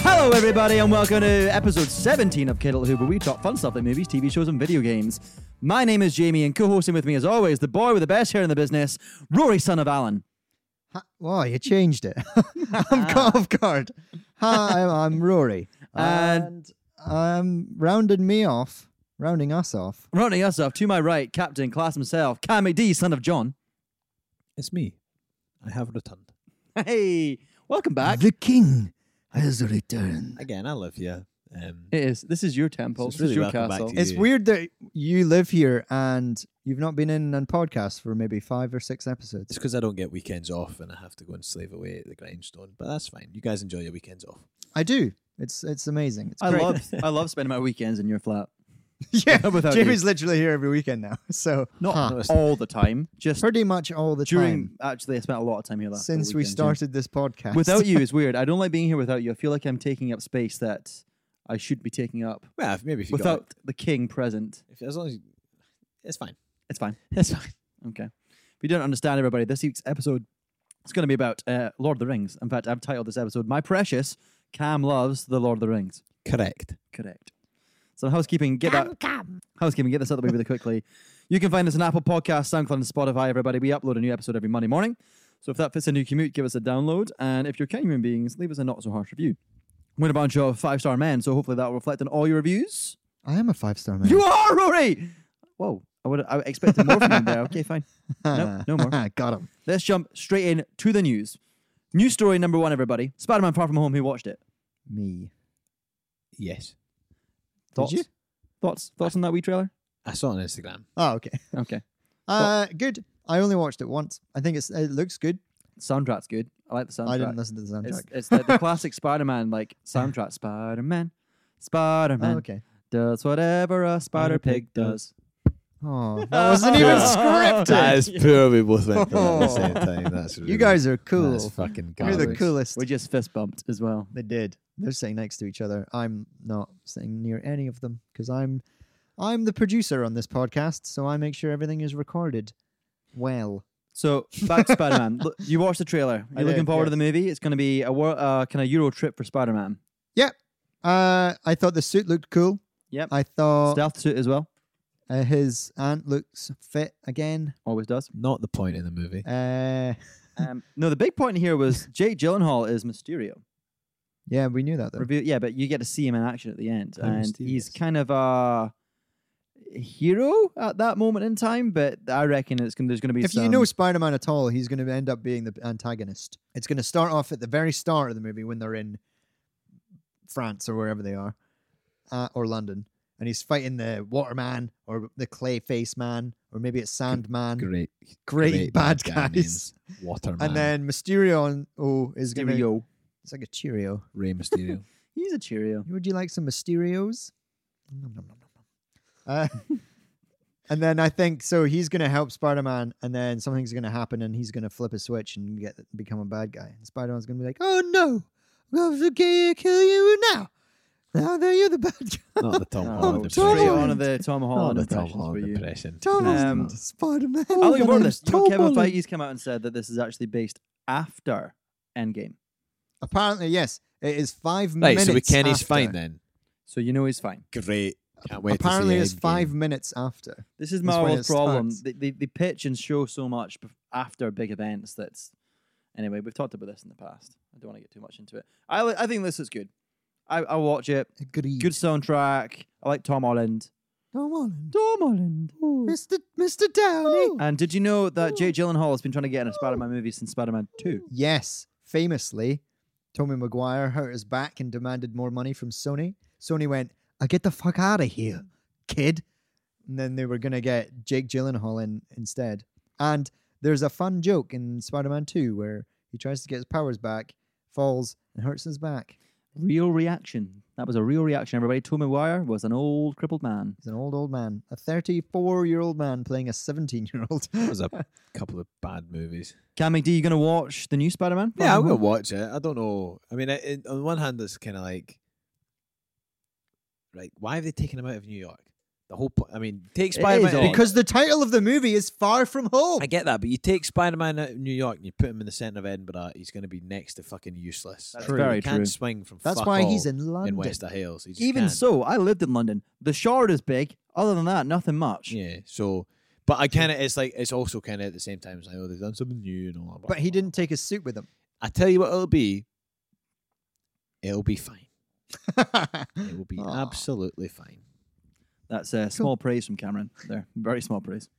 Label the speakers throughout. Speaker 1: Hello, everybody, and welcome to episode 17 of Kid Little Who, where we talk fun stuff like movies, TV shows, and video games. My name is Jamie, and co-hosting with me, as always, the boy with the best hair in the business, Rory, son of Alan.
Speaker 2: Hi- Why you changed it? I'm
Speaker 1: Ah.
Speaker 2: caught off guard. Hi, I'm- I'm Rory,
Speaker 1: And-
Speaker 2: and um, rounding me off, rounding us off.
Speaker 1: Running us off to my right, Captain Class himself, Cammy D, son of John.
Speaker 3: It's me. I have returned.
Speaker 1: Hey, welcome back.
Speaker 2: The king has returned.
Speaker 3: Again, I live here. Um,
Speaker 1: It is. This is your temple.
Speaker 3: This
Speaker 1: This,
Speaker 3: is
Speaker 1: is
Speaker 3: really
Speaker 1: your
Speaker 3: welcome back
Speaker 1: castle.
Speaker 3: to you.
Speaker 2: It's weird that you live here and you've not been in on podcasts for maybe five or six
Speaker 3: it's
Speaker 2: episodes.
Speaker 3: because I don't get weekends off and I have to go and slave away at the grindstone, but that's fine. You guys enjoy your weekends off.
Speaker 2: I do. It's it's amazing. It's
Speaker 1: I
Speaker 2: great.
Speaker 1: love. I love spending my weekends in your flat.
Speaker 2: yeah,
Speaker 1: without you.
Speaker 2: Jamie's literally here every weekend now. So
Speaker 1: Not
Speaker 2: Huh.
Speaker 3: Noticed-
Speaker 1: all the time. Just
Speaker 2: pretty much all the
Speaker 1: during.
Speaker 2: time
Speaker 1: Actually, I spent a lot of time here last.
Speaker 2: since we
Speaker 1: weekend, yeah.
Speaker 2: started this podcast.
Speaker 1: Without you is weird. I don't like being here without you. I feel like I'm taking up space that I should be taking up
Speaker 3: Well, if, maybe if you
Speaker 1: without
Speaker 3: got,
Speaker 1: the king present.
Speaker 3: if, as long as you, it's fine.
Speaker 1: It's fine.
Speaker 3: It's fine.
Speaker 1: Okay. If you don't understand, everybody, this week's episode is going to be about uh, Lord of the Rings. In fact, I've titled this episode "My Precious Cam Loves the Lord of the Rings."
Speaker 3: Correct.
Speaker 1: Correct. So housekeeping, get that housekeeping, get this out of the way really quickly. You can find us on Apple Podcasts, SoundCloud, and Spotify. Everybody, we upload a new episode every Monday morning. So if that fits in your commute, give us a download. And if you're kind human beings, leave us a not so harsh review. We're a bunch of five star men, so hopefully that will reflect on all your reviews.
Speaker 2: I am a five star man.
Speaker 1: You are Rory. Whoa, I would I expected more from you there. Okay, fine. No, no more.
Speaker 2: Got him.
Speaker 1: Let's jump straight in to the news. News story number one, everybody. Spider-Man: Far From Home. Who watched it?
Speaker 2: Me.
Speaker 3: Yes.
Speaker 1: Thoughts?
Speaker 2: you?
Speaker 1: Thoughts? Thoughts on that wee trailer?
Speaker 3: I saw it on Instagram.
Speaker 2: Oh, okay.
Speaker 1: Okay.
Speaker 2: Uh, good. I only watched it once. I think it's it looks good.
Speaker 1: Soundtrack's good. I like the soundtrack.
Speaker 2: I didn't listen to the
Speaker 1: It's,
Speaker 2: soundtrack.
Speaker 1: it's the, the classic Spider-Man like soundtrack. Spider-Man, Spider-Man
Speaker 2: Oh, okay.
Speaker 1: does whatever a spider pig does.
Speaker 2: Oh, that wasn't even
Speaker 3: That
Speaker 2: scripted.
Speaker 3: is poor. We both went for that at the
Speaker 2: Oh.
Speaker 3: same time. That's really,
Speaker 2: You guys are
Speaker 3: that's
Speaker 2: cool.
Speaker 3: fucking
Speaker 2: You're the
Speaker 3: garbage.
Speaker 2: coolest.
Speaker 1: We just fist bumped as well.
Speaker 2: They did. They're sitting next to each other. I'm not sitting near any of them because I'm, I'm the producer on this podcast, so I make sure everything is recorded. Well,
Speaker 1: So back to Spider-Man. Look, you watched the trailer.
Speaker 2: I
Speaker 1: You're looking
Speaker 2: did,
Speaker 1: forward to
Speaker 2: yes.
Speaker 1: the movie. It's going to be a wor- uh, kind of Euro trip for Spider-Man.
Speaker 2: uh, I thought the suit looked cool.
Speaker 1: Yep.
Speaker 2: I thought
Speaker 1: Stealth suit as well.
Speaker 2: uh, his aunt looks fit again.
Speaker 1: Always does.
Speaker 3: Not the point in the movie.
Speaker 2: Uh,
Speaker 1: Um, no, the big point here was Jake Gyllenhaal is Mysterio.
Speaker 2: yeah, we knew that though.
Speaker 1: Reveal, yeah, but you get to see him in action at the end,
Speaker 3: How
Speaker 1: and he's
Speaker 3: mysterious.
Speaker 1: kind of a hero at that moment in time. But I reckon it's gonna, there's going to be
Speaker 2: if
Speaker 1: some,
Speaker 2: you know Spider Man at all, he's going to end up being the antagonist. It's going to start off at the very start of the movie when they're in France or wherever they are, uh, or London, and he's fighting the Waterman or the Clay Face Man, or maybe it's Sandman.
Speaker 3: Great,
Speaker 2: Great, bad,
Speaker 3: guy
Speaker 2: guys.
Speaker 3: names. Waterman.
Speaker 2: And then Mysterio oh, is going to.
Speaker 1: Cheerio.
Speaker 2: It's like a Cheerio.
Speaker 3: Ray Mysterio.
Speaker 1: He's a Cheerio.
Speaker 2: Would you like some Mysterios? Nom, nom, nom, nom, nom. Uh, and then I think so. He's going to help Spider Man, and then something's going to happen, and he's going to flip a switch and get become a bad guy. And Spider Man's going to be like, "Oh no, I'm going to kill you now! Now that you're the bad guy,
Speaker 3: Not the Oh, Tom
Speaker 1: No,
Speaker 3: Holland
Speaker 2: Tom
Speaker 3: impression.
Speaker 1: straight
Speaker 2: Holland.
Speaker 1: on to the Tom
Speaker 3: Not
Speaker 1: Holland
Speaker 3: the Tom
Speaker 1: impressions for
Speaker 3: Holland
Speaker 1: you.
Speaker 3: impression.
Speaker 2: Thomas
Speaker 1: Um,
Speaker 2: Spider Man."
Speaker 1: I look forward to this. You know, Kevin Feige's come out and said that this is actually based after Endgame,
Speaker 2: Apparently, yes, it is five
Speaker 3: Right,
Speaker 2: minutes.
Speaker 3: so we Kenny's
Speaker 2: after.
Speaker 3: fine then.
Speaker 1: so you know he's fine.
Speaker 3: Great. Can't wait
Speaker 2: Apparently,
Speaker 3: to
Speaker 2: it's
Speaker 3: see
Speaker 2: five
Speaker 3: Endgame.
Speaker 2: minutes after.
Speaker 1: This is
Speaker 2: That's when
Speaker 1: Marvel's
Speaker 2: it
Speaker 1: problem.
Speaker 2: starts.
Speaker 1: They, they, they pitch and show so much bef- after big events that's. Anyway, we've talked about this in the past. I don't want to get too much into it. I, li- I think this is good. I, I'll watch it.
Speaker 2: Agreed.
Speaker 1: Good soundtrack. I like Tom Holland.
Speaker 2: Come on,
Speaker 1: Tom Holland.
Speaker 2: Mr. Mr. Downey.
Speaker 1: And did you know that Jay Gyllenhaal has been trying to get in a Spider-Man movie since Spider-Man 2?
Speaker 2: Yes, famously, Tommy Maguire hurt his back and demanded more money from Sony. Sony went, "I get the fuck out of here, kid." And then they were gonna get Jake Gyllenhaal in instead. And there's a fun joke in Spider-Man 2 where he tries to get his powers back, falls and hurts his back.
Speaker 1: Real reaction. That was a real reaction, everybody. Tom Maguire was an old crippled man.
Speaker 2: He's an old old man, a 34-year-old man playing a 17-year-old.
Speaker 3: That was a couple of bad movies.
Speaker 1: Cam McD, you going to watch the new Spider-Man?
Speaker 3: Yeah, I'm
Speaker 1: Far From
Speaker 3: gonna
Speaker 1: Home?
Speaker 3: watch it. I don't know. I mean, I, it, on one hand, it's kind of like, right, why have they taken him out of New York? The whole point. I mean, take
Speaker 1: is
Speaker 3: Spider Man
Speaker 1: odd.
Speaker 2: because the title of the movie is Far From Home.
Speaker 3: I get that, but you take Spider Man out of New York and you put him in the center of Edinburgh, he's going to be next to fucking useless.
Speaker 1: That's
Speaker 3: Like,
Speaker 1: very
Speaker 3: he can't
Speaker 1: true.
Speaker 3: swing from.
Speaker 2: That's
Speaker 3: fuck
Speaker 2: why he's
Speaker 3: all
Speaker 2: in London.
Speaker 3: in Wester Hales. He just
Speaker 1: Even
Speaker 3: can't.
Speaker 1: so, I lived in London. The Shard is big. Other than that, nothing much.
Speaker 3: Yeah. So, but I kind of it's like it's also kind of at the same time. It's like oh, they've done something new and all that. blah,
Speaker 2: but he
Speaker 3: blah,
Speaker 2: didn't take his suit with him.
Speaker 3: blah. I tell you what, it'll be. It'll be fine. It will be
Speaker 2: Aw.
Speaker 3: absolutely fine.
Speaker 1: That's uh, small praise from Cameron. There, very small praise.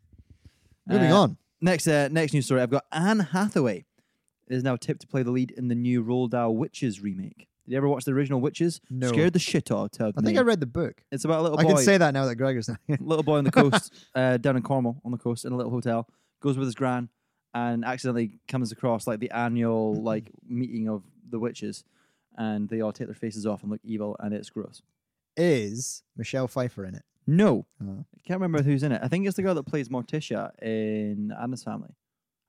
Speaker 2: Moving
Speaker 1: Uh,
Speaker 2: on.
Speaker 1: Next, uh, next news story. I've got Anne Hathaway is now tipped to play the lead in the new Roald Dahl Witches remake. Did you ever watch the original Witches?
Speaker 2: No.
Speaker 1: Scared the shit out of
Speaker 2: I think
Speaker 1: me.
Speaker 2: I read the book.
Speaker 1: it's about a little
Speaker 2: I
Speaker 1: boy.
Speaker 2: can say that now that Gregor's not here.
Speaker 1: little boy on the coast, uh, down in Cornwall on the coast, in a little hotel, goes with his gran, and accidentally comes across like the annual like meeting of the witches, and they all take their faces off and look evil, and it's gross.
Speaker 2: Is Michelle Pfeiffer in it?
Speaker 1: No,
Speaker 2: Oh.
Speaker 1: I can't remember who's in it. I think it's the guy that plays Morticia in Adam's Family.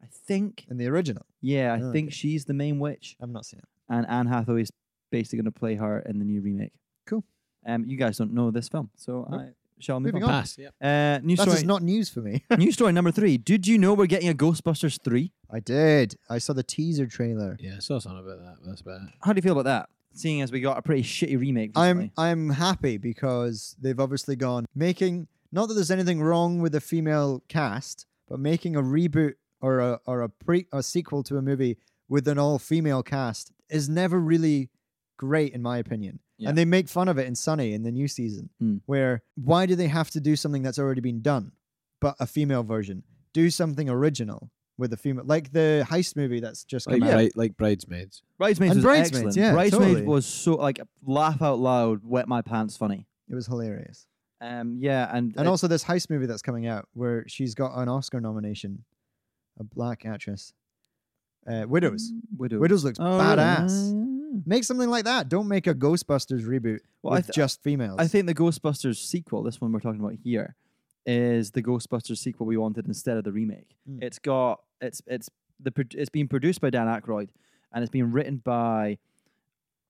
Speaker 1: I think,
Speaker 2: In the original?
Speaker 1: yeah, I
Speaker 2: Oh,
Speaker 1: think
Speaker 2: okay.
Speaker 1: she's the main witch,
Speaker 2: I've not seen it.
Speaker 1: and Anne Hathaway's basically going to play her in the new remake.
Speaker 2: Cool.
Speaker 1: Um, you guys don't know this film, so
Speaker 2: Nope.
Speaker 1: I shall move
Speaker 2: Moving
Speaker 1: on.
Speaker 2: on.
Speaker 3: Pass. Yep.
Speaker 1: Uh, new
Speaker 2: That
Speaker 1: story.
Speaker 2: is not news for me.
Speaker 1: News story number three. Did you know we're getting a Ghostbusters 3?
Speaker 2: I did. I saw the teaser trailer.
Speaker 3: Yeah, I saw something about that. But that's about it.
Speaker 1: How do you feel about that? Seeing as we got a pretty shitty remake.
Speaker 2: I'm
Speaker 1: recently.
Speaker 2: I'm happy because they've obviously gone making not that there's anything wrong with the female cast, but making a reboot or a or a pre a sequel to a movie with an all female cast is never really great in my opinion.
Speaker 1: Yeah.
Speaker 2: And they make fun of it in Sunny in the new season,
Speaker 1: Hmm.
Speaker 2: where why do they have to do something that's already been done, but a female version? Do something original with a female, like the heist movie that's just come
Speaker 3: Like,
Speaker 2: out.
Speaker 3: bri- like bridesmaids.
Speaker 1: Bridesmaids
Speaker 2: and
Speaker 1: was
Speaker 2: Bridesmaids,
Speaker 1: excellent.
Speaker 2: yeah,
Speaker 1: Bridesmaids
Speaker 2: totally.
Speaker 1: was so like laugh out loud, wet my pants funny.
Speaker 2: It was hilarious.
Speaker 1: Um, yeah, and,
Speaker 2: And
Speaker 1: it-
Speaker 2: also this heist movie that's coming out where she's got an Oscar nomination, a black actress. Uh, Widows.
Speaker 1: Widows,
Speaker 2: Widows looks
Speaker 1: Oh, really?
Speaker 2: badass.
Speaker 1: Yeah.
Speaker 2: Make something like that. Don't make a Ghostbusters reboot
Speaker 1: Well, I,
Speaker 2: with
Speaker 1: th-
Speaker 2: just females.
Speaker 1: I think the Ghostbusters sequel, this one we're talking about here, is the Ghostbusters sequel we wanted instead of the remake.
Speaker 2: Mm.
Speaker 1: It's got it's it's the pro- it's being produced by Dan Aykroyd and it's being written by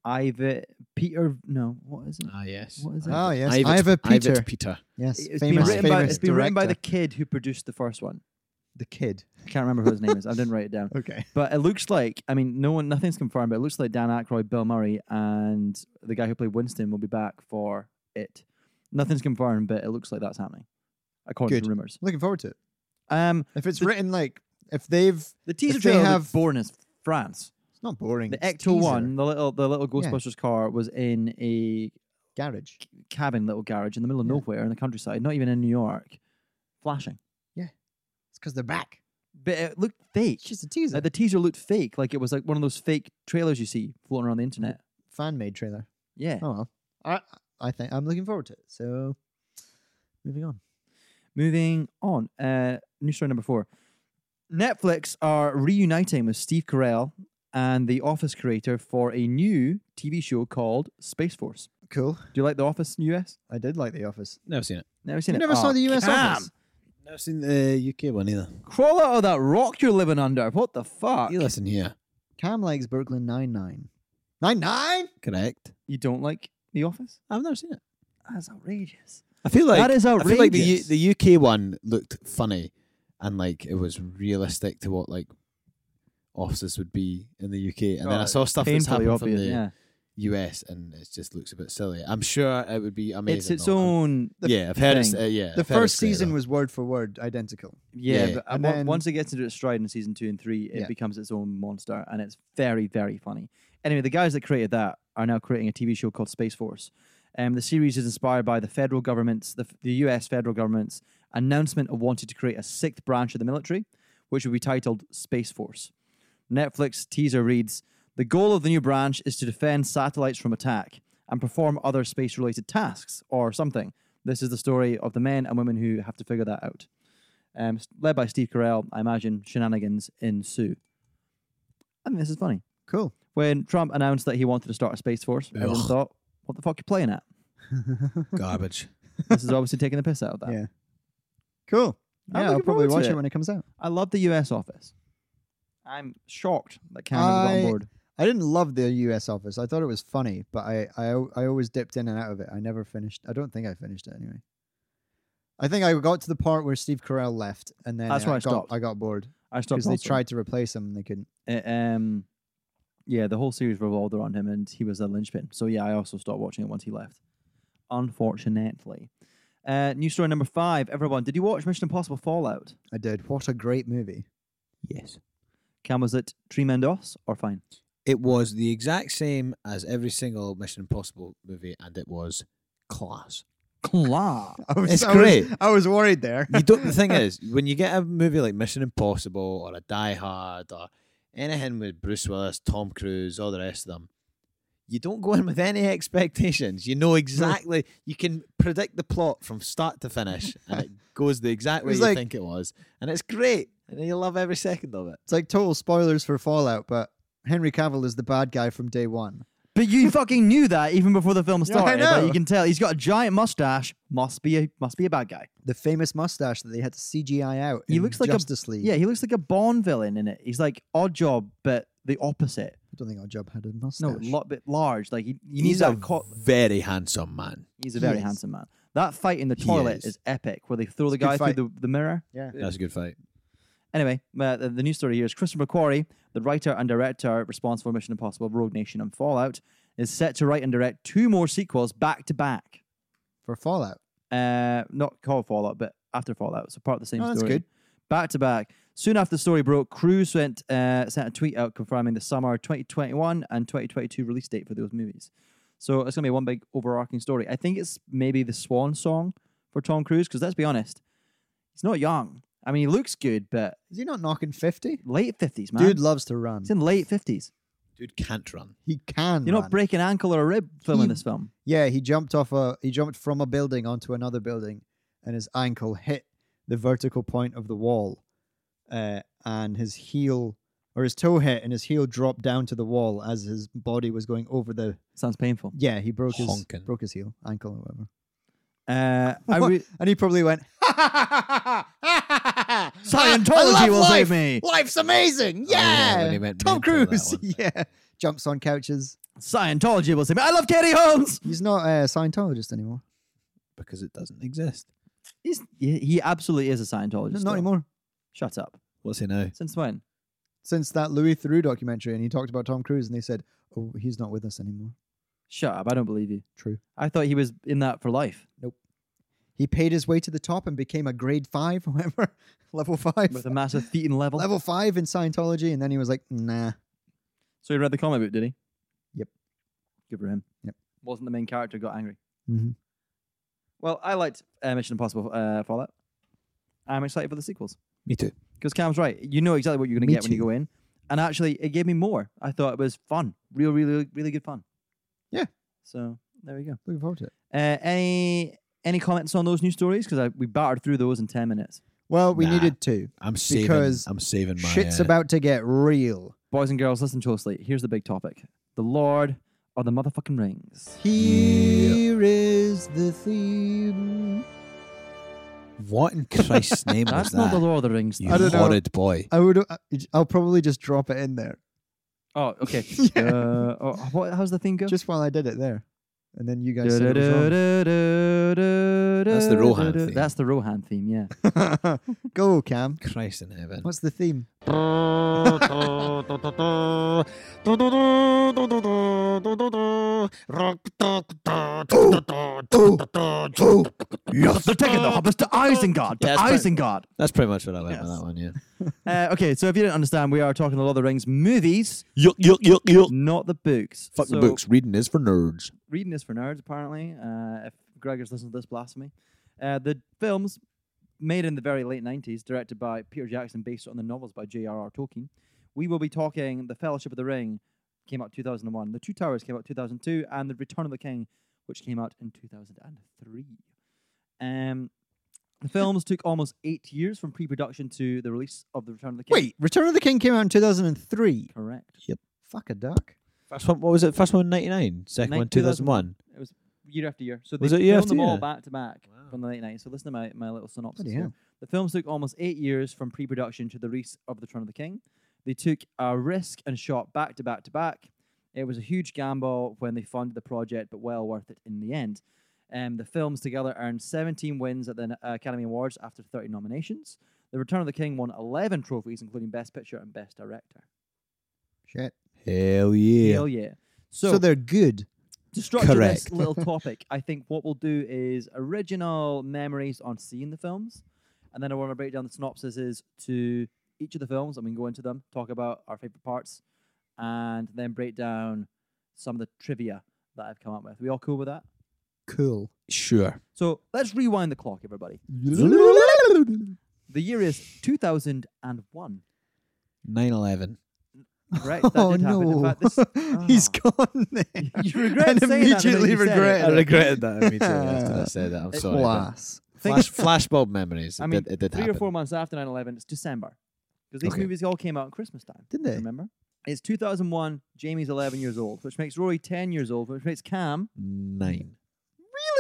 Speaker 1: Ivan Peter. No, what is it?
Speaker 2: Uh,
Speaker 3: Ah yes.
Speaker 1: What is it?
Speaker 2: oh yes,
Speaker 3: Ivan
Speaker 2: Iva Peter.
Speaker 3: Peter. Peter.
Speaker 2: yes,
Speaker 1: It's been
Speaker 2: famous,
Speaker 1: written
Speaker 2: famous
Speaker 1: by it's been written by the
Speaker 2: director.
Speaker 1: kid who produced the first one.
Speaker 2: the kid.
Speaker 1: I can't remember who his name is. I didn't write it down.
Speaker 2: Okay.
Speaker 1: But it looks like I mean, no one, nothing's confirmed. But it looks like Dan Aykroyd, Bill Murray, and the guy who played Winston will be back for it. Nothing's confirmed, but it looks like that's happening, according
Speaker 2: Good.
Speaker 1: to rumors.
Speaker 2: Looking forward to it.
Speaker 1: Um,
Speaker 2: If it's
Speaker 1: The-
Speaker 2: written like if they've
Speaker 1: the teaser
Speaker 2: they
Speaker 1: trailer have
Speaker 2: have-
Speaker 1: born as France.
Speaker 2: it's not boring.
Speaker 1: The
Speaker 2: it's
Speaker 1: Ecto
Speaker 2: teaser.
Speaker 1: One, the little the little
Speaker 2: Yeah.
Speaker 1: Ghostbusters car was in a
Speaker 2: garage.
Speaker 1: cabin, little garage in the middle of
Speaker 2: Yeah.
Speaker 1: nowhere in the countryside, not even in New York, flashing.
Speaker 2: It's because they're back.
Speaker 1: But it looked fake.
Speaker 2: It's just a teaser.
Speaker 1: Like the teaser looked fake, like it was like one of those fake trailers you see floating around the internet.
Speaker 2: Fan made trailer.
Speaker 1: Yeah.
Speaker 2: Oh well. I I think I'm looking forward to it. So moving on.
Speaker 1: Moving on. Uh, news story number four. Netflix are reuniting with Steve Carell and the Office creator for a new TV show called Space Force.
Speaker 2: Cool.
Speaker 1: Do you like The Office in the US?
Speaker 2: I did like The Office.
Speaker 3: Never seen it.
Speaker 1: Never seen
Speaker 2: You
Speaker 1: it.
Speaker 2: never saw
Speaker 1: Oh,
Speaker 2: the US
Speaker 1: Cam,
Speaker 2: Office.
Speaker 3: Never seen the UK one either.
Speaker 1: Crawl out of that rock you're living under. What the fuck?
Speaker 3: You listen here.
Speaker 2: Cam likes Brooklyn Nine Nine. Nine Nine.
Speaker 3: Correct.
Speaker 1: You don't like The Office?
Speaker 3: I've never seen it.
Speaker 1: That's outrageous.
Speaker 3: I feel like
Speaker 1: that is
Speaker 3: I feel
Speaker 1: outrageous.
Speaker 3: like the U- the UK one looked funny and like it was realistic to what like offices would be in the UK, and then I
Speaker 2: Right.
Speaker 3: saw stuff that's
Speaker 1: Painfully
Speaker 3: happened from
Speaker 1: obvious.
Speaker 3: the
Speaker 1: Yeah.
Speaker 3: US, and it just looks a bit silly. I'm sure it would be amazing.
Speaker 1: It's its
Speaker 3: though.
Speaker 1: own.
Speaker 2: The
Speaker 3: yeah, I've heard it's
Speaker 1: thing.
Speaker 3: uh, yeah.
Speaker 2: The
Speaker 3: I've heard
Speaker 2: first
Speaker 3: it's great,
Speaker 2: season
Speaker 3: though.
Speaker 2: was word for word identical.
Speaker 1: Yeah,
Speaker 3: Yeah.
Speaker 1: but uh,
Speaker 2: And
Speaker 1: on-
Speaker 2: then-
Speaker 1: once it gets into its stride in season two and three, it
Speaker 2: Yeah.
Speaker 1: becomes its own monster, and it's very, very funny. Anyway, the guys that created that are now creating a TV show called Space Force. Um, the series is inspired by the federal government's, the, the U.S. federal government's announcement of wanting to create a sixth branch of the military, which will be titled Space Force. Netflix teaser reads: The goal of the new branch is to defend satellites from attack and perform other space-related tasks, or something. This is the story of the men and women who have to figure that out um, s- led by Steve Carell. I imagine shenanigans ensue. I think this is funny.
Speaker 2: Cool.
Speaker 1: When Trump announced that he wanted to start a space force, everyone
Speaker 3: Ugh.
Speaker 1: thought, "What the fuck you playing at?"
Speaker 3: garbage.
Speaker 1: This is obviously taking the piss out of that.
Speaker 2: Yeah. Cool.
Speaker 1: I'm
Speaker 2: Yeah, I'll
Speaker 1: looking
Speaker 2: probably
Speaker 1: forward
Speaker 2: watch
Speaker 1: to
Speaker 2: it.
Speaker 1: it.
Speaker 2: when it comes out.
Speaker 1: I love the U.S. office. I'm shocked that Cameron got on
Speaker 2: I-
Speaker 1: board.
Speaker 2: I didn't love the U.S. Office. I thought it was funny, but I, I al- I always dipped in and out of it. I never finished. I don't think I finished it anyway. I think I got to the part where Steve Carell left, and then
Speaker 1: That's
Speaker 2: uh,
Speaker 1: where I
Speaker 2: got,
Speaker 1: stopped.
Speaker 2: I got bored
Speaker 1: I stopped
Speaker 2: because they
Speaker 1: also.
Speaker 2: tried to replace him and they couldn't.
Speaker 1: Uh, um, yeah, the whole series revolved around him, and he was a linchpin. So yeah, I also stopped watching it once he left. Unfortunately, uh, news story number five. Everyone, did you watch Mission Impossible Fallout?
Speaker 2: I did. What a great movie!
Speaker 3: Yes.
Speaker 1: Cam was it tremendous or fine?
Speaker 3: It was the exact same as every single Mission Impossible movie, and it was class.
Speaker 1: Claw.
Speaker 2: I was,
Speaker 3: It's
Speaker 2: I was-
Speaker 3: great.
Speaker 2: I was worried there.
Speaker 3: You don't. The thing is, when you get a movie like Mission Impossible or a Die Hard or anything with Bruce Willis, Tom Cruise, all the rest of them, you don't go in with any expectations. You know exactly. you can predict the plot from start to finish, and it goes the exact way
Speaker 2: was
Speaker 3: you
Speaker 2: like-
Speaker 3: think it was, and it's great, and you love every second of it.
Speaker 2: It's like total spoilers for Fallout, but Henry Cavill is the bad guy from day one.
Speaker 1: But you fucking knew that even before the film
Speaker 2: Yeah, I
Speaker 1: started. but
Speaker 2: know.
Speaker 1: you can tell he's got a giant mustache. Must be a must be a bad guy.
Speaker 2: The famous mustache that they had to CGI out.
Speaker 1: He
Speaker 2: in
Speaker 1: looks like a-
Speaker 2: Justice League.
Speaker 1: Yeah, he looks like a Bond villain in it. He's like odd job, but the opposite.
Speaker 2: I don't think our job had a mustache.
Speaker 1: No, a lot bit large. Like he, you need
Speaker 3: He's a
Speaker 1: that. Co-
Speaker 3: very handsome man.
Speaker 1: he's a
Speaker 2: He
Speaker 1: very
Speaker 2: is.
Speaker 1: handsome man. That fight in the
Speaker 3: He
Speaker 1: toilet
Speaker 3: is.
Speaker 1: is. epic, where they throw the
Speaker 2: It's a
Speaker 1: guy
Speaker 2: good
Speaker 1: through the, the mirror.
Speaker 2: yeah.
Speaker 3: That's a good fight.
Speaker 1: Anyway, uh, the, the news story here is Christopher Quarry, the writer and director responsible for Mission Impossible, Rogue Nation, and Fallout, is set to write and direct two more sequels back to back.
Speaker 2: For Fallout.
Speaker 1: Uh, not called Fallout, but after Fallout, so part of the same story.
Speaker 2: Oh, that's good.
Speaker 1: Back to back. Soon after the story broke, Cruise sent uh, sent a tweet out confirming the summer 2021 and 2022 release date for those movies. So it's gonna be one big overarching story. I think it's maybe the swan song for Tom Cruise because let's be honest, he's not young. I mean, he looks good, but
Speaker 2: Is he not knocking 50?
Speaker 1: late fifties, man.
Speaker 2: Dude loves to run.
Speaker 1: It's in late fifties.
Speaker 3: Dude can't run.
Speaker 2: He can.
Speaker 1: You're not
Speaker 2: run.
Speaker 1: breaking ankle or a rib filming
Speaker 2: He-
Speaker 1: this film.
Speaker 2: Yeah, he jumped off a he jumped from a building onto another building, and his ankle hit the vertical point of the wall, uh, and his heel or his toe hit, and his heel dropped down to the wall as his body was going over the.
Speaker 1: Sounds painful.
Speaker 2: Yeah, he broke his
Speaker 3: Honking.
Speaker 2: broke his heel, ankle, or whatever,
Speaker 1: Uh, I re-
Speaker 2: and he probably went.
Speaker 1: Scientology will save me.
Speaker 2: Life's amazing.
Speaker 3: Oh, yeah,
Speaker 2: Yeah,
Speaker 3: when he went
Speaker 2: Tom
Speaker 3: mental, that
Speaker 2: Cruise.
Speaker 3: one.
Speaker 2: Yeah, jumps on couches.
Speaker 1: Scientology will save me. I love Katie Holmes.
Speaker 2: He's not a Scientologist anymore.
Speaker 3: because it doesn't exist.
Speaker 1: He's, he, he absolutely is a Scientologist.
Speaker 2: Not
Speaker 1: though.
Speaker 2: anymore.
Speaker 1: Shut up.
Speaker 3: What's he now?
Speaker 1: Since when?
Speaker 2: since that Louis Theroux documentary, and he talked about Tom Cruise, and they said, "Oh, he's not with us anymore."
Speaker 1: Shut up. I don't believe you.
Speaker 2: True.
Speaker 1: I thought he was in that for life
Speaker 2: He paid his way to the top and became a grade five, however, level five,
Speaker 1: with a massive feet and level.
Speaker 2: level five in Scientology, and then he was like, "Nah,
Speaker 1: So he read the comic book, did he?
Speaker 2: Yep.
Speaker 1: Good for him.
Speaker 2: Yep.
Speaker 1: Wasn't the main character, got angry.
Speaker 2: Mhm.
Speaker 1: Well, I liked uh, Mission Impossible uh, Fallout. I'm excited for the sequels.
Speaker 3: Me too.
Speaker 1: Because Cam's right. You know exactly what you're going to
Speaker 2: Me
Speaker 1: get when you
Speaker 2: too.
Speaker 1: go in. And actually, it gave me more. I thought it was fun. Real, really, really good fun.
Speaker 2: Yeah.
Speaker 1: So there we go.
Speaker 2: looking forward to it."
Speaker 1: Uh, any any comments on those news stories? Because we battered through those in 10 minutes.
Speaker 2: Well, we
Speaker 3: Nah.
Speaker 2: needed two.
Speaker 3: I'm saving.
Speaker 2: Because
Speaker 3: I'm saving my.
Speaker 2: Shit's
Speaker 3: uh,
Speaker 2: about to get real.
Speaker 1: Boys and girls, listen closely. Here's the big topic The Lord of the motherfucking rings.
Speaker 2: Here is the theme.
Speaker 3: What in Christ's name was
Speaker 1: That's
Speaker 3: that?
Speaker 1: not the Lord of the Rings.
Speaker 3: you
Speaker 1: though.
Speaker 2: I don't know.
Speaker 3: horrid boy.
Speaker 2: I would. I- I'll probably just drop it in there,
Speaker 1: Oh, okay.
Speaker 2: Yeah.
Speaker 1: uh, oh, what, how's the thing go?
Speaker 2: just while I did it there, and then you guys. Said it was
Speaker 1: That's
Speaker 3: the Rohan theme.
Speaker 1: That's the Rohan theme, yeah.
Speaker 2: wrong. Go, Cam.
Speaker 3: Christ in heaven.
Speaker 2: What's the theme?
Speaker 1: They're taking the hobbits to Isengard. To
Speaker 3: Yeah, that's pretty-
Speaker 1: Isengard.
Speaker 3: That's pretty much what I went
Speaker 2: Yes.
Speaker 3: with that one. Yeah.
Speaker 1: Uh, okay, so if you didn't understand, we are talking the Lord of the Rings movies,
Speaker 3: Yuck yuck yuck yuck.
Speaker 1: not the books.
Speaker 3: Fuck
Speaker 1: So,
Speaker 3: the books. Reading is for nerds.
Speaker 1: Reading is for nerds, apparently. Uh, if Gregor's listened to this blasphemy, uh, the films made in the very late '90s, directed by Peter Jackson, based on the novels by J.R.R. Tolkien. We will be talking The Fellowship of the Ring, came out 2001. The Two Towers came out 2002, and The Return of the King, which came out in 2003. Um, the films took almost eight years from pre-production to the release of The Return of the King.
Speaker 2: Wait, Return of the King came out in 2003.
Speaker 1: correct.
Speaker 2: Fuck a duck.
Speaker 3: First one. What was it? First one ninety nine. Second
Speaker 1: Nin-
Speaker 3: one two thousand one.
Speaker 1: year after year. So they
Speaker 3: Was it year
Speaker 1: filmed
Speaker 3: after
Speaker 1: them all
Speaker 3: year?
Speaker 1: back to back
Speaker 3: Wow.
Speaker 1: from the late night. So listen to my, my little synopsis
Speaker 2: Bloody
Speaker 1: here.
Speaker 2: hell.
Speaker 1: The films took almost eight years from pre-production to the release of The Return of the King. They took a risk and shot back to back to back. It was a huge gamble when they funded the project, but well worth it in the end. Um, the films together earned 17 wins at the N- uh, Academy Awards after 30 nominations. The Return of the King won 11 trophies, including Best Picture and Best Director.
Speaker 2: Shit.
Speaker 3: Hell yeah.
Speaker 1: Hell yeah.
Speaker 2: So,
Speaker 1: So,
Speaker 2: they're good.
Speaker 1: to structure this
Speaker 3: correct.
Speaker 1: little topic, I think what we'll do is original memories on seeing the films. And then I want to break down the synopsises to each of the films and we can go into them, talk about our favorite parts, and then break down some of the trivia that I've come up with. we all cool with that?
Speaker 2: Cool.
Speaker 3: Sure.
Speaker 1: So let's rewind the clock, everybody. The year is 2001.
Speaker 3: 9 11.
Speaker 1: Right? That
Speaker 2: oh
Speaker 1: did happen. In
Speaker 2: no.
Speaker 1: fact, this,
Speaker 2: He's
Speaker 1: Ah.
Speaker 2: gone there.
Speaker 1: you regret saying that, but
Speaker 2: And
Speaker 1: then
Speaker 2: immediately
Speaker 1: you said it.
Speaker 2: regret
Speaker 3: I
Speaker 2: it.
Speaker 3: regretted that immediately after I said that. I'm
Speaker 1: It-
Speaker 3: sorry. but
Speaker 2: Class.
Speaker 1: Think-
Speaker 3: Flash, flashbulb memories. It
Speaker 1: I mean,
Speaker 3: did, it did
Speaker 1: three
Speaker 3: happen.
Speaker 1: or four months after 9 11, it's December. Because these
Speaker 3: Okay.
Speaker 1: movies all came out at Christmas time.
Speaker 2: Didn't they?
Speaker 1: Remember? It's 2001, Jamie's 11 years old, which makes Rory 10 years old, which makes Cam.
Speaker 3: Nine.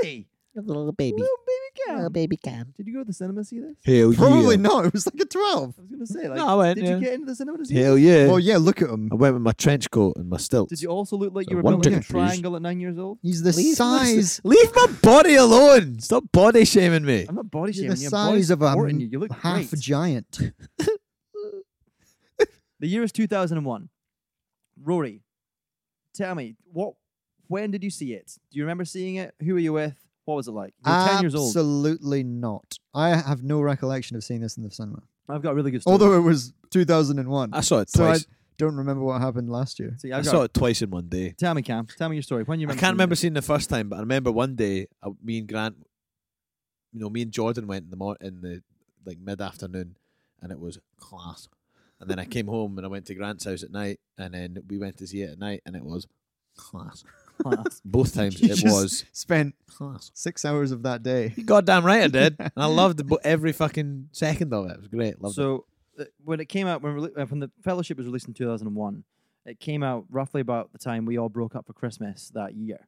Speaker 1: Really?
Speaker 4: A little baby.
Speaker 1: Little baby
Speaker 4: A
Speaker 1: Cam.
Speaker 4: little baby cam.
Speaker 1: Did you go to the cinema to see this?
Speaker 3: Hell
Speaker 2: Probably
Speaker 1: uh,
Speaker 2: not. It was like a
Speaker 1: I
Speaker 2: 12.
Speaker 1: was going to say, like,
Speaker 3: No, I went,
Speaker 1: did
Speaker 3: yeah.
Speaker 1: you get into the cinema to see
Speaker 3: Hell
Speaker 1: this?
Speaker 3: yeah.
Speaker 2: Oh yeah, look at him.
Speaker 3: I went with my trench coat and my stilts.
Speaker 1: Did you also look like
Speaker 3: So
Speaker 1: you were
Speaker 3: one
Speaker 1: built like a
Speaker 3: ticket, please.
Speaker 1: triangle at nine years old?
Speaker 2: He's the
Speaker 3: Leave my s-
Speaker 2: size.
Speaker 3: Leave my body alone. Stop body shaming me.
Speaker 1: I'm not body
Speaker 2: You're
Speaker 1: shaming
Speaker 2: the
Speaker 1: you. I'm body
Speaker 2: size of a
Speaker 1: supporting
Speaker 2: m-
Speaker 1: you. You look
Speaker 2: half
Speaker 1: great.
Speaker 2: giant.
Speaker 1: The year is 2001. Rory, tell me, what? when did you see it? Do you remember seeing it? Who were you with? What was it like? You were 10 years old.
Speaker 2: Absolutely not. I have no recollection of seeing this in the cinema.
Speaker 1: I've got a really good story.
Speaker 2: Although it was 2001.
Speaker 3: I saw it
Speaker 2: so I
Speaker 3: twice.
Speaker 2: don't remember what happened last year.
Speaker 1: Ah, See,
Speaker 3: I,
Speaker 1: I've got,
Speaker 3: saw it twice in one day.
Speaker 1: Tell me, Cam. Tell me your story. When you
Speaker 3: I
Speaker 1: remember
Speaker 3: can't
Speaker 1: seeing
Speaker 3: remember
Speaker 1: it?
Speaker 3: seeing the first time, but I remember one day uh, me and Grant, you know, me and Jordan went in the mor- in the like mid afternoon, and it was class. And then I came home and I went to Grant's house at night, and then we went to see it at night, and it was class.
Speaker 1: Class.
Speaker 3: Both times
Speaker 2: You
Speaker 3: it
Speaker 2: just
Speaker 3: was
Speaker 2: Spent
Speaker 3: class.
Speaker 2: six hours of that day.
Speaker 3: You goddamn right I did, and I loved bo- every fucking second of it. It was great. Loved it.
Speaker 1: so uh, when it came out, when, rele- uh, when the Fellowship was released in 2001, it came out roughly about the time we all broke up for Christmas that year.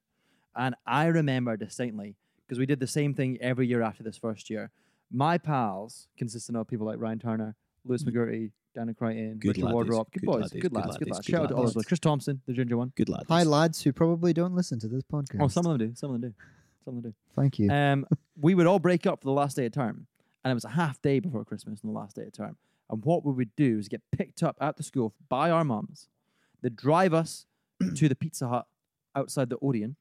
Speaker 1: And I remember distinctly, because we did the same thing every year after this first year. My pals, consisting of people like Ryan Turner, Lewis McGurty, Danny Crichton,
Speaker 3: Good
Speaker 1: Richard
Speaker 3: laddies,
Speaker 1: Wardrop, Mm. good,
Speaker 3: good
Speaker 1: boys,
Speaker 3: laddies,
Speaker 1: good
Speaker 3: good
Speaker 1: lads, good
Speaker 3: laddies,
Speaker 1: lads.
Speaker 3: good
Speaker 1: Shout out to all those.
Speaker 3: laddies.
Speaker 1: boys. Chris Thompson, the ginger one.
Speaker 3: Good lads.
Speaker 2: Hi, lads who probably don't listen to this podcast.
Speaker 1: Oh, some of them do. Some of them do. Some of them do.
Speaker 2: Thank you.
Speaker 1: um, we would all break up for the last day of term, and it was a half day before Christmas and the last day of term. And what we would do is get picked up at the school by our mums. They'd drive us to the Pizza Hut outside the Odeon.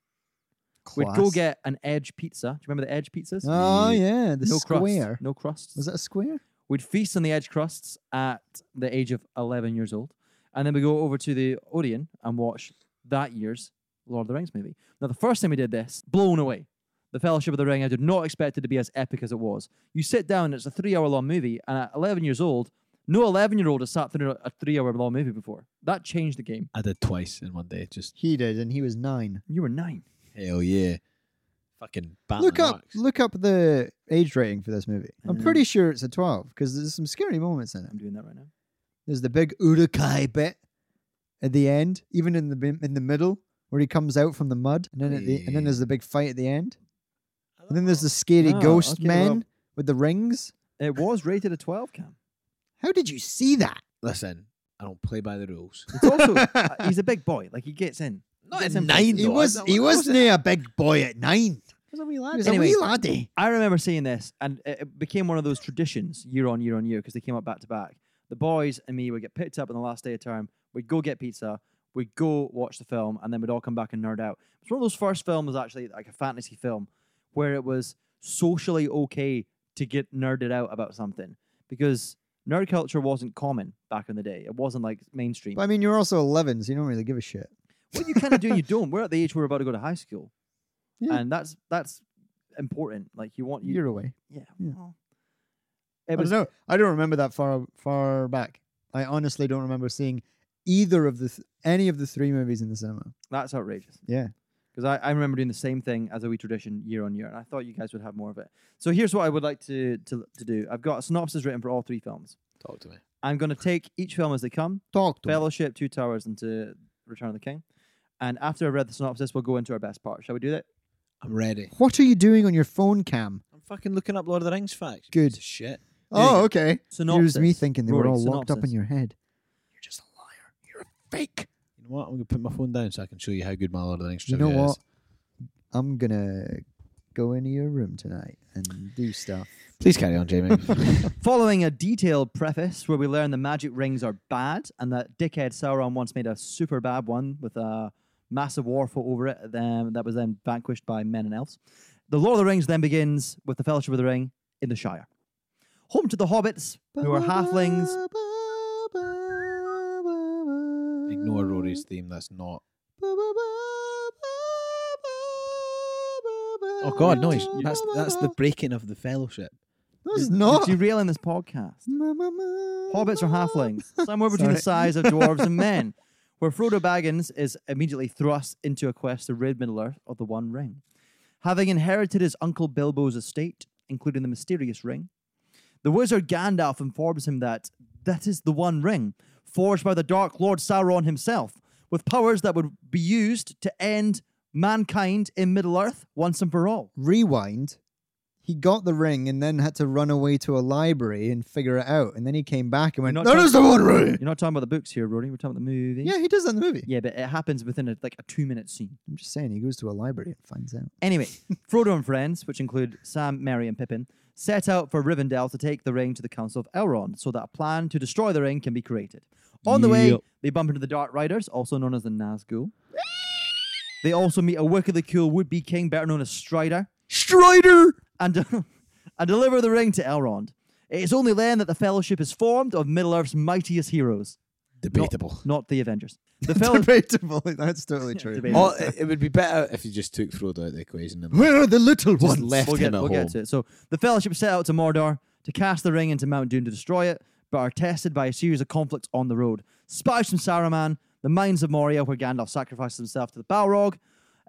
Speaker 1: We'd go
Speaker 2: Class.
Speaker 1: get an edge pizza. Do you remember the edge pizzas?
Speaker 2: Oh yeah, the
Speaker 1: no
Speaker 2: square.
Speaker 1: crust. No crusts.
Speaker 2: Was it a square?
Speaker 1: We'd feast on the edge crusts at the age of 11 years old. And then we go over to the Odeon and watch that year's Lord of the Rings movie. Now, the first time we did this, blown away. The Fellowship of the Ring, I did not expect it to be as epic as it was. You sit down, and it's a three hour long movie, and at 11 years old, no 11 year old has sat through a three hour long movie before. That changed the game.
Speaker 3: I did twice in one day. Just
Speaker 2: He did, and he was nine.
Speaker 1: You were nine.
Speaker 3: hell yeah, fucking.
Speaker 1: Ah,
Speaker 3: Batman
Speaker 2: Look up,
Speaker 3: Marks.
Speaker 2: look up the age rating for this movie. I'm
Speaker 1: Um,
Speaker 2: pretty sure it's a 12 because there's some scary moments in it.
Speaker 1: I'm doing that right now.
Speaker 2: There's the big urukai bit at the end, even in the bim- in the middle where he comes out from the mud, and then at the, and then there's the big fight at the end, and then there's the scary
Speaker 1: Ah,
Speaker 2: ghost
Speaker 1: okay,
Speaker 2: men
Speaker 1: well-
Speaker 2: with the rings.
Speaker 1: It was rated a 12, Cam.
Speaker 2: How did you see that?
Speaker 3: Listen, I don't play by the rules.
Speaker 1: It's also, uh, he's a big boy. Like, he gets in.
Speaker 3: Not
Speaker 1: That's
Speaker 3: at
Speaker 1: impressive.
Speaker 3: nine.
Speaker 2: He
Speaker 3: though.
Speaker 2: was
Speaker 3: I-
Speaker 2: he
Speaker 3: I
Speaker 2: was
Speaker 3: wasn't-
Speaker 2: near a big boy at nine.
Speaker 1: He was a wee
Speaker 2: He was
Speaker 1: Anyway,
Speaker 2: a wee laddie.
Speaker 1: I remember seeing this, and it it became one of those traditions year on year on year because they came up back to back. The boys and me would get picked up on the last day of term. We'd go get pizza. We'd go watch the film, and then we'd all come back and nerd out. It's one of those first films, actually, like a fantasy film, where it was socially okay to get nerded out about something because nerd culture wasn't common back in the day. It wasn't like mainstream.
Speaker 2: But I mean, you're also 11, so you don't really give a shit.
Speaker 1: what you kind of do, and you don't. We're at the age where we're about to go to high school,
Speaker 2: Yeah.
Speaker 1: and that's that's important. Like you want you,
Speaker 2: You're away.
Speaker 1: yeah.
Speaker 2: Yeah.
Speaker 1: well,
Speaker 2: I
Speaker 1: It
Speaker 2: don't
Speaker 1: was
Speaker 2: know. I don't remember that far far back. I honestly don't remember seeing either of the th- any of the three movies in the cinema.
Speaker 1: That's outrageous.
Speaker 2: Yeah.
Speaker 1: Because I, I remember doing the same thing as a wee tradition year on year, and I thought you guys would have more of it. So here's what I would like to, to, to do I've got a synopsis written for all three films.
Speaker 3: Talk to me.
Speaker 1: I'm going to take each film as they come
Speaker 2: Talk to me.
Speaker 1: Fellowship, Two Towers, and to Return of the King. And after I've read the synopsis, we'll go into our best part. Shall we do that?
Speaker 3: I'm ready.
Speaker 2: What are you doing on your phone cam?
Speaker 3: I'm fucking looking up Lord of the Rings facts. you
Speaker 2: Good.
Speaker 3: piece of Shit.
Speaker 1: you
Speaker 2: Oh,
Speaker 1: go.
Speaker 2: okay.
Speaker 1: Synopsis.
Speaker 2: Here's me thinking they were
Speaker 1: Rory,
Speaker 2: all locked up in
Speaker 1: synopsis.
Speaker 2: your head.
Speaker 3: You're just a liar. You're a fake. You know what? I'm gonna put my phone down so I can show you how good my Lord of the Rings
Speaker 2: You
Speaker 3: trivia
Speaker 2: know what?
Speaker 3: is.
Speaker 2: I'm gonna go into your room tonight and do stuff.
Speaker 3: Please carry on, Jamie.
Speaker 1: Following a detailed preface where we learn the magic rings are bad and that dickhead Sauron once made a super bad one with a massive war fought over it um, that was then vanquished by men and elves. The Lord of the Rings then begins with the Fellowship of the Ring in the Shire. Home to the hobbits, who are halflings.
Speaker 3: Ignore Rory's theme. That's not. Oh God, no! he's- That's that's the breaking of the fellowship.
Speaker 2: No, it's not.
Speaker 1: Did you reel in this podcast? Hobbits are halflings, somewhere between the size of dwarves and men, where Frodo Baggins is immediately thrust into a quest to rid Middle Earth of the One Ring. Having inherited his uncle Bilbo's estate, including the mysterious ring, the wizard Gandalf informs him that that is the One Ring, forged by the Dark Lord Sauron himself, with powers that would be used to end mankind in Middle Earth once and for all.
Speaker 2: Rewind. He got the ring and then had to run away to a library and figure it out. And then he came back and went,
Speaker 1: not
Speaker 2: That
Speaker 1: talking-
Speaker 2: is the one ring.
Speaker 1: You're not talking about the books here, Rory. We're talking about the movie.
Speaker 2: Yeah, he does that in the movie.
Speaker 1: Yeah, but it happens within a, like a two-minute scene.
Speaker 2: I'm just saying, he goes to a library and finds out.
Speaker 1: Anyway, Frodo and friends, which include Sam, Merry, and Pippin, set out for Rivendell to take the ring to the Council of Elrond so that a plan to destroy the ring can be created. On the way,
Speaker 3: Yep.
Speaker 1: they bump into the Dark Riders, also known as the Nazgul. They also meet a wickedly cool would-be king, better known as Strider,
Speaker 3: Strider.
Speaker 1: and, and deliver the ring to Elrond. It is only then that the Fellowship is formed of Middle-earth's mightiest heroes,
Speaker 3: Debatable.
Speaker 1: not the Avengers. The fellow-
Speaker 2: Debatable. That's totally true.
Speaker 1: debatable.
Speaker 3: Oh, it it would be better if you just took Frodo out of the equation and
Speaker 2: Oh, Where are the little
Speaker 3: just
Speaker 2: ones?
Speaker 3: left
Speaker 1: we'll get,
Speaker 3: him at
Speaker 1: we'll
Speaker 3: home.
Speaker 1: get to it. So the Fellowship set out to Mordor to cast the ring into Mount Doom to destroy it, but are tested by a series of conflicts on the road. Spies from Saruman, the mines of Moria, where Gandalf sacrifices himself to the Balrog,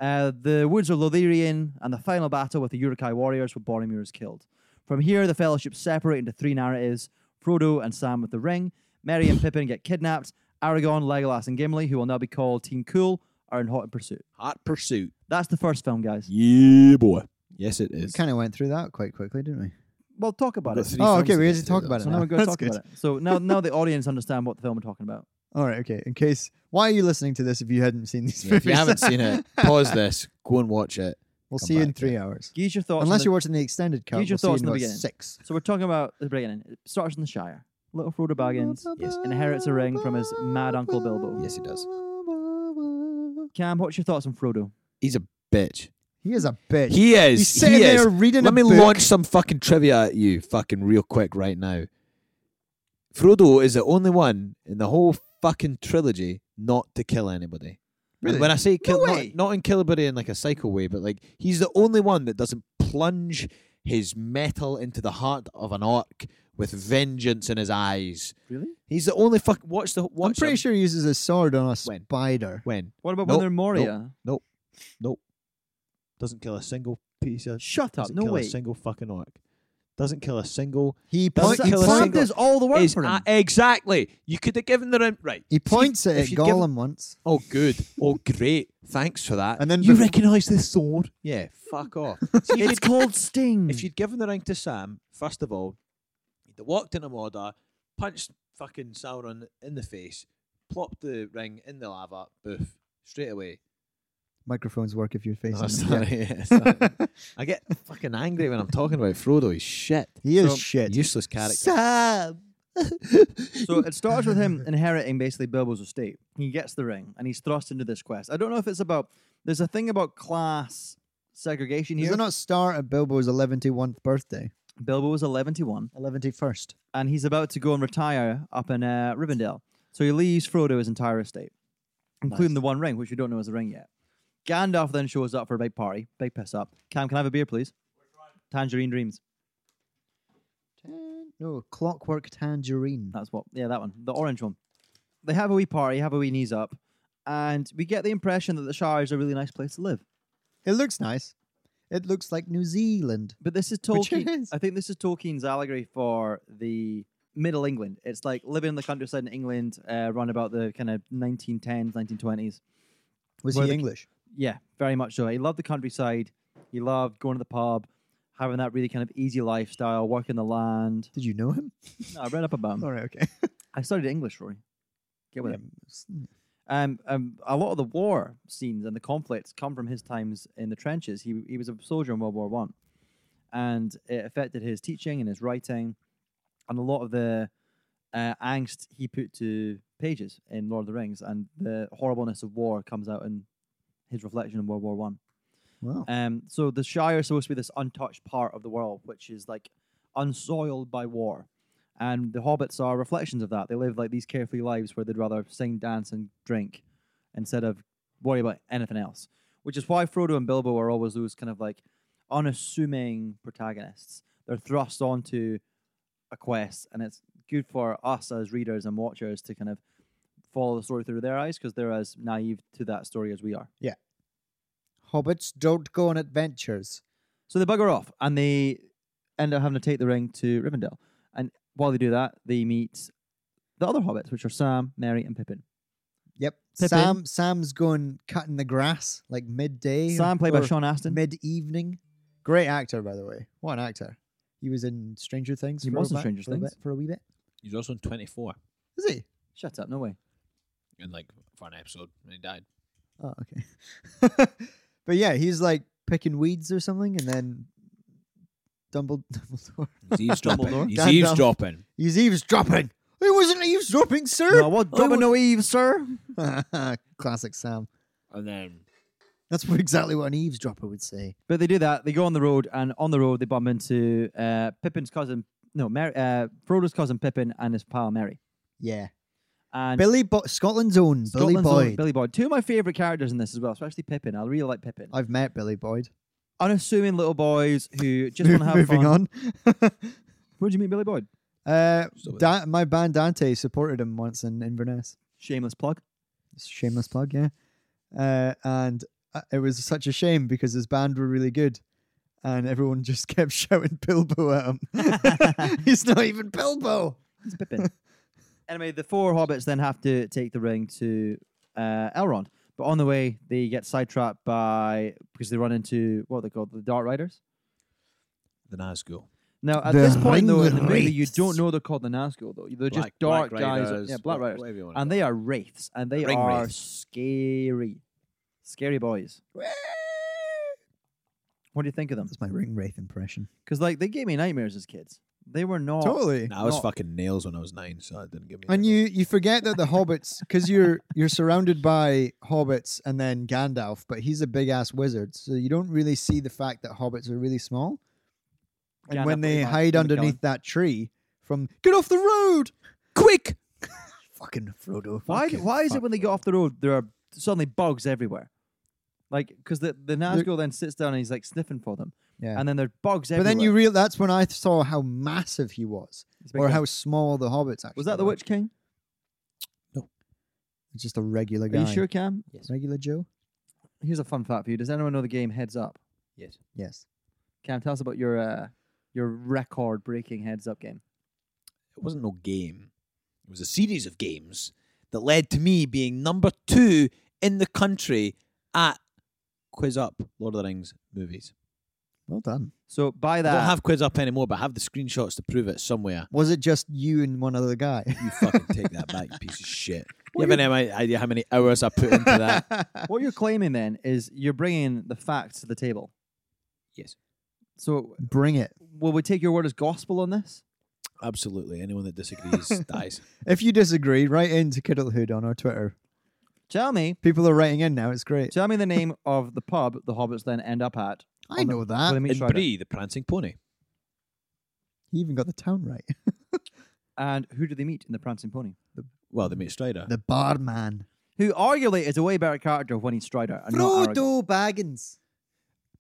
Speaker 1: uh, the woods of Lothlorien, and the final battle with the Urukai warriors, where Boromir is killed. From here, the Fellowship separate into three narratives: Frodo and Sam with the ring, Merry and Pippin get kidnapped, Aragorn, Legolas, and Gimli, who will now be called Team Cool, are in hot pursuit.
Speaker 3: Hot pursuit.
Speaker 1: That's the first film, guys.
Speaker 3: Yeah, boy. Yes, it
Speaker 2: We
Speaker 3: is.
Speaker 2: kind of went through that quite quickly, didn't we?
Speaker 1: Well, talk about it.
Speaker 2: Oh, okay, we to talk about it
Speaker 1: So now we're going to
Speaker 2: That's
Speaker 1: talk
Speaker 2: good.
Speaker 1: about it. So now, now the audience understand what the film we're talking about.
Speaker 2: All right, okay. In case, why are you listening to this if you hadn't seen these
Speaker 3: Yeah, if you
Speaker 2: movies?
Speaker 3: haven't seen it, pause this. Go and watch it.
Speaker 2: we'll
Speaker 3: come
Speaker 2: see you in
Speaker 3: back to
Speaker 2: three
Speaker 3: it.
Speaker 2: hours.
Speaker 1: Use your thoughts. on
Speaker 2: Unless
Speaker 1: the-
Speaker 2: you're watching the extended cut,
Speaker 1: Use your
Speaker 2: we'll see you
Speaker 1: thoughts
Speaker 2: in
Speaker 1: in the
Speaker 2: about
Speaker 1: beginning.
Speaker 2: six.
Speaker 1: So we're talking about the beginning. It starts in the Shire. Little Frodo Baggins
Speaker 3: Yes.
Speaker 1: inherits a ring from his mad uncle Bilbo.
Speaker 3: Yes, he does.
Speaker 1: Cam, what's your thoughts on Frodo?
Speaker 3: He's a bitch.
Speaker 2: He is a bitch.
Speaker 3: He is.
Speaker 2: He's sitting
Speaker 3: he is.
Speaker 2: there reading
Speaker 3: Let
Speaker 2: a
Speaker 3: me
Speaker 2: book.
Speaker 3: launch some fucking trivia at you, fucking real quick, right now. Frodo is the only one in the whole fucking trilogy not to kill anybody.
Speaker 2: Really?
Speaker 3: When I say kill,
Speaker 2: way.
Speaker 3: not, not in kill anybody in like a psycho way, but like he's the only one that doesn't plunge his metal into the heart of an orc with vengeance in his eyes.
Speaker 1: Really?
Speaker 3: He's the only fuck. Watch the watch.
Speaker 2: I'm pretty
Speaker 3: him.
Speaker 2: sure he uses a sword on a
Speaker 3: When?
Speaker 2: spider.
Speaker 3: when
Speaker 1: What about
Speaker 3: Nope,
Speaker 1: when they're in Moria?
Speaker 3: doesn't kill a single piece of
Speaker 1: Shut up!
Speaker 3: doesn't
Speaker 1: No
Speaker 3: kill
Speaker 1: way.
Speaker 3: a single fucking orc. Doesn't kill a single
Speaker 2: He,
Speaker 3: Doesn't
Speaker 2: point,
Speaker 1: Sam
Speaker 2: he,
Speaker 3: kill a
Speaker 1: Sam
Speaker 2: point,
Speaker 3: single-
Speaker 1: does all the work
Speaker 3: is
Speaker 1: for him.
Speaker 3: a- exactly. You could have given the rim right.
Speaker 2: he
Speaker 3: See,
Speaker 2: points it
Speaker 3: if
Speaker 2: at
Speaker 3: you'd given-
Speaker 2: Gollum once.
Speaker 3: oh, good. Oh, great. Thanks for that.
Speaker 2: And then
Speaker 3: you
Speaker 2: bef-
Speaker 3: recognise this sword? Yeah. Fuck off. See, if,
Speaker 1: it's
Speaker 3: you'd,
Speaker 1: called Sting.
Speaker 3: if you'd given the ring to Sam, first of all, he'd have walked in a order, punched fucking Sauron in the face, plopped the ring in the lava, boof, straight away.
Speaker 2: Microphones work if you're facing them.
Speaker 3: Oh, sorry, yeah, sorry. I get fucking angry when I'm talking about Frodo. He's shit.
Speaker 2: He is
Speaker 1: So-
Speaker 2: shit.
Speaker 3: Useless character.
Speaker 2: Sam.
Speaker 1: So it starts with him inheriting basically Bilbo's estate. He gets the ring and he's thrust into this quest. I don't know if it's about. There's a thing about class segregation
Speaker 2: Does
Speaker 1: here.
Speaker 2: it not start at Bilbo's 111th birthday?
Speaker 1: Bilbo was 11 to 1,
Speaker 2: 111st.
Speaker 1: and he's about to go and retire up in uh, Rivendell. So he leaves Frodo his entire estate, including the One Ring, which we don't know is a ring yet. Gandalf then shows up for a big party, big piss up. Cam, can I have a beer, please? Tangerine Dreams.
Speaker 2: Tan- No, Clockwork Tangerine.
Speaker 1: That's what. Yeah, that one. The orange one. They have a wee party, have a wee knees up, and we get the impression that the Shire is a really nice place to live.
Speaker 2: It looks nice. It looks like New Zealand.
Speaker 1: But this is
Speaker 2: Which it
Speaker 1: Tolkien.
Speaker 2: is.
Speaker 1: I think this is Tolkien's allegory for the Middle England. It's like living in the countryside in England, uh, around about the kind of 1910s, 1920s.
Speaker 2: Was
Speaker 1: Where
Speaker 2: he
Speaker 1: the-
Speaker 2: English?
Speaker 1: Yeah, very much so. He loved the countryside. He loved going to the pub, having that really kind of easy lifestyle, working the land.
Speaker 2: Did you know him?
Speaker 1: No, I read up about him.
Speaker 2: All right, okay.
Speaker 1: I studied English, Rory. Get with
Speaker 2: Yeah,
Speaker 1: it.
Speaker 2: it's-
Speaker 1: Um, um, a lot of the war scenes and the conflicts come from his times in the trenches. He he was a soldier in World War One, and it affected his teaching and his writing, and a lot of the uh, angst he put to pages in Lord of the Rings, and the horribleness of war comes out in his reflection in World War One.
Speaker 2: Wow.
Speaker 1: Um, so the Shire is supposed to be this untouched part of the world, which is like unsoiled by war. And the hobbits are reflections of that. They live like these carefree lives where they'd rather sing, dance, and drink instead of worry about anything else. Which is why Frodo and Bilbo are always those kind of like unassuming protagonists. They're thrust onto a quest, and it's good for us as readers and watchers to kind of follow the story through their eyes because they're as naive to that story as we are.
Speaker 2: Hobbits don't go on adventures.
Speaker 1: So they bugger off and they end up having to take the ring to Rivendell. And while they do that, they meet the other hobbits, which are Sam, Mary, and Pippin.
Speaker 2: Yep.
Speaker 1: Pippin.
Speaker 2: Sam Sam's going cutting the grass like midday.
Speaker 1: Sam, played by
Speaker 2: or
Speaker 1: Sean Astin.
Speaker 2: Mid evening. Great actor, by the way. What an actor. He was in Stranger Things.
Speaker 1: He
Speaker 2: for a
Speaker 1: was in
Speaker 2: bit-
Speaker 1: Stranger
Speaker 2: for a
Speaker 1: Things.
Speaker 2: bit- for a wee bit.
Speaker 3: He's also in 24
Speaker 2: Is he?
Speaker 1: Shut up, no way.
Speaker 3: in like for an episode and he died.
Speaker 2: Oh, okay. but yeah, he's like picking weeds or something, and then Dumbledore. Dumbledore.
Speaker 3: He's eavesdropping.
Speaker 1: Dumbledore?
Speaker 3: He's
Speaker 2: Gandalf.
Speaker 3: eavesdropping.
Speaker 2: He's eavesdropping. He wasn't eavesdropping,
Speaker 1: No,
Speaker 2: sir.
Speaker 1: what dropping no Eve, sir?
Speaker 2: Classic Sam.
Speaker 3: And then
Speaker 2: That's what- exactly what an eavesdropper would say.
Speaker 1: But they do that. They go on the road, and on the road they bump into uh, Pippin's cousin, no, Mary, uh, Frodo's cousin Pippin and his pal Mary.
Speaker 2: Yeah.
Speaker 1: And
Speaker 2: Billy Bo- Scotland's own Billy
Speaker 1: Scotland's own
Speaker 2: Boyd.
Speaker 1: Billy Boyd. Two of my favorite characters in this as well, especially Pippin. I really like Pippin.
Speaker 2: I've met Billy Boyd.
Speaker 1: Unassuming little boys who just want to have
Speaker 2: moving
Speaker 1: fun.
Speaker 2: on.
Speaker 1: Where'd you meet Billy Boyd?
Speaker 2: uh,
Speaker 3: Still with
Speaker 2: da- my band Dante supported him once in Inverness.
Speaker 1: Shameless plug.
Speaker 2: Shameless plug, yeah. Uh, and uh, it was such a shame because his band were really good, and everyone just kept shouting Bilbo at him. He's not even Bilbo.
Speaker 1: It's Pippin. anyway, the four hobbits then have to take the ring to uh, Elrond, but on the way they get sidetracked by because they run into what are they called the Dark Riders.
Speaker 3: the Nazgul.
Speaker 1: Now at
Speaker 2: The
Speaker 1: this point though, in the
Speaker 2: Ring
Speaker 1: movie, you don't
Speaker 2: Wraiths. know
Speaker 1: know they're called the Nazgul though. They're just
Speaker 3: Black-
Speaker 1: dark
Speaker 3: Black
Speaker 1: guys,
Speaker 3: Riders,
Speaker 1: yeah, black
Speaker 3: wha-
Speaker 1: riders,
Speaker 3: Whatever you want to
Speaker 1: and
Speaker 3: call
Speaker 1: they are wraiths, and they
Speaker 3: Ring
Speaker 1: are
Speaker 3: wraiths.
Speaker 1: scary, scary boys. What do you think of them?
Speaker 2: That's my ring wraith impression.
Speaker 1: Because like they gave me nightmares as kids. They were not
Speaker 2: Totally.
Speaker 3: it. Nah, I was
Speaker 1: not-
Speaker 3: fucking nails when I was nine, so I didn't give me.
Speaker 2: And
Speaker 3: any-
Speaker 2: you you forget that the hobbits because you're you're surrounded by hobbits and then Gandalf, but he's a big ass wizard, so you don't really see the fact that hobbits are really small. And
Speaker 1: Gandalf
Speaker 2: when
Speaker 1: really
Speaker 2: they
Speaker 1: might-
Speaker 2: hide
Speaker 1: really
Speaker 2: underneath that tree, from get off the road, quick! fucking Frodo.
Speaker 1: Why?
Speaker 2: fucking
Speaker 1: why is
Speaker 2: fuck
Speaker 1: it when they
Speaker 2: Frodo.
Speaker 1: get off the road there are suddenly bugs everywhere? Like, because the the Nazgul then sits down and he's like sniffing for them,
Speaker 2: Yeah.
Speaker 1: and then there are bugs
Speaker 2: but
Speaker 1: everywhere.
Speaker 2: then you real that's when I saw how massive he was,
Speaker 1: It's a big
Speaker 2: or
Speaker 1: guy.
Speaker 2: how small the hobbits actually
Speaker 1: was that the
Speaker 2: were.
Speaker 1: Witch King?
Speaker 2: Just a regular
Speaker 1: Are
Speaker 2: guy.
Speaker 1: you sure, Cam?
Speaker 2: Regular Joe.
Speaker 1: Here's a fun fact for you. Does anyone know the game Heads Up?
Speaker 3: Yes.
Speaker 2: Yes.
Speaker 1: Cam, tell us about your uh, your record-breaking Heads Up game.
Speaker 3: It wasn't no game. It was a series of games that led to me being number two in the country at Quiz Up Lord of the Rings movies.
Speaker 2: Well done.
Speaker 1: So by
Speaker 3: I
Speaker 1: that,
Speaker 3: don't have Quiz Up anymore, but I have the screenshots to prove it somewhere.
Speaker 2: Was it just you and one other guy?
Speaker 3: You fucking take that back, you piece of shit. You have any idea how many hours I put into that?
Speaker 1: what you're claiming then is you're bringing the facts to the table.
Speaker 3: Yes.
Speaker 1: So
Speaker 2: Bring it.
Speaker 1: will we take your word as gospel on this?
Speaker 3: Absolutely. Anyone that disagrees dies.
Speaker 2: If you disagree, write into Kiddlehood on our Twitter.
Speaker 1: Tell me,
Speaker 2: People are writing in now. It's great.
Speaker 1: tell me the name of the pub the hobbits then end up at.
Speaker 2: I
Speaker 1: on
Speaker 2: know
Speaker 1: when they
Speaker 2: that.
Speaker 1: meet
Speaker 3: In
Speaker 1: Strider.
Speaker 3: Bree, the prancing pony.
Speaker 2: He even got the town right.
Speaker 1: And who do they meet in the Prancing Pony?
Speaker 3: Well, they meet Strider.
Speaker 2: The barman.
Speaker 1: Who arguably is a way better character when he's Strider. And not Aragorn.
Speaker 2: Frodo Baggins.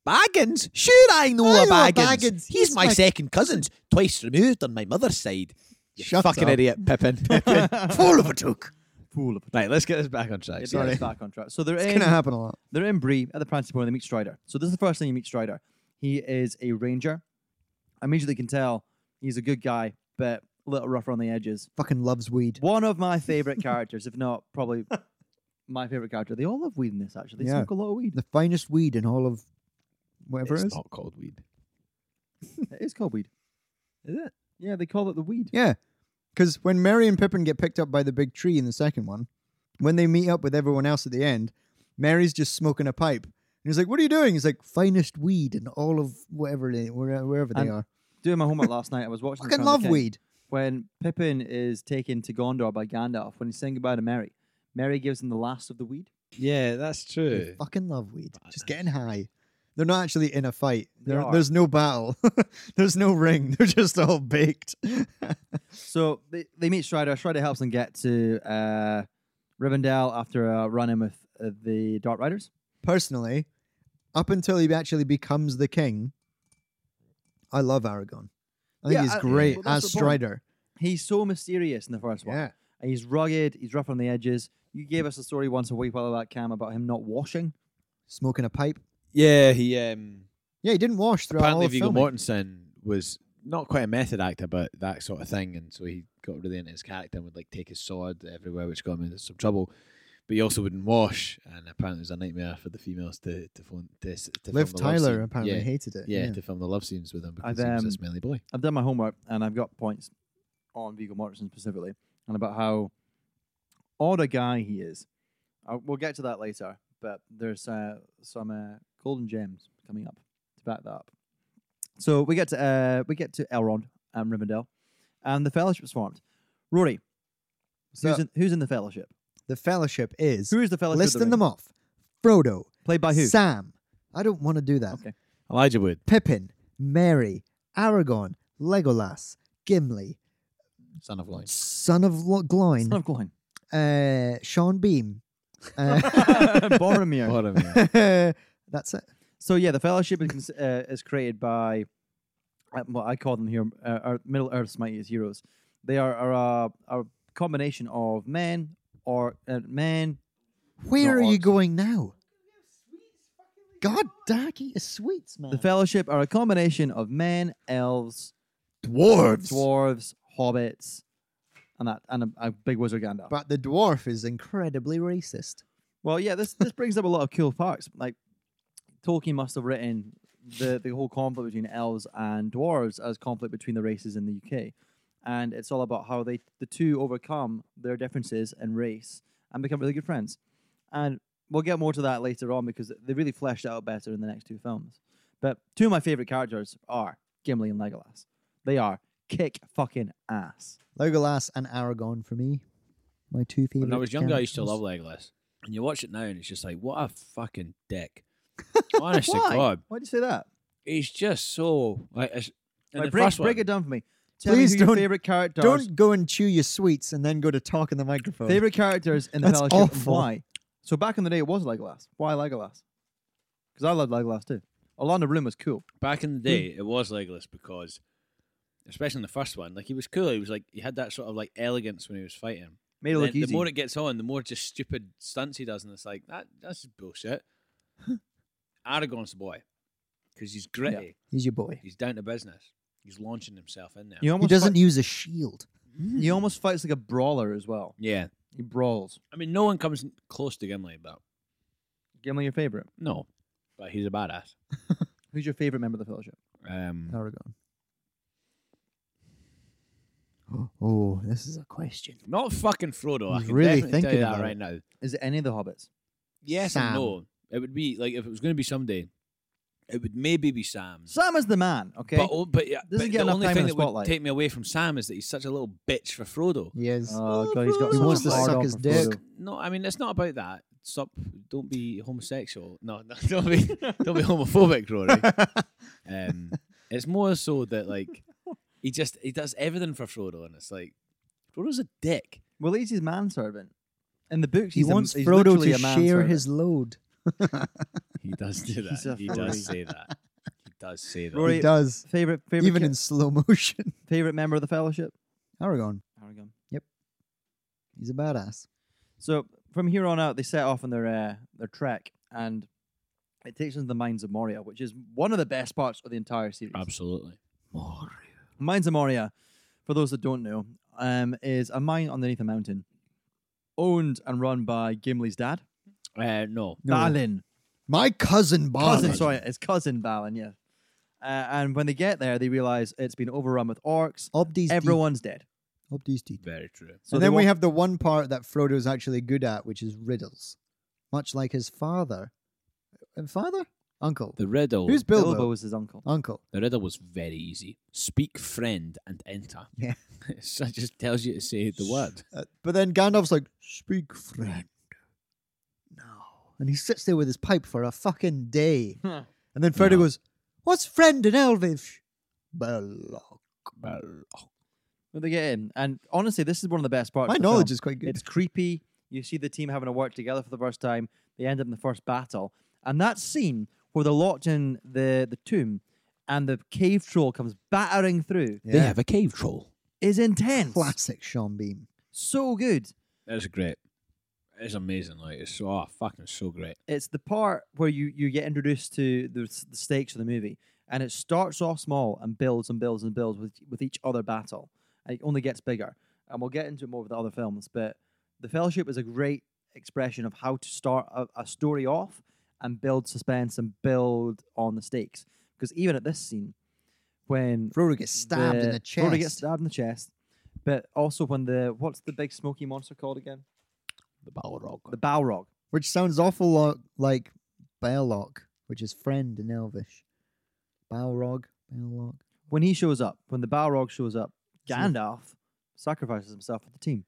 Speaker 3: Baggins? Sure, I know
Speaker 2: I
Speaker 3: a
Speaker 2: know a
Speaker 3: Baggins.
Speaker 2: Baggins.
Speaker 3: He's,
Speaker 2: He's
Speaker 3: my,
Speaker 2: my
Speaker 3: second cousin, twice removed on my mother's side. You
Speaker 2: Shut
Speaker 3: fucking
Speaker 2: up.
Speaker 3: idiot, Pippin.
Speaker 2: Full of a took.
Speaker 1: Fool of a
Speaker 3: right, let's get this back on track.
Speaker 1: It's
Speaker 3: Sorry.
Speaker 1: alright, back on track. So they're
Speaker 2: It's
Speaker 1: in
Speaker 2: going to happen a lot.
Speaker 1: they're in Bree at the Prancing Pony. They meet Strider. So this is the first time you meet Strider. He is a ranger. Immediately can tell he's a good guy, but a little rougher on the edges.
Speaker 2: Fucking loves weed.
Speaker 1: One of my favorite characters, if not probably my favorite character. They all love weed in this. Actually, they
Speaker 2: Yeah.
Speaker 1: smoke a lot of weed.
Speaker 2: The finest weed in all of whatever
Speaker 3: It's
Speaker 2: it is.
Speaker 3: not called weed.
Speaker 1: it is called weed. Is it? Yeah, they call it the weed.
Speaker 2: Yeah. Because when Mary and Pippin get picked up by the big tree in the second one, when they meet up with everyone else at the end, Mary's just smoking a pipe. And he's like, What are you doing? He's like, Finest weed and all of whatever they, where- wherever they
Speaker 1: And
Speaker 2: are.
Speaker 1: Doing my homework last night, I was watching.
Speaker 2: Fucking
Speaker 1: Return of the
Speaker 2: love
Speaker 1: King
Speaker 2: weed.
Speaker 1: When Pippin is taken to Gondor by Gandalf, when he's saying goodbye to Mary, Mary gives him the last of the weed.
Speaker 3: Yeah, that's
Speaker 2: They
Speaker 3: true.
Speaker 2: fucking love weed. Just getting high. They're not actually in a fight.
Speaker 1: Ah, They
Speaker 2: There-
Speaker 1: are.
Speaker 2: there's no battle. there's no ring. They're just all baked.
Speaker 1: So they, they meet Strider. Strider helps them get to uh, Rivendell after a run in with uh, the Dark Riders.
Speaker 2: Personally, up until he actually becomes the king, I love Aragon. I think
Speaker 1: Yeah,
Speaker 2: he's
Speaker 1: I-
Speaker 2: great
Speaker 1: well, that's
Speaker 2: as
Speaker 1: the point.
Speaker 2: Strider.
Speaker 1: He's so mysterious in the first one.
Speaker 2: Yeah.
Speaker 1: He's rugged. He's rough on the edges. You gave us a story once a week while that cam about him not washing.
Speaker 2: Smoking a pipe.
Speaker 3: Yeah, he um
Speaker 2: Yeah, he didn't wash throughout all
Speaker 3: apparently
Speaker 2: of
Speaker 3: Viggo
Speaker 2: filming.
Speaker 3: Mortensen was not quite a method actor, but that sort of thing, and so he got really into his character and would like take his sword everywhere, which got him into some trouble. But he also wouldn't wash, and apparently it was a nightmare for the females to to phone to, s- to
Speaker 2: Liv
Speaker 3: film the love
Speaker 2: Tyler
Speaker 3: scene.
Speaker 2: apparently
Speaker 3: yeah,
Speaker 2: hated it.
Speaker 3: yeah, to film the love scenes with him because he was
Speaker 1: um,
Speaker 3: a smelly boy.
Speaker 1: I've done my homework and I've got points on Viggo Mortensen specifically and about how odd a guy he is. Uh, we'll get to that later, but there's uh, some uh, golden gems coming up to back that up. So we get to uh, we get to Elrond and Rivendell, and the Fellowship's formed. Rory,
Speaker 2: So
Speaker 1: who's in, who's in the Fellowship?
Speaker 2: the fellowship is
Speaker 1: Who is the Fellowship? of the
Speaker 2: listing
Speaker 1: Ring?
Speaker 2: them off. Frodo,
Speaker 1: Played by who?
Speaker 2: Sam. I don't want to do that.
Speaker 1: Okay.
Speaker 3: Elijah Wood.
Speaker 2: Pippin, Mary, Aragon, Legolas, Gimli,
Speaker 3: Son of Loin.
Speaker 2: Son of Lo- Gloin,
Speaker 1: Son of Gloin.
Speaker 2: uh, Sean Beam. Uh,
Speaker 1: Boromir.
Speaker 3: Boromir.
Speaker 2: that's it.
Speaker 1: So yeah, the Fellowship is, cons- uh, is created by uh, well, I call them here uh, our Middle Earth's mightiest heroes. They are are, uh, a combination of men or uh, men.
Speaker 2: Where
Speaker 1: Not
Speaker 2: are you
Speaker 1: orcs.
Speaker 2: going now? God, Dark, eat your sweets, man.
Speaker 1: The Fellowship are a combination of men, elves,
Speaker 2: dwarves.
Speaker 1: dwarves, hobbits, and that and a, a big wizard Gandalf.
Speaker 2: But the dwarf is incredibly racist.
Speaker 1: well, yeah, this this brings up a lot of cool facts. Like Tolkien must have written the the whole conflict between elves and dwarves as conflict between the races in the UK. and it's all about how they the two overcome their differences in race and become really good friends. And we'll get more to that later on because they really fleshed it out better in the next two films. But two of my favorite characters are Gimli and Legolas. They are kick fucking ass.
Speaker 2: Legolas and Aragon for me. My two favorite.
Speaker 3: When I was younger, I used to
Speaker 2: characters.
Speaker 3: love Legolas. And you watch it now, and it's just like, what a fucking dick. Honest to
Speaker 1: Why?
Speaker 3: God.
Speaker 1: Why'd you say that?
Speaker 3: He's just so. Like, it's, in
Speaker 1: Like,
Speaker 3: the
Speaker 1: break,
Speaker 3: first one,
Speaker 1: break it down for me. Tell
Speaker 2: Please
Speaker 1: me who
Speaker 2: don't-
Speaker 1: your favorite characters.
Speaker 2: Don't go and chew your sweets and then go to talk in the microphone.
Speaker 1: favorite characters in the
Speaker 2: That's
Speaker 1: fellowship. and
Speaker 2: awful.
Speaker 1: Why? So back in the day, it was Legolas. Why Legolas? Because I loved Legolas too. Orlando Bloom was cool.
Speaker 3: back in the day,
Speaker 1: Hmm.
Speaker 3: it was Legolas because, especially in the first one, like he was cool. He was like he had that sort of like elegance when he was fighting.
Speaker 1: Made it
Speaker 3: Then
Speaker 1: look easy.
Speaker 3: the more it gets on, the more just stupid stunts he does, and it's like that. That's just bullshit. Aragon's the boy because he's gritty.
Speaker 2: He's your boy.
Speaker 3: He's down to business. He's launching himself in there.
Speaker 1: You
Speaker 2: He
Speaker 1: almost
Speaker 2: doesn't use a shield.
Speaker 1: He almost fights like a brawler as well.
Speaker 3: Yeah,
Speaker 1: He brawls.
Speaker 3: I mean, no one comes close to Gimli, but
Speaker 1: Gimli, your favorite.
Speaker 3: no, but he's a badass.
Speaker 1: Who's your favorite member of the Fellowship? Uh,
Speaker 3: Um,
Speaker 2: Aragon. Oh, this is a question.
Speaker 3: not fucking Frodo. I
Speaker 2: He's
Speaker 3: can
Speaker 2: really
Speaker 3: definitely tell you
Speaker 2: thinking
Speaker 3: that
Speaker 2: about it.
Speaker 3: right now.
Speaker 1: Is it any of the Hobbits?
Speaker 3: Yes
Speaker 2: Sam.
Speaker 3: and no. It would be like if it was going to be someday, it would maybe be Sam.
Speaker 1: Sam is the man. Okay.
Speaker 3: But oh, but yeah,
Speaker 1: Doesn't
Speaker 3: but
Speaker 1: get
Speaker 3: the
Speaker 1: enough
Speaker 3: only
Speaker 1: time
Speaker 3: thing
Speaker 1: in the
Speaker 3: that would
Speaker 1: spotlight.
Speaker 3: take me away from Sam is that he's such a little bitch for Frodo.
Speaker 2: Yes.
Speaker 1: Oh, God, he's got
Speaker 2: He
Speaker 1: such a
Speaker 2: wants to
Speaker 1: hard
Speaker 2: suck
Speaker 1: on
Speaker 2: his
Speaker 1: for
Speaker 2: dick.
Speaker 1: Frodo.
Speaker 3: No, I mean it's not about that. Stop! Don't be homosexual. No, no don't be don't be homophobic, Rory. um, it's more so that like he just he does everything for Frodo, and it's like Frodo's a dick.
Speaker 1: Well, he's his manservant. In the books,
Speaker 2: he
Speaker 1: he's a-
Speaker 2: wants
Speaker 1: he's
Speaker 2: Frodo
Speaker 1: literally
Speaker 2: to
Speaker 1: a
Speaker 2: share
Speaker 1: manservant.
Speaker 2: his load.
Speaker 3: He does do
Speaker 1: He's a
Speaker 3: that. He
Speaker 1: Frodo.
Speaker 3: does say that. He does say that.
Speaker 1: Rory,
Speaker 2: He does,
Speaker 1: favorite favorite
Speaker 2: even
Speaker 1: ca-
Speaker 2: in slow motion.
Speaker 1: favorite member of the Fellowship.
Speaker 2: Aragon,
Speaker 1: Aragorn.
Speaker 2: he's a badass.
Speaker 1: So from here on out, they set off on their uh, their trek, and it takes them to the Mines of Moria, which is one of the best parts of the entire series.
Speaker 3: Absolutely.
Speaker 1: Mines of Moria, for those that don't know, um, is a mine underneath a mountain, owned and run by Gimli's dad,
Speaker 3: Uh, no.
Speaker 2: No. Oh,
Speaker 1: Balin.
Speaker 2: My cousin, Bob.
Speaker 1: Cousin, sorry, it's cousin Balin, yeah. Uh, and when they get there, they realize it's been overrun with orcs.
Speaker 2: Obdi's
Speaker 1: Everyone's dead.
Speaker 2: Up these teeth.
Speaker 3: Very true.
Speaker 1: So
Speaker 2: and
Speaker 1: they
Speaker 2: then we
Speaker 1: walk-
Speaker 2: have the one part that Frodo's actually good at, which is riddles, much like his father. And father? Uncle.
Speaker 4: The riddle.
Speaker 2: Who's Bilbo?
Speaker 1: Bilbo was his uncle.
Speaker 2: Uncle.
Speaker 4: The riddle was very easy. Speak friend and enter.
Speaker 2: Yeah.
Speaker 4: it just tells you to say the word.
Speaker 2: Uh, but then Gandalf's like, speak friend. No. And he sits there with his pipe for a fucking day.
Speaker 1: Huh.
Speaker 2: And then Frodo
Speaker 4: No.
Speaker 2: goes, what's friend in Elvish? Belloc.
Speaker 1: But they get in, and honestly, this is one of the best parts.
Speaker 2: My
Speaker 1: of the
Speaker 2: knowledge
Speaker 1: film.
Speaker 2: is quite good.
Speaker 1: it's creepy. You see the team having to work together for the first time. They end up in the first battle, and that scene where they're locked in the the tomb, and the cave troll comes battering through
Speaker 4: They
Speaker 2: yeah.
Speaker 4: have a cave troll.
Speaker 1: is intense.
Speaker 2: Classic Sean Bean.
Speaker 1: So good.
Speaker 4: That's great. It's amazing. Like it's so oh, fucking so great.
Speaker 1: it's the part where you you get introduced to the, s- the stakes of the movie, and it starts off small and builds and builds and builds with with each other battle. And it only gets bigger, and we'll get into it more with the other films. But the Fellowship is a great expression of how to start a, a story off and build suspense and build on the stakes. Because even at this scene, when
Speaker 2: Frodo gets stabbed in the chest.
Speaker 1: Frodo gets stabbed in the chest, but also when the what's the big smoky monster called again?
Speaker 4: The Balrog.
Speaker 1: The Balrog.
Speaker 2: Which sounds awful lot like Belloc, which is friend in Elvish. Balrog, Belloc.
Speaker 1: when he shows up, when the Balrog shows up,
Speaker 2: Hmm.
Speaker 1: Gandalf sacrifices himself for the team,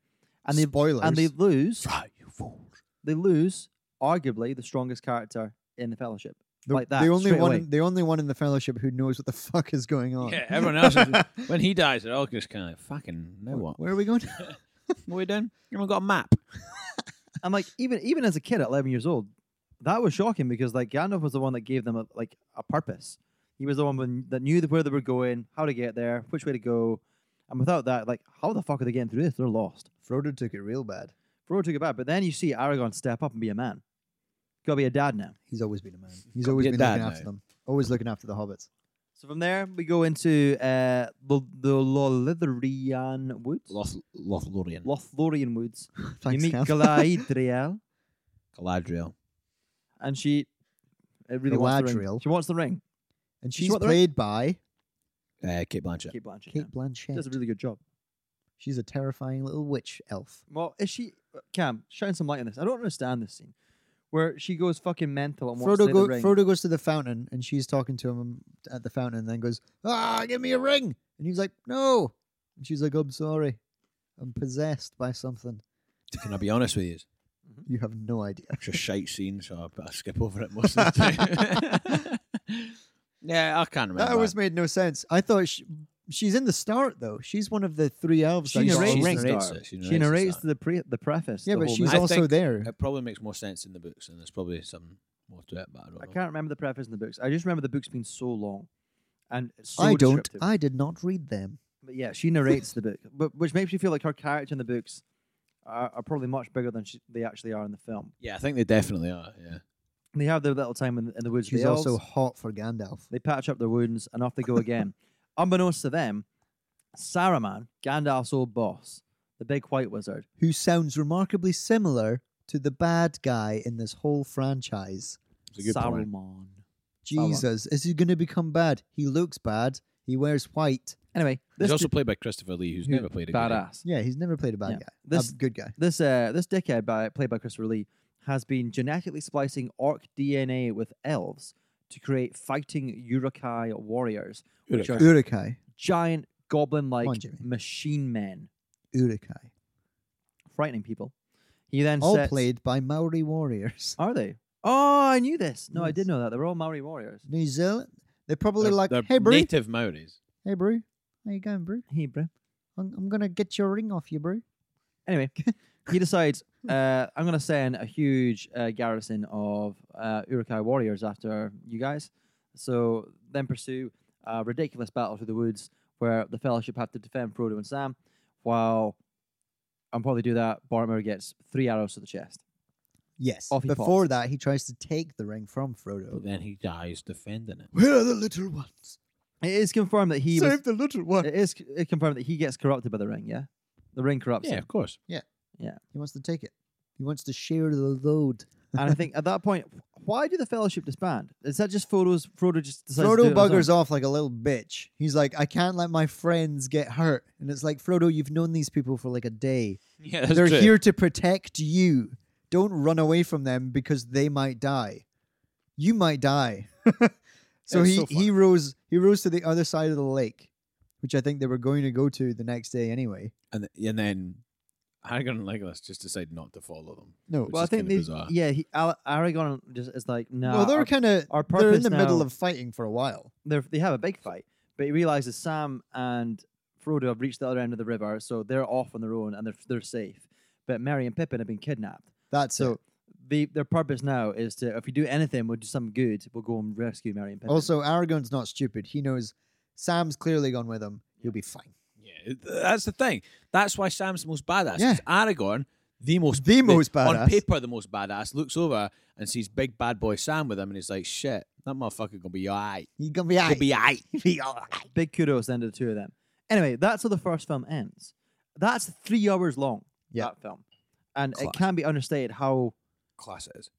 Speaker 1: and they
Speaker 2: Spoilers.
Speaker 1: and they lose.
Speaker 4: Try, you fool.
Speaker 1: They lose arguably the strongest character in the Fellowship.
Speaker 2: the,
Speaker 1: like that,
Speaker 2: The only
Speaker 1: straight
Speaker 2: one,
Speaker 1: away.
Speaker 2: the only one in the Fellowship who knows what the fuck is going on.
Speaker 4: Yeah, everyone else. Is, when he dies, they're all just kind of fucking. Now what?
Speaker 2: Where are we going?
Speaker 4: What are we doing? You haven't got a map.
Speaker 1: And like even even as a kid at eleven years old, that was shocking because like Gandalf was the one that gave them a, like a purpose. He was the one when, that knew where they were going, how to get there, which way to go, and without that, like how the fuck are they getting through this? They're lost.
Speaker 2: Frodo took it real bad.
Speaker 1: Frodo took it back, but then you see Aragon step up and be a man. Gotta be a dad now.
Speaker 2: He's always been a man. He's
Speaker 4: Gotta
Speaker 2: always
Speaker 4: be a
Speaker 2: been
Speaker 4: dad
Speaker 2: looking after
Speaker 4: now.
Speaker 2: them. Always looking after the hobbits.
Speaker 1: So from there we go into uh, the the Lothlorien Woods.
Speaker 4: Loth, Lothlorien.
Speaker 1: Lothlorien Woods.
Speaker 2: Thanks,
Speaker 1: you meet
Speaker 2: Gav.
Speaker 1: Galadriel,
Speaker 4: Galadriel.
Speaker 1: and she it really wants the ring.
Speaker 2: Galadriel.
Speaker 1: She wants the ring.
Speaker 2: and
Speaker 1: she's
Speaker 2: she's
Speaker 1: what the-
Speaker 2: played by
Speaker 4: Uh, Kate Blanchett.
Speaker 1: Kate Blanchett. yeah.
Speaker 2: Kate Blanchett.
Speaker 1: She does a really good job.
Speaker 2: she's a terrifying little witch elf.
Speaker 1: Well, is she uh, Cam? Shine some light on this. I don't understand this scene where she goes fucking mental and wants to
Speaker 2: Frodo,
Speaker 1: say
Speaker 2: go,
Speaker 1: the ring.
Speaker 2: Frodo goes to the fountain and she's talking to him at the fountain and then goes, Ah, give me a ring. And he's like, No. And she's like, I'm sorry. I'm possessed by something.
Speaker 4: Can I be honest with you?
Speaker 2: You have no idea.
Speaker 4: It's a shite scene, so I better skip over it most of the time. yeah, I can't remember.
Speaker 2: That always made no sense. I thought she, she's in the start though. She's one of the three elves.
Speaker 1: She
Speaker 2: that got
Speaker 1: narrates
Speaker 2: the
Speaker 1: the
Speaker 2: ring.
Speaker 1: narrates
Speaker 4: it. She
Speaker 1: she narrates
Speaker 4: narrates
Speaker 1: the pre- the preface.
Speaker 2: Yeah,
Speaker 1: the
Speaker 2: but
Speaker 1: whole
Speaker 2: she's
Speaker 1: movie.
Speaker 4: I
Speaker 2: also
Speaker 4: think-
Speaker 2: there.
Speaker 4: It probably makes more sense in the books, and there's probably some more to it, but I don't
Speaker 1: I
Speaker 4: know.
Speaker 1: can't remember the preface in the books. I just remember the books being so long, and it's so
Speaker 2: I don't.
Speaker 1: descriptive.
Speaker 2: I did not read them.
Speaker 1: But yeah, she narrates the book, but which makes me feel like her character in the books are, are probably much bigger than she, they actually are in the film.
Speaker 4: Yeah, I think they definitely are. Yeah.
Speaker 1: And they have their little time in, the- in the woods. with
Speaker 2: She's
Speaker 1: the elves.
Speaker 2: also hot for Gandalf.
Speaker 1: They patch up their wounds and off they go again. Unbeknownst to them, Saruman, Gandalf's old boss, the big white wizard,
Speaker 2: who sounds remarkably similar to the bad guy in this whole franchise.
Speaker 4: It's a good
Speaker 1: Saruman.
Speaker 4: point.
Speaker 1: Saruman.
Speaker 2: Jesus, is he going to become bad? He looks bad. He wears white.
Speaker 1: Anyway,
Speaker 4: He's
Speaker 1: this
Speaker 4: also
Speaker 1: d-
Speaker 4: played by Christopher Lee, who's
Speaker 1: who-
Speaker 4: never played a good Um,
Speaker 1: badass.
Speaker 2: Yeah, he's never played a bad
Speaker 1: Yeah.
Speaker 2: guy.
Speaker 1: This-
Speaker 2: a good guy.
Speaker 1: This uh, this dickhead by, played by Christopher Lee has been genetically splicing orc DNA with elves to create fighting Urukai warriors, which are
Speaker 2: Urukai.
Speaker 1: giant goblin-like
Speaker 2: Come on, Jimmy.
Speaker 1: machine men,
Speaker 2: Urukai.
Speaker 1: frightening people. He then
Speaker 2: All
Speaker 1: sets-
Speaker 2: played by Maori warriors.
Speaker 1: Are they? Oh, I knew this. No, I
Speaker 2: Yes.
Speaker 1: did know that. They were all Maori warriors.
Speaker 2: New Zealand. They're probably
Speaker 4: They're,
Speaker 2: like,
Speaker 4: they're
Speaker 2: hey, bro.
Speaker 4: native Maoris.
Speaker 2: Hey, bro. How you going, bro?
Speaker 1: Hebrew.
Speaker 2: I'm, I'm going to get your ring off you, bro.
Speaker 1: Anyway, he decides uh, I'm going to send a huge uh, garrison of uh, Urukai warriors after you guys. So then pursue a ridiculous battle through the woods where the Fellowship have to defend Frodo and Sam, while and while they do that, Boromir gets three arrows to the chest.
Speaker 2: Yes.
Speaker 1: Off he
Speaker 2: Before
Speaker 1: pops.
Speaker 2: that, he tries to take the ring from Frodo.
Speaker 4: But then he dies defending it.
Speaker 2: Where are the little ones?
Speaker 1: It is confirmed that he
Speaker 2: Save
Speaker 1: was,
Speaker 2: the little one.
Speaker 1: it is c- it confirmed that he gets corrupted by the ring. Yeah, the ring corrupts
Speaker 4: Yeah,
Speaker 1: him.
Speaker 4: of course.
Speaker 2: He wants to take it. He wants to share the load.
Speaker 1: and I think at that point, why did the Fellowship disband? Is that just Frodo's Frodo just decides to do
Speaker 2: Frodo
Speaker 1: it on his
Speaker 2: buggers off like a little bitch. He's like, I can't let my friends get hurt. And it's like, Frodo, you've known these people for like a day.
Speaker 4: Yeah, that's
Speaker 2: They're
Speaker 4: true.
Speaker 2: here to protect you. Don't run away from them because they might die. You might die. so
Speaker 3: It's
Speaker 2: he
Speaker 3: so
Speaker 2: he rose he rose to the other side of the lake, which I think they were going to go to the next day anyway.
Speaker 3: And, th- and then Aragorn and Legolas just decide not to follow them.
Speaker 2: No,
Speaker 3: Which
Speaker 1: Well, I
Speaker 3: is
Speaker 1: think
Speaker 3: kinda
Speaker 1: they,
Speaker 3: bizarre.
Speaker 1: yeah, he, Al- Aragon just is like no.
Speaker 2: well, they're
Speaker 1: our-
Speaker 2: kind of
Speaker 1: our
Speaker 2: they're in
Speaker 1: purpose
Speaker 2: the middle
Speaker 1: now-
Speaker 2: of fighting for a while.
Speaker 1: they're, they have a big fight, but he realizes Sam and Frodo have reached the other end of the river, so they're off on their own and they're they're safe. But Merry and Pippin have been kidnapped,
Speaker 2: That's
Speaker 1: so
Speaker 2: it.
Speaker 1: the their purpose now is to if we do anything, we'll do some good. We'll go and rescue Merry and Pippin.
Speaker 2: Also, Aragorn's not stupid. He knows Sam's clearly gone with him. He'll be fine.
Speaker 3: Yeah, th- that's the thing. That's why Sam's the most badass.
Speaker 2: Yeah.
Speaker 3: 'cause Aragorn, the most,
Speaker 2: The most badass.
Speaker 3: on paper, the most badass, looks over and sees big bad boy Sam with him, and he's like, "Shit, that motherfucker gonna be alright.
Speaker 2: He's gonna be
Speaker 3: Gonna
Speaker 2: aight.
Speaker 3: be alright."
Speaker 2: be alright.
Speaker 1: big kudos then to the two of them. Anyway, that's how the first film ends. That's three hours long.
Speaker 2: Yeah.
Speaker 1: that film, and
Speaker 3: Class.
Speaker 1: it can be understated how
Speaker 3: Class it is.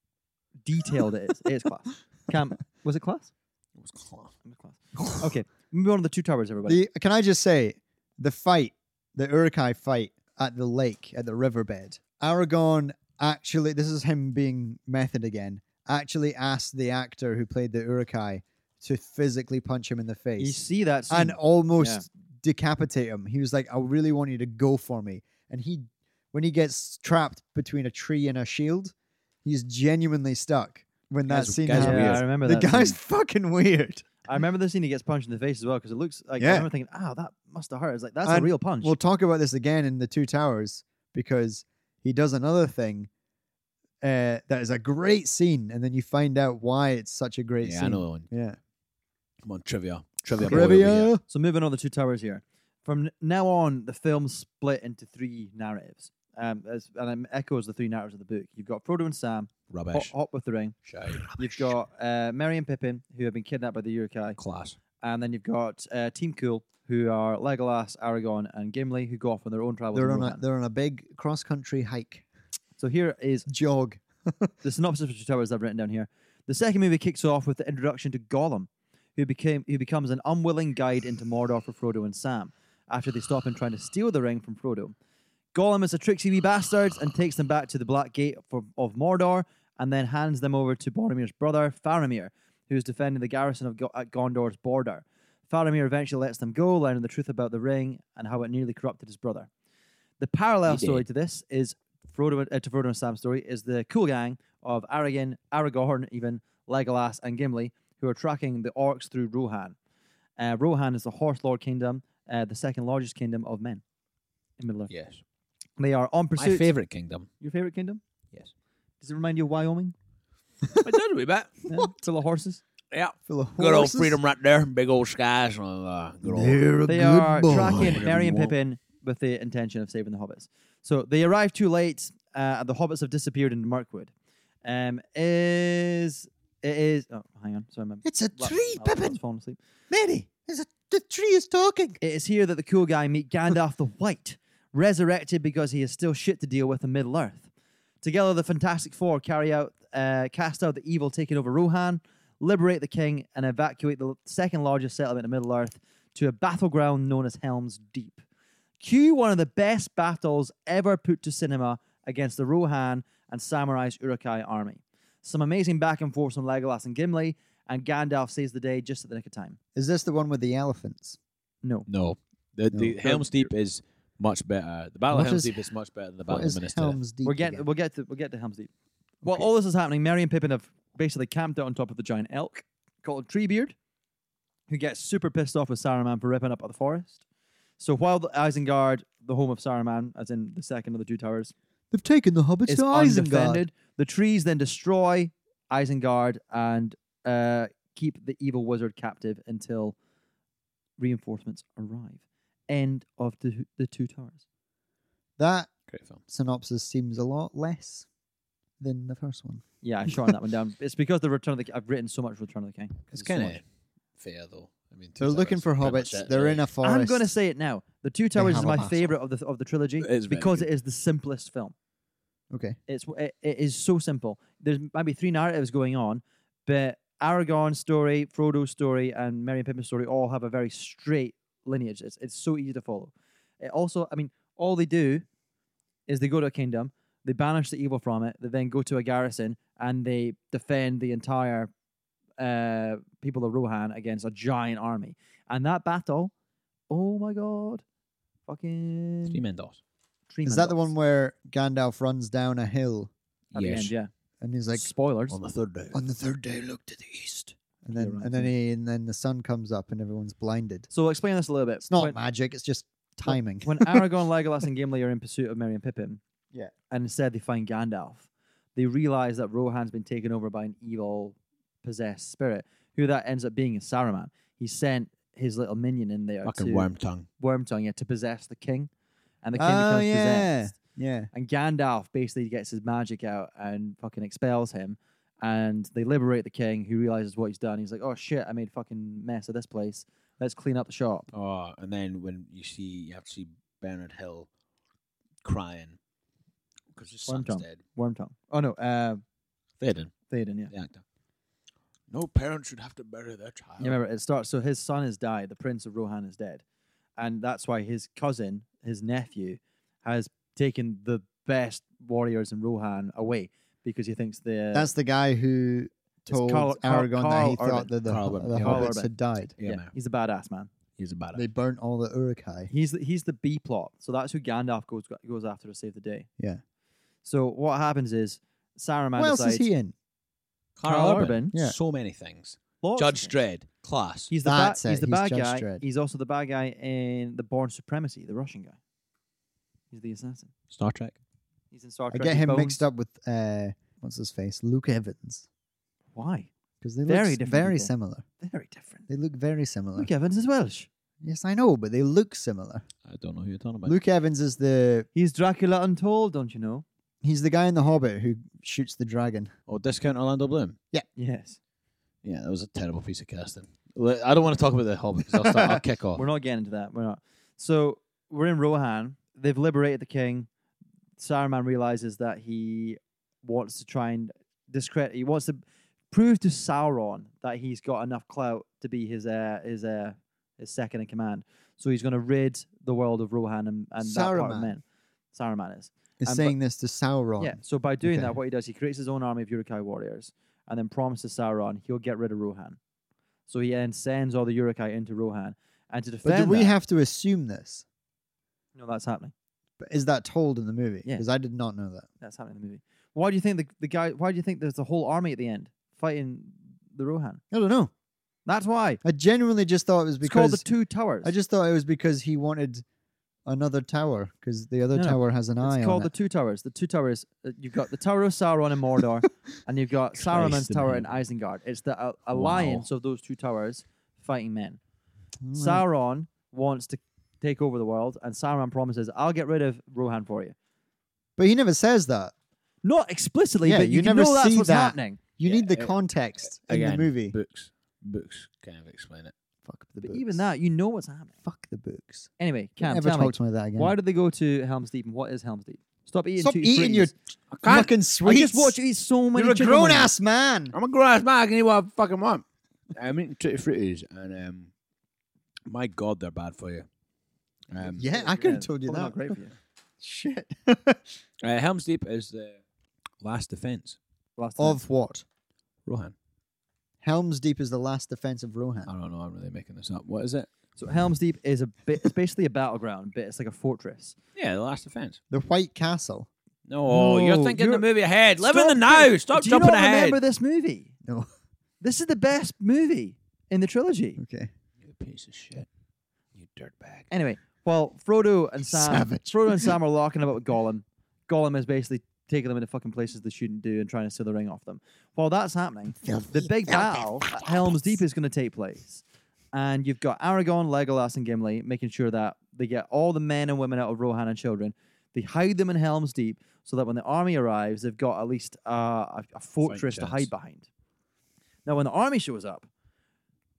Speaker 1: detailed it is. It is class. Cam, was it class?
Speaker 3: It was class.
Speaker 1: It was class. okay, move on to the two towers, everybody.
Speaker 2: The, can I just say the fight, the Urukai fight at the lake at the riverbed. Aragon actually, this is him being method again. Actually asked the actor who played the Urukai to physically punch him in the
Speaker 1: You
Speaker 2: face
Speaker 1: see that scene.
Speaker 2: and oh, almost decapitate him. He was like, "I really want you to go for me," and he, when he gets trapped between a tree and a shield, he's genuinely stuck. When that
Speaker 3: Guys-
Speaker 2: scene
Speaker 3: guys are
Speaker 2: happens,
Speaker 1: yeah,
Speaker 3: weird.
Speaker 1: I remember
Speaker 2: the
Speaker 1: that.
Speaker 2: guy's
Speaker 1: scene.
Speaker 2: fucking weird.
Speaker 1: I remember the scene he gets punched in the face as well because it looks like
Speaker 2: Yeah.
Speaker 1: I remember thinking, "Ah, that must have hurt." It's like that's a
Speaker 2: And
Speaker 1: real punch.
Speaker 2: We'll talk about this again in the Two Towers because he does another thing uh, that is a great scene, and then you find out why it's such a great
Speaker 3: Yeah,
Speaker 2: scene.
Speaker 3: I know that one.
Speaker 2: Yeah,
Speaker 3: Come on, trivia, trivia, boy, over here.
Speaker 2: Trivia.
Speaker 1: so moving on the two towers here. From n- now on, the film split into three narratives, um, as, and it echoes the three narratives of the book. You've got Frodo and Sam, Hop,
Speaker 2: Oh,
Speaker 3: rubbish,
Speaker 1: Hop with the Ring.
Speaker 3: shite,
Speaker 1: You've got uh, Merry and Pippin, who have been kidnapped by the Urukai,
Speaker 3: class.
Speaker 1: and then you've got uh, Team Cool, who are Legolas, Aragorn, and Gimli, who go off on their own travels. in
Speaker 2: They're on a
Speaker 1: Rohan.
Speaker 2: they're on a big cross country hike
Speaker 1: so here is
Speaker 2: jog.
Speaker 1: the synopsis of Two Towers I've written down here. The second movie kicks off with the introduction to Gollum, who became who becomes an unwilling guide into Mordor for Frodo and Sam after they stop him trying to steal the ring from Frodo. Gollum is a tricksy wee bastard and takes them back to the Black Gate for, of Mordor and then hands them over to Boromir's brother, Faramir, who is defending the garrison of Go- at Gondor's border. Faramir eventually lets them go, learning the truth about the ring and how it nearly corrupted his brother. The parallel
Speaker 3: He did.
Speaker 1: story to this is Frodo, uh, to Frodo and Sam's story is the cool gang of Aragorn, Aragorn, even Legolas and Gimli, who are tracking the orcs through Rohan. Uh, Rohan is the Horse Lord Kingdom, uh, the second largest kingdom of men in Middle Earth.
Speaker 3: Yes,
Speaker 1: They are on
Speaker 3: my
Speaker 1: pursuit.
Speaker 3: favorite kingdom.
Speaker 1: Your favorite kingdom?
Speaker 3: Yes.
Speaker 1: Does it remind you of Wyoming?
Speaker 3: I did a wee bit.
Speaker 1: Yeah, full of horses.
Speaker 3: Yeah,
Speaker 2: Full of
Speaker 3: good old
Speaker 2: horses.
Speaker 3: freedom right there. Big old skies. and, Uh, good old.
Speaker 2: They're a
Speaker 1: They
Speaker 2: good
Speaker 1: are
Speaker 2: boy.
Speaker 1: tracking
Speaker 3: Whatever
Speaker 1: Merry and
Speaker 3: you want.
Speaker 1: Pippin with the intention of saving the hobbits. So they arrive too late. Uh, and the hobbits have disappeared in Mirkwood. Um, is it is? Oh, hang on. Sorry, my
Speaker 2: It's a
Speaker 1: lap-
Speaker 2: tree,
Speaker 1: my
Speaker 2: Pippin.
Speaker 1: laptop's fallen asleep.
Speaker 2: Mary, it's a, the tree is talking.
Speaker 1: It is here that the cool guy meet Gandalf the White, resurrected because he has still shit to deal with in Middle Earth. Together, the Fantastic Four carry out, uh, cast out the evil taking over Rohan, liberate the king, and evacuate the second largest settlement in Middle Earth to a battleground known as Helm's Deep. Cue one of the best battles ever put to cinema against the Rohan and Samurai's Urukai army. Some amazing back and forth from Legolas and Gimli, and Gandalf saves the day just at the nick of time.
Speaker 2: Is this the one with the elephants?
Speaker 1: No.
Speaker 3: No, the,
Speaker 2: No.
Speaker 3: the Helm's Deep is much better. The Battle
Speaker 2: What
Speaker 3: of Helm's
Speaker 2: is-
Speaker 3: Deep is much better than the Battle
Speaker 2: What
Speaker 3: of
Speaker 2: is
Speaker 3: Minas Tirith.
Speaker 2: Helm's Deep?
Speaker 1: We're getting,
Speaker 2: again?
Speaker 1: we'll get to we'll get to Helm's Deep. While all this is happening, Merry and Pippin have basically camped out on top of the giant elk called Treebeard, who gets super pissed off with Saruman for ripping up the forest. So while the Isengard, the home of Saruman, as in the second of the two towers,
Speaker 2: They've taken the hobbits
Speaker 1: is
Speaker 2: to Isengard.
Speaker 1: undefended, the trees then destroy Isengard and uh, keep the evil wizard captive until reinforcements arrive. End of the, the two towers.
Speaker 2: That
Speaker 3: Great film.
Speaker 2: synopsis seems a lot less than the first one.
Speaker 1: Yeah, I've shortened that one down. It's because the Return of the K- I've written so much Return of the King.
Speaker 3: It's
Speaker 1: There's so
Speaker 3: kind of
Speaker 1: much.
Speaker 3: fair though. I mean,
Speaker 2: They're looking for hobbits. They're in a forest.
Speaker 1: I'm going to say it now. The Two Towers
Speaker 2: have
Speaker 1: is
Speaker 2: a
Speaker 1: my
Speaker 2: battle.
Speaker 1: favorite of the of the trilogy
Speaker 3: It is very
Speaker 1: because
Speaker 3: good.
Speaker 1: it is the simplest film.
Speaker 2: Okay.
Speaker 1: It's it, it is so simple. There's maybe three narratives going on, but Aragorn's story, Frodo's story, and Merry and Pippin's story all have a very straight lineage. It's it's so easy to follow. It also, I mean, all they do is they go to a kingdom, they banish the evil from it, they then go to a garrison and they defend the entire uh, people of Rohan against a giant army. And that battle, oh my god, fucking
Speaker 4: Three men dogs.
Speaker 2: Is that the one where Gandalf runs down a hill
Speaker 1: At the end, yeah.
Speaker 2: and he's like,
Speaker 1: Spoilers.
Speaker 3: on the third day.
Speaker 2: "On the third day, look to the east," and
Speaker 1: Yeah,
Speaker 2: then
Speaker 1: right,
Speaker 2: and then
Speaker 1: yeah.
Speaker 2: he and then the sun comes up and everyone's blinded.
Speaker 1: So explain this a little bit.
Speaker 2: It's not
Speaker 1: When-
Speaker 2: magic. It's just timing.
Speaker 1: when Aragorn, Legolas, and Gimli are in pursuit of Merry and Pippin,
Speaker 2: Yeah.
Speaker 1: and instead they find Gandalf, they realize that Rohan's been taken over by an evil, possessed spirit. Who that ends up being is Saruman. He sent his little minion in there
Speaker 3: Fucking
Speaker 1: to
Speaker 3: worm tongue.
Speaker 1: Wormtongue, yeah, to possess the king, and the king
Speaker 2: Oh,
Speaker 1: becomes
Speaker 2: yeah.
Speaker 1: possessed.
Speaker 2: yeah.
Speaker 1: And Gandalf basically gets his magic out and fucking expels him. And they liberate the king, who realizes what he's done. He's like, "Oh shit, I made a fucking mess of this place. Let's clean up the shop."
Speaker 3: Oh, and then when you see, you have to see Bernard Hill crying because his
Speaker 1: Worm
Speaker 3: son's
Speaker 1: tongue.
Speaker 3: dead.
Speaker 1: Wormtongue. Oh no, uh,
Speaker 3: Theoden,
Speaker 1: Theoden, yeah.
Speaker 3: the actor. No parent should have to bury their child.
Speaker 1: You remember it starts. So his son has died. The prince of Rohan is dead, and that's why his cousin, his nephew, has taken the best warriors in Rohan away because he thinks they're
Speaker 2: That's the guy who told
Speaker 1: Carl- Carl-
Speaker 2: Aragorn that
Speaker 1: Carl
Speaker 2: he thought
Speaker 1: Urban.
Speaker 2: that the,
Speaker 3: Carl
Speaker 2: the
Speaker 3: Urban, yeah.
Speaker 1: Carl
Speaker 2: hobbits
Speaker 1: Urban.
Speaker 2: had died.
Speaker 3: Yeah,
Speaker 1: yeah,
Speaker 3: man.
Speaker 1: he's a badass man.
Speaker 3: He's a badass.
Speaker 2: They burnt all the Urukai.
Speaker 1: He's the, he's the B plot. So that's who Gandalf goes goes after to save the day.
Speaker 2: Yeah.
Speaker 1: So what happens is Saruman
Speaker 2: What else
Speaker 1: decides
Speaker 2: is he in?
Speaker 1: Carl Urban.
Speaker 2: Yeah.
Speaker 3: So many things.
Speaker 1: Lots of
Speaker 3: Judge
Speaker 1: things.
Speaker 3: Dredd, class.
Speaker 1: He's the ba-
Speaker 2: That's
Speaker 1: he's
Speaker 2: it,
Speaker 1: the
Speaker 2: he's
Speaker 1: bad
Speaker 2: Judge
Speaker 1: guy.
Speaker 2: Dredd.
Speaker 1: He's also the bad guy in the Born Supremacy, the Russian guy. He's the assassin.
Speaker 3: Star Trek.
Speaker 1: He's in Star
Speaker 2: I
Speaker 1: Trek.
Speaker 2: get
Speaker 1: he's
Speaker 2: him
Speaker 1: Bones.
Speaker 2: mixed up with uh, what's his face, Luke Evans,
Speaker 1: Why?
Speaker 2: because they
Speaker 1: Very
Speaker 2: look s-
Speaker 1: different
Speaker 2: very
Speaker 1: people.
Speaker 2: similar.
Speaker 1: Very different.
Speaker 2: They look very similar.
Speaker 1: Luke E- Evans is Welsh.
Speaker 2: Yes, I know, but they look similar.
Speaker 3: I don't know who you're talking about.
Speaker 2: Luke Evans is the
Speaker 1: He's Dracula Untold, don't you know?
Speaker 2: he's the guy in The Hobbit who shoots the dragon.
Speaker 3: Oh, Discount Orlando Bloom.
Speaker 1: Yes.
Speaker 3: Yeah, that was a terrible piece of casting. Well, I don't want to talk about the Hobbit 'cause I'll, start, I'll kick off.
Speaker 1: We're not getting into that. We're not. So we're in Rohan. They've liberated the king. Saruman realizes that he wants to try and discredit. He wants to prove to Sauron that he's got enough clout to be his uh, his uh, his second in command. So he's going to rid the world of Rohan and, and that part of
Speaker 2: Saruman.
Speaker 1: men. Saruman is. And
Speaker 2: Is
Speaker 1: Um, but-
Speaker 2: saying this to Sauron.
Speaker 1: Yeah. So by doing that,
Speaker 2: Okay.
Speaker 1: what he does, he creates his own army of Urukai warriors, and then promises Sauron he'll get rid of Rohan. So he then sends all the Urukai into Rohan, and to
Speaker 2: but
Speaker 1: defend.
Speaker 2: do we
Speaker 1: that-
Speaker 2: have to assume this?
Speaker 1: No, that's happening.
Speaker 2: But is that told in the movie?
Speaker 1: Yeah.
Speaker 2: Because I did not know that.
Speaker 1: That's happening in the movie. Why do you think the, the guy? Why do you think there's a whole army at the end fighting the Rohan?
Speaker 2: I don't know.
Speaker 1: That's why
Speaker 2: I genuinely just thought it was
Speaker 1: it's called
Speaker 2: because
Speaker 1: the Two Towers.
Speaker 2: I just thought it was because he wanted another tower because the other
Speaker 1: No, no.
Speaker 2: tower has an eye
Speaker 1: it's
Speaker 2: on
Speaker 1: called the
Speaker 2: it.
Speaker 1: Two Towers. The Two Towers. uh, You've got the Tower of Sauron in Mordor, and you've got Saruman's
Speaker 3: Christ in
Speaker 1: Tower in
Speaker 3: heaven.
Speaker 1: Isengard. It's the uh, alliance of those two towers fighting men.
Speaker 2: Mm.
Speaker 1: Sauron wants to take over the world, and Sauron promises, "I'll get rid of Rohan for you."
Speaker 2: But he never says that.
Speaker 1: Not explicitly,
Speaker 2: Yeah,
Speaker 1: but
Speaker 2: you
Speaker 1: you, can
Speaker 2: never
Speaker 1: know that's
Speaker 2: see
Speaker 1: what's
Speaker 2: that.
Speaker 1: happening.
Speaker 2: You
Speaker 3: Yeah,
Speaker 2: need the
Speaker 3: uh,
Speaker 2: context in
Speaker 3: Again,
Speaker 2: the movie.
Speaker 3: Books. Books kind of explain it.
Speaker 2: Fuck the
Speaker 1: But
Speaker 2: books.
Speaker 1: even that, you know what's happening.
Speaker 2: Fuck the books.
Speaker 1: Anyway, Cam,
Speaker 2: never
Speaker 1: tell me,
Speaker 2: talk to me that again.
Speaker 1: Why did they go to Helm's Deep and what is Helm's Deep? Stop eating.
Speaker 2: Stop
Speaker 1: tutti
Speaker 2: eating your
Speaker 1: fruttis.
Speaker 2: fucking
Speaker 1: I
Speaker 2: sweets.
Speaker 1: just watch you eat so many.
Speaker 2: You're a
Speaker 1: chicken
Speaker 2: grown
Speaker 1: wings.
Speaker 2: ass man.
Speaker 3: I'm a grown ass man. I can eat what I fucking want. I'm eating Tutti Frutti's, and um, my God, they're bad for you. Um,
Speaker 2: Yeah, I could have told you
Speaker 1: probably Not great
Speaker 2: that.
Speaker 1: for you.
Speaker 2: Shit.
Speaker 3: uh, Helm's Deep is the last defense.
Speaker 1: Last time.
Speaker 2: of what?
Speaker 3: Rohan.
Speaker 2: Helm's Deep is the last defense of Rohan.
Speaker 3: I don't know. I'm really making this up. What is it?
Speaker 1: so Helm's Deep is a bit. It's basically a battleground, but it's like a fortress.
Speaker 3: Yeah, the last defense.
Speaker 2: The White Castle.
Speaker 3: No, Oh, you're
Speaker 1: No,
Speaker 3: thinking
Speaker 1: you're-
Speaker 3: the movie ahead. Live in the
Speaker 1: Stop
Speaker 3: now.
Speaker 1: doing-
Speaker 3: Stop
Speaker 1: Do
Speaker 3: jumping
Speaker 1: you not
Speaker 3: ahead.
Speaker 1: Remember this movie.
Speaker 2: No.
Speaker 1: This is the best movie in the trilogy.
Speaker 2: Okay.
Speaker 3: You piece of shit. You dirtbag.
Speaker 1: Anyway, well, Frodo and Sam,
Speaker 2: Savage.
Speaker 1: Frodo and Sam are locking about with Gollum. Gollum is basically taking them into fucking places they shouldn't do and trying to steal the ring off them. While that's happening, the big battle at Helm's Deep is going to take place. And you've got Aragorn, Legolas, and Gimli making sure that they get all the men and women out of Rohan and children. They hide them in Helm's Deep so that when the army arrives, they've got at least uh, a, a fortress to
Speaker 3: chance.
Speaker 1: hide behind. Now, when the army shows up,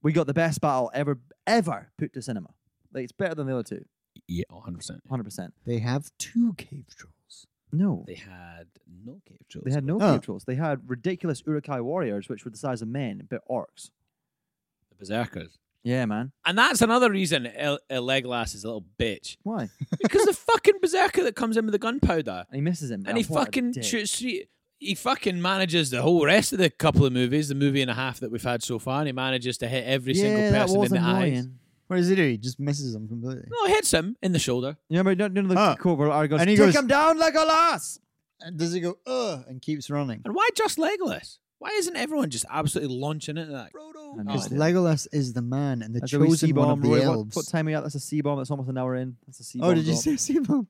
Speaker 1: we got the best battle ever, ever put to cinema. Like, it's better than the other two,
Speaker 3: Yeah, 100. percent
Speaker 1: 100%.
Speaker 2: They have two cave trolls.
Speaker 1: No.
Speaker 3: They Ah. had no cave trolls.
Speaker 1: They had no
Speaker 2: Oh.
Speaker 1: cave trolls. They had ridiculous Urukai warriors, which were the size of men, but orcs.
Speaker 3: The berserkers.
Speaker 1: Yeah, man.
Speaker 3: And that's another reason El- El Legolas is a little bitch.
Speaker 1: Why?
Speaker 3: Because the fucking berserker that comes in with the gunpowder
Speaker 1: And he misses him.
Speaker 3: and he
Speaker 1: Oh, what a
Speaker 3: fucking
Speaker 1: dick.
Speaker 3: shoots three. He fucking manages the whole rest of the couple of movies, the movie and a half that we've had so far, and he manages to hit every
Speaker 1: yeah,
Speaker 3: single
Speaker 1: that
Speaker 3: person
Speaker 1: was
Speaker 3: in the
Speaker 1: annoying.
Speaker 3: eyes.
Speaker 2: What does he do? He just misses them completely.
Speaker 3: No, hits him in the shoulder.
Speaker 1: You remember none none of the
Speaker 2: Huh.
Speaker 1: quote where Aragorn
Speaker 2: And
Speaker 1: goes,
Speaker 2: he
Speaker 1: "Take
Speaker 2: goes-
Speaker 1: him down like a lass."
Speaker 2: And does he go ugh and keeps running?
Speaker 3: And why just Legolas? Why isn't everyone just absolutely launching into that?
Speaker 1: I know.
Speaker 3: Oh,
Speaker 2: Because
Speaker 1: yeah.
Speaker 2: Legolas is the man and the
Speaker 1: That's a wee
Speaker 2: chosen one
Speaker 1: C-bomb,
Speaker 2: of the
Speaker 1: Roy. What,
Speaker 2: elves.
Speaker 1: what time are you at? That's a C-bomb. That's almost an hour in. That's a C-bomb.
Speaker 2: oh, did you
Speaker 1: drop.
Speaker 2: say sea bomb?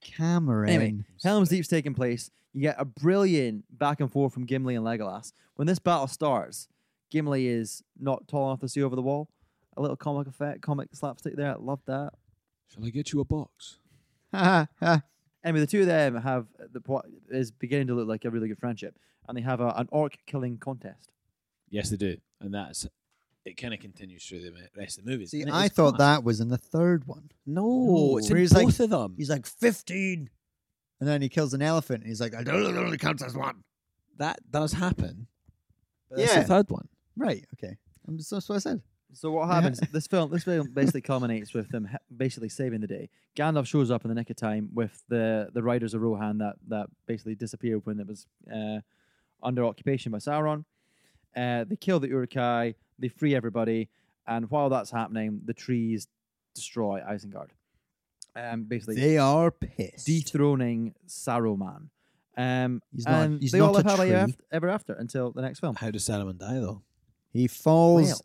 Speaker 2: Cameron.
Speaker 1: Anyway, Helm's Deep's taking place. You get a brilliant back and forth from Gimli and Legolas. When this battle starts, Gimli is not tall enough to see over the wall. A little comic effect, comic slapstick there. I love that.
Speaker 3: Shall I get you a box?
Speaker 2: Ha, ha,
Speaker 1: Anyway, the two of them have the what is beginning to look like a really good friendship, and they have a, an orc killing contest.
Speaker 3: Yes, they do, and that's it. Kind of continues through the mi- rest of the movies.
Speaker 2: See,
Speaker 3: and it
Speaker 2: I
Speaker 3: is
Speaker 2: thought
Speaker 3: class.
Speaker 2: that was in the third one.
Speaker 3: No,
Speaker 2: No,
Speaker 3: it's
Speaker 2: where
Speaker 3: in
Speaker 2: he's like-
Speaker 3: both of them.
Speaker 2: He's like 15. And then he kills an elephant and he's like, I don't it only counts as one.
Speaker 3: That does happen. But
Speaker 2: Yeah.
Speaker 3: That's the third one.
Speaker 2: Right, okay. Um, so That's what I said.
Speaker 1: So what
Speaker 2: Yeah.
Speaker 1: happens? This film, this film basically culminates with them ha- basically saving the day. Gandalf shows up in the nick of time with the the riders of Rohan that that basically disappeared when it was uh, under occupation by Sauron. Uh, they kill the Urukai. They free everybody. And while that's happening, the trees destroy Isengard. Um, basically
Speaker 2: They are pissed.
Speaker 1: dethroning Saruman. Um,
Speaker 2: He's not-
Speaker 1: and
Speaker 2: he's
Speaker 1: they all
Speaker 2: not
Speaker 1: live
Speaker 2: a
Speaker 1: happily
Speaker 2: tree.
Speaker 1: af- ever after until the next film.
Speaker 3: How does Saruman die though?
Speaker 2: He falls.
Speaker 1: Well.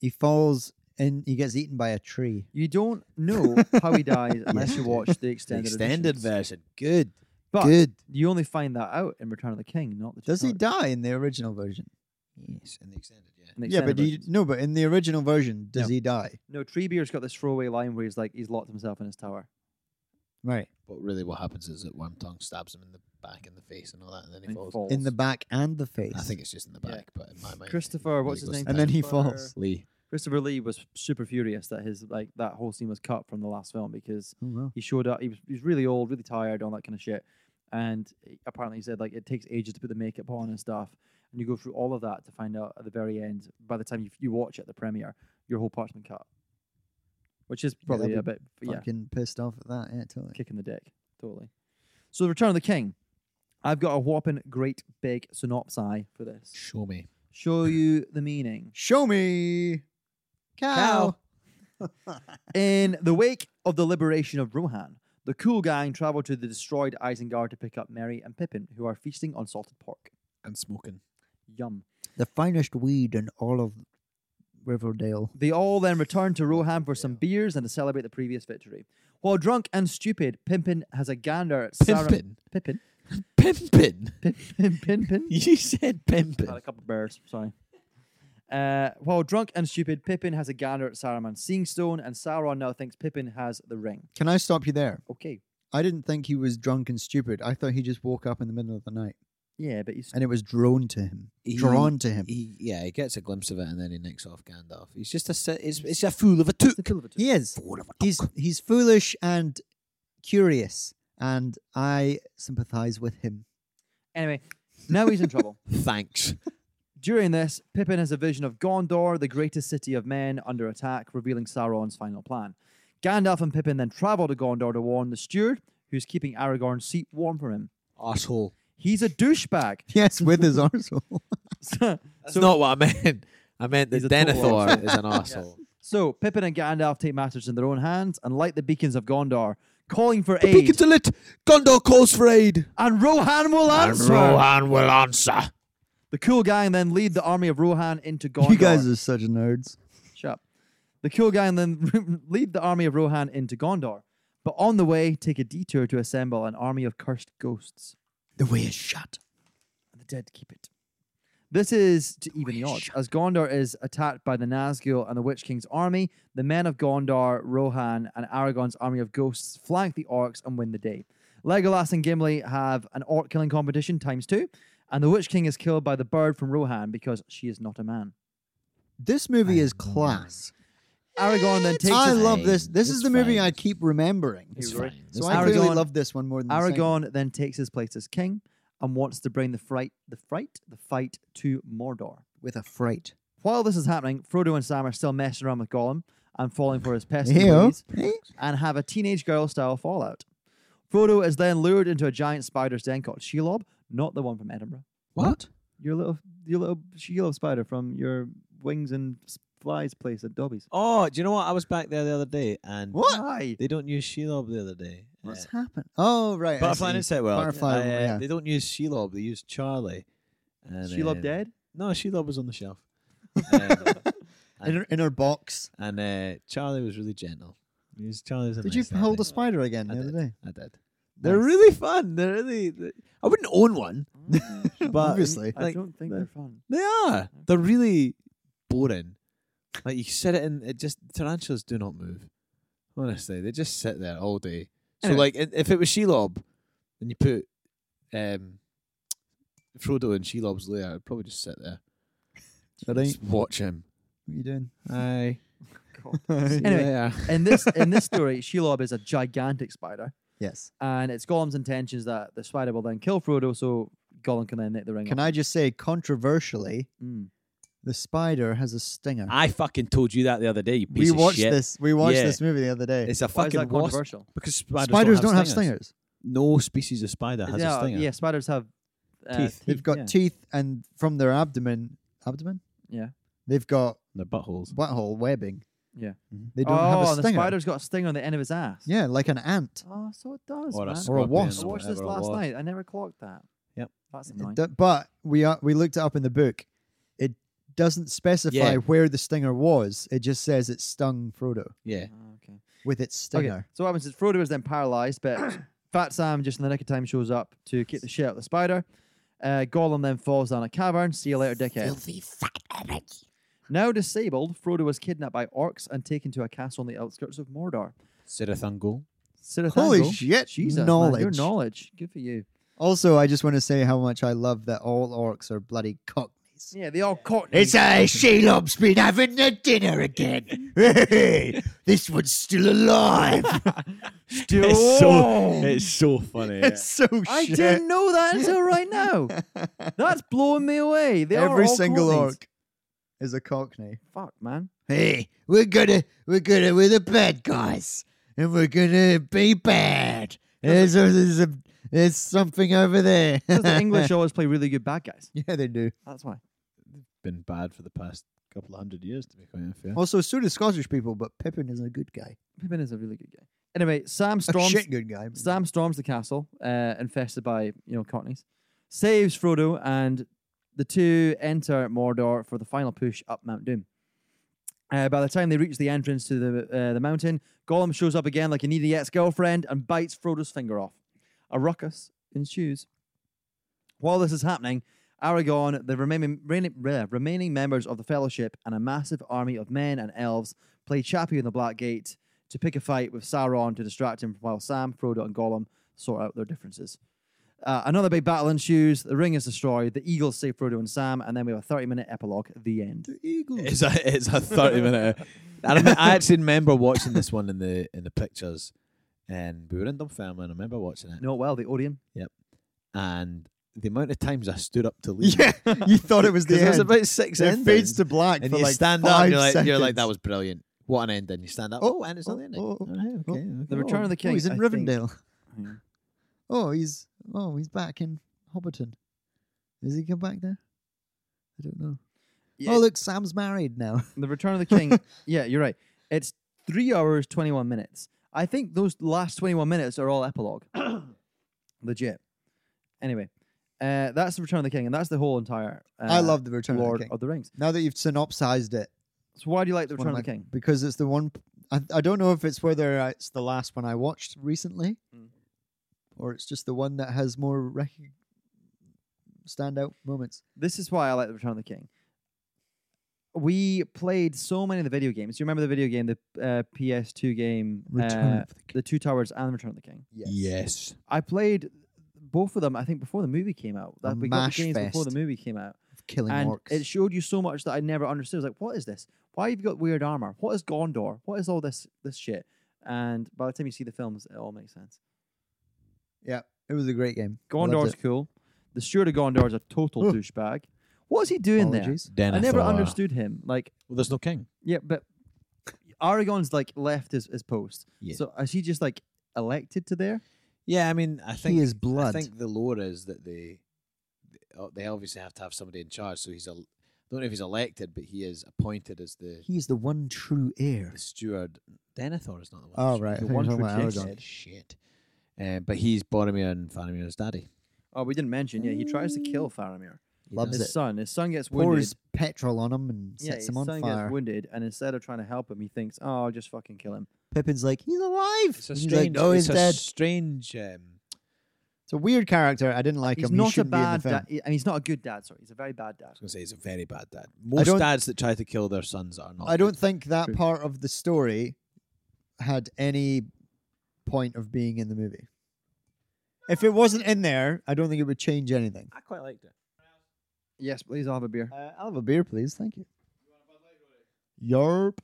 Speaker 2: He falls and he gets eaten by a tree.
Speaker 1: You don't know how he dies unless you watch the extended
Speaker 3: extended
Speaker 1: editions.
Speaker 3: version. Good.
Speaker 1: But
Speaker 2: Good.
Speaker 1: you only find that out in Return of the King, not the.
Speaker 2: Does he
Speaker 1: Titanic.
Speaker 2: die in the original version?
Speaker 3: Yes, in the extended, yeah.
Speaker 1: In the
Speaker 2: yeah, but
Speaker 1: extended
Speaker 2: he,
Speaker 1: versions.
Speaker 2: no, but in the original version,
Speaker 1: No.
Speaker 2: does he die?
Speaker 1: no. Treebeard's got this throwaway line where he's like, he's locked himself in his tower.
Speaker 2: Right.
Speaker 3: But really, what happens is that Worm Tongue stabs him in the back and the face and all that, and then he
Speaker 1: And
Speaker 3: falls.
Speaker 1: falls.
Speaker 2: In the back and the face.
Speaker 3: I think it's just in the
Speaker 1: Yeah.
Speaker 3: back, but in my mind,
Speaker 1: Christopher, what's his
Speaker 3: goes
Speaker 1: name?
Speaker 2: And then he
Speaker 1: Christopher-
Speaker 2: falls.
Speaker 3: Lee.
Speaker 1: Christopher Lee was super furious that his like that whole scene was cut from the last film because
Speaker 2: Oh, wow.
Speaker 1: he showed up. He was, he was really old, really tired, all that kind of shit. And he- apparently, he said like it takes ages to put the makeup on and stuff. And you go through all of that to find out at the very end. By the time you, you watch it at the premiere, your whole part's been cut, which is probably
Speaker 2: that'd
Speaker 1: a bit yeah
Speaker 2: Fucking pissed off at that. Yeah, totally.
Speaker 1: kick in the dick. Totally. So, The Return of the King. I've got a whopping great big synopsis for this.
Speaker 3: Show me.
Speaker 1: Show you the meaning.
Speaker 2: Show me.
Speaker 1: Cow. In the wake of the liberation of Rohan, the cool gang travel to the destroyed Isengard to pick up Merry and Pippin, who are feasting on salted pork.
Speaker 3: And smoking.
Speaker 1: Yum.
Speaker 2: The finest weed in all of Riverdale.
Speaker 1: They all then return to Rohan for some beers and to celebrate the previous victory. While drunk and stupid, Pippin has a gander at Sauron.
Speaker 3: Pimpin.
Speaker 1: Pippin.
Speaker 3: Pimpin.
Speaker 1: Pippin. Pippin.
Speaker 3: You said
Speaker 1: Had a
Speaker 3: pimpin.
Speaker 1: couple of bears, sorry. Uh, while drunk and stupid, Pippin has a gander at Saruman's Seeing Stone, and Sauron now thinks Pippin has the ring.
Speaker 2: Can I stop you there?
Speaker 1: Okay.
Speaker 2: I didn't think he was drunk and stupid. I thought he just woke up in the middle of the night
Speaker 1: Yeah, but he's.
Speaker 2: and it was drawn to him.
Speaker 3: He-
Speaker 2: drawn to him.
Speaker 3: He, yeah, he gets a glimpse of it and then he nicks off Gandalf. He's just a si- it's, it's a fool of a toot.
Speaker 1: It's a fool of a tool.
Speaker 2: He is. He's he's foolish and curious, and I sympathise with him.
Speaker 1: Anyway, now he's in trouble.
Speaker 3: Thanks.
Speaker 1: During this, Pippin has a vision of Gondor, the greatest city of men, under attack, revealing Sauron's final plan. Gandalf and Pippin then travel to Gondor to warn the steward, who's keeping Aragorn's seat warm for him.
Speaker 3: Asshole.
Speaker 1: He's a douchebag.
Speaker 2: Yes, with his arsehole.
Speaker 1: So-
Speaker 3: That's
Speaker 1: so-
Speaker 3: not what I meant. I meant that
Speaker 1: He's a total
Speaker 3: Denethor is an asshole.
Speaker 1: So Pippin and Gandalf take matters in their own hands and light the beacons of Gondor, calling for
Speaker 3: Beacons
Speaker 1: aid.
Speaker 3: are lit. Gondor calls for aid.
Speaker 1: and Rohan will answer.
Speaker 3: will answer.
Speaker 1: The cool gang then lead the army of Rohan into Gondor.
Speaker 2: You guys are such nerds.
Speaker 1: shut up. The cool gang then lead the army of Rohan into Gondor, but on the way take a detour to assemble an army of cursed ghosts,
Speaker 2: The way is shut.
Speaker 1: and the dead keep it. This is to even the odds, as Gondor is attacked by the Nazgul and the Witch King's army. The men of Gondor, Rohan, and Aragorn's army of ghosts flank the orcs and win the day. Legolas and Gimli have an orc killing competition times two, and the Witch King is killed by the bird from Rohan because she is not a man.
Speaker 2: This movie is class.
Speaker 1: Aragorn then takes.
Speaker 2: I
Speaker 1: his-
Speaker 2: love this. This
Speaker 4: It's
Speaker 2: is the movie
Speaker 4: fine.
Speaker 2: I keep remembering.
Speaker 4: It's
Speaker 2: You're right.
Speaker 4: fine.
Speaker 2: So
Speaker 4: It's
Speaker 2: I
Speaker 4: fine.
Speaker 2: really
Speaker 1: Aragorn-
Speaker 2: love this one more than the second.
Speaker 1: Aragorn then takes his place as king and wants to bring the fright, the fright, the fight to Mordor.
Speaker 2: with a fright.
Speaker 1: While this is happening, Frodo and Sam are still messing around with Gollum and falling for his pesky
Speaker 2: Hey,
Speaker 1: ways, and have a teenage girl style fallout. Frodo is then lured into a giant spider's den called Shelob, not the one from Edinburgh.
Speaker 2: what?
Speaker 1: Your little, your little Shelob spider from your wings and s- flies place at Dobby's.
Speaker 3: Oh, do you know what? I was back there the other day and
Speaker 1: Aye.
Speaker 3: they don't use shelob the other day.
Speaker 2: What's
Speaker 3: Uh,
Speaker 2: happened? Oh right, I
Speaker 3: Butterfly
Speaker 2: see.
Speaker 3: and Insect World.
Speaker 2: Butterfly
Speaker 3: I,
Speaker 2: World, yeah.
Speaker 3: They don't use shelob. They use Charlie. And,
Speaker 1: Shelob
Speaker 3: um,
Speaker 1: dead?
Speaker 3: No, shelob was on the shelf. Um,
Speaker 2: in her, in her box.
Speaker 3: and uh, Charlie was really gentle. He was, Charlie was a
Speaker 2: Did you
Speaker 3: nice lad,
Speaker 2: hold
Speaker 3: eh?
Speaker 2: a spider again
Speaker 3: I
Speaker 2: the other
Speaker 3: did.
Speaker 2: day?
Speaker 3: I did. They're really fun. They're really. th- I wouldn't own one, Mm. but
Speaker 2: Obviously.
Speaker 1: I
Speaker 3: like,
Speaker 1: don't think they're fun.
Speaker 3: they are. They're really boring. Like you sit it in. It just tarantulas do not move. Honestly, they just sit there all day. So
Speaker 1: Anyway.
Speaker 3: like, i- if it was Shelob, and you put um, Frodo in Shelob's lair, I'd probably just sit there. Just watch him.
Speaker 2: What are you doing?
Speaker 3: Aye.
Speaker 1: Anyway.
Speaker 3: Yeah.
Speaker 1: In this in this story, Shelob is a gigantic spider,
Speaker 2: Yes.
Speaker 1: and it's Gollum's intentions that the spider will then kill Frodo, so Gollum can then nick the ring.
Speaker 2: Can
Speaker 1: off.
Speaker 2: I just say, controversially,
Speaker 1: Mm.
Speaker 2: the spider has a stinger.
Speaker 3: I fucking told you that the other day. You Ah, piece
Speaker 2: we
Speaker 3: of
Speaker 2: watched
Speaker 3: shit.
Speaker 2: this. We watched
Speaker 3: Yeah.
Speaker 2: this movie the other day.
Speaker 3: It's a
Speaker 1: Why is
Speaker 3: fucking
Speaker 1: that
Speaker 3: wasp.
Speaker 1: controversial?
Speaker 3: Because spiders,
Speaker 2: Spiders
Speaker 3: don't have stingers.
Speaker 2: stingers.
Speaker 3: No species of spider has
Speaker 1: yeah,
Speaker 3: a stinger.
Speaker 1: yeah, spiders have uh,
Speaker 3: Teeth.
Speaker 1: teeth.
Speaker 2: They've got
Speaker 1: yeah.
Speaker 2: teeth, and from their abdomen, abdomen,
Speaker 1: Yeah.
Speaker 2: they've got
Speaker 3: Their buttholes.
Speaker 2: butthole webbing.
Speaker 1: Yeah.
Speaker 3: Mhm.
Speaker 2: They don't
Speaker 1: oh,
Speaker 2: have a
Speaker 1: and
Speaker 2: stinger.
Speaker 1: the spider's got a sting on the end of his ass.
Speaker 2: Yeah, like an ant.
Speaker 1: Oh, so it does.
Speaker 3: Or a
Speaker 1: man.
Speaker 2: Or a
Speaker 3: scorpion
Speaker 2: wasp.
Speaker 1: I watched this
Speaker 3: whatever it
Speaker 1: last
Speaker 3: was.
Speaker 1: night. I never clocked that.
Speaker 3: Yep.
Speaker 1: That's
Speaker 2: It
Speaker 1: annoying.
Speaker 2: do- but we are, we looked it up in the book. It doesn't specify
Speaker 3: Yeah.
Speaker 2: where the stinger was. It just says it stung Frodo
Speaker 3: Yeah.
Speaker 1: Oh, okay.
Speaker 2: with its
Speaker 1: Okay.
Speaker 2: stinger.
Speaker 1: So what happens is Frodo is then paralyzed, but Fat Sam just in the nick of time shows up to kick the shit out of the spider. Uh, Gollum then falls down a cavern. See you later, dickhead. Filthy fat Now disabled, Frodo was kidnapped by orcs and taken to a castle on the outskirts of Mordor.
Speaker 3: Sirithangul.
Speaker 1: Sirith
Speaker 2: Holy
Speaker 1: Angle-
Speaker 2: shit!
Speaker 1: Jesus, man, your
Speaker 2: knowledge.
Speaker 1: knowledge, good for you.
Speaker 2: Also, I just want to say how much I love that all orcs are bloody cockneys.
Speaker 1: Yeah, they all caught.
Speaker 2: I, Shelob's been having the dinner again. Hey, this one's still alive.
Speaker 3: It's so, it's so funny.
Speaker 2: It's so
Speaker 1: I
Speaker 2: shit.
Speaker 1: didn't know that until right now. That's blowing me away. They are
Speaker 2: Every
Speaker 1: all
Speaker 2: single
Speaker 1: Cockneys.
Speaker 2: orc is a cockney.
Speaker 1: Fuck, man.
Speaker 2: Hey, we're gonna, we're gonna, we're the bad guys, and we're gonna be bad. There's, a, there's, a, there's something over there.
Speaker 1: Because the English always play really good bad guys.
Speaker 2: yeah, they do.
Speaker 1: That's why.
Speaker 3: been bad for the past couple of hundred years, to be quite fair.
Speaker 2: Also, so do Scottish people, but Pippin is a good guy.
Speaker 1: Pippin is a really good guy. Anyway, Sam
Speaker 2: A
Speaker 1: storms.
Speaker 2: shit good guy. but-
Speaker 1: Sam storms the castle, uh, infested by you know Cockneys, saves Frodo, and the two enter Mordor for the final push up Mount Doom. Uh, by the time they reach the entrance to the uh, the mountain, Gollum shows up again like a needy ex-girlfriend and bites Frodo's finger off. A ruckus ensues. While this is happening, Aragorn, the remaining, reigning- bleh, remaining members of the Fellowship, and a massive army of men and elves play Chappie in the Black Gate to pick a fight with Sauron to distract him while Sam, Frodo, and Gollum sort out their differences. Uh, another big battle ensues. The ring is destroyed. The eagles save Frodo and Sam, and then we have a 30 minute epilogue at the end.
Speaker 3: It's a it's a thirty minute. I, remem- I actually remember watching this one in the in the pictures, and we were in Dunfermline. I remember watching it,
Speaker 1: No, well, the Odeon.
Speaker 3: and the amount of times I stood up to leave.
Speaker 2: Yeah, you thought it was the
Speaker 3: Because there's
Speaker 2: end.
Speaker 3: about six
Speaker 2: it
Speaker 3: endings.
Speaker 2: fades to black
Speaker 3: and
Speaker 2: for
Speaker 3: you
Speaker 2: like
Speaker 3: stand up,
Speaker 2: five
Speaker 3: and you're like,
Speaker 2: seconds.
Speaker 3: you're like, that was brilliant. What an ending! You stand up.
Speaker 2: Oh,
Speaker 3: Oh, and it's not the ending.
Speaker 2: oh, oh,
Speaker 3: Alright,
Speaker 2: oh.
Speaker 3: okay,
Speaker 1: The
Speaker 3: okay.
Speaker 1: Return of the King.
Speaker 2: Oh, he's in
Speaker 1: I think.
Speaker 2: Rivendell.
Speaker 1: Yeah.
Speaker 2: Oh, he's oh, he's back in Hobbiton. Does he come back there? I don't know.
Speaker 1: Yeah,
Speaker 2: Oh, look, Sam's married now.
Speaker 1: The Return of the King. yeah, you're right. It's three hours, 21 minutes. I think those last 21 minutes are all epilogue. Legit. Anyway, uh, that's the Return of the King, and that's the whole entire uh,
Speaker 2: I love the Return
Speaker 1: Lord
Speaker 2: of the King.
Speaker 1: of the Rings.
Speaker 2: Now that you've synopsized it,
Speaker 1: So, why do you like the
Speaker 2: it's one
Speaker 1: Return
Speaker 2: of
Speaker 1: of the
Speaker 2: my-
Speaker 1: King?
Speaker 2: because it's the one. p- I, I don't know if it's whether I- it's the last one I watched recently,
Speaker 1: Mm.
Speaker 2: or it's just the one that has more rec- standout moments.
Speaker 1: This is why I like the Return of the King. We played so many of the video games. Do you remember the video game, the uh, PS2 game,
Speaker 2: Return
Speaker 1: uh,
Speaker 2: of the King.
Speaker 1: the Two Towers and the Return of the King?
Speaker 3: oh.
Speaker 2: Yes.
Speaker 3: Yes.
Speaker 1: I played both of them. I think before the movie came out. That we got
Speaker 2: mash
Speaker 1: the games before the
Speaker 2: fest.
Speaker 1: movie came out.
Speaker 2: killing
Speaker 1: and
Speaker 2: orcs.
Speaker 1: it showed you so much that I never understood. I was like, what is this? Why have you got weird armor? What is Gondor? What is all this this shit? And by the time you see the films, it all makes sense.
Speaker 2: yeah, it was a great game. I loved
Speaker 1: Gondor's
Speaker 2: it.
Speaker 1: cool. The steward of Gondor is a total
Speaker 2: Oh.
Speaker 1: douchebag. What is he doing
Speaker 2: Apologies.
Speaker 1: there?
Speaker 3: Denethor.
Speaker 1: I never understood him. Like,
Speaker 3: Well, there's no king.
Speaker 1: yeah, but Aragon's like left his, his post.
Speaker 3: Yeah.
Speaker 1: So is he just like elected to there?
Speaker 3: Yeah, I mean, I think
Speaker 2: He is blood.
Speaker 3: I think the lore is that they oh, they obviously have to have somebody in charge. So he's a don't know if he's elected, but he is appointed as the,
Speaker 2: He's the one true heir.
Speaker 3: the steward. Denethor is not the one.
Speaker 2: Oh
Speaker 3: that's-
Speaker 2: right, I
Speaker 1: the
Speaker 2: think you're
Speaker 1: one
Speaker 2: talking
Speaker 1: true
Speaker 2: about
Speaker 1: king.
Speaker 2: Aragorn.
Speaker 3: Said shit. Um, but he's Boromir and Faramir's daddy.
Speaker 1: Oh, we didn't mention. Yeah, he tries to kill Faramir,
Speaker 3: He
Speaker 2: Loves
Speaker 1: Mm. his
Speaker 3: does.
Speaker 2: it.
Speaker 1: son. His son gets wounded.
Speaker 2: Pours petrol on him and
Speaker 1: Yeah,
Speaker 2: sets
Speaker 1: his
Speaker 2: him on
Speaker 1: son
Speaker 2: fire.
Speaker 1: gets wounded, and instead of trying to help him, he thinks, "Oh, I'll just fucking kill him."
Speaker 2: Pippin's like, he's alive.
Speaker 3: It's a
Speaker 2: He's like,
Speaker 3: strange.
Speaker 2: "No, he's
Speaker 3: it's a
Speaker 2: dead."
Speaker 3: strange. Um,
Speaker 2: It's a weird character. I didn't like
Speaker 1: He's
Speaker 2: him. He
Speaker 1: not a
Speaker 2: shouldn't be in the
Speaker 1: bad
Speaker 2: film.
Speaker 1: dad, and he's not a good dad. Sorry, he's a very bad dad.
Speaker 3: I was gonna say he's a very bad dad.
Speaker 2: I
Speaker 3: Most
Speaker 2: don't-
Speaker 3: dads that try to kill their sons are not.
Speaker 2: I don't think that
Speaker 1: True.
Speaker 2: part of the story had any point of being in the movie. If it wasn't in there, I don't think it would change anything.
Speaker 1: Uh,
Speaker 3: I quite liked it.
Speaker 1: Yes, please. I'll have a beer.
Speaker 2: Uh, I'll have a beer, please. Thank you. Yarp.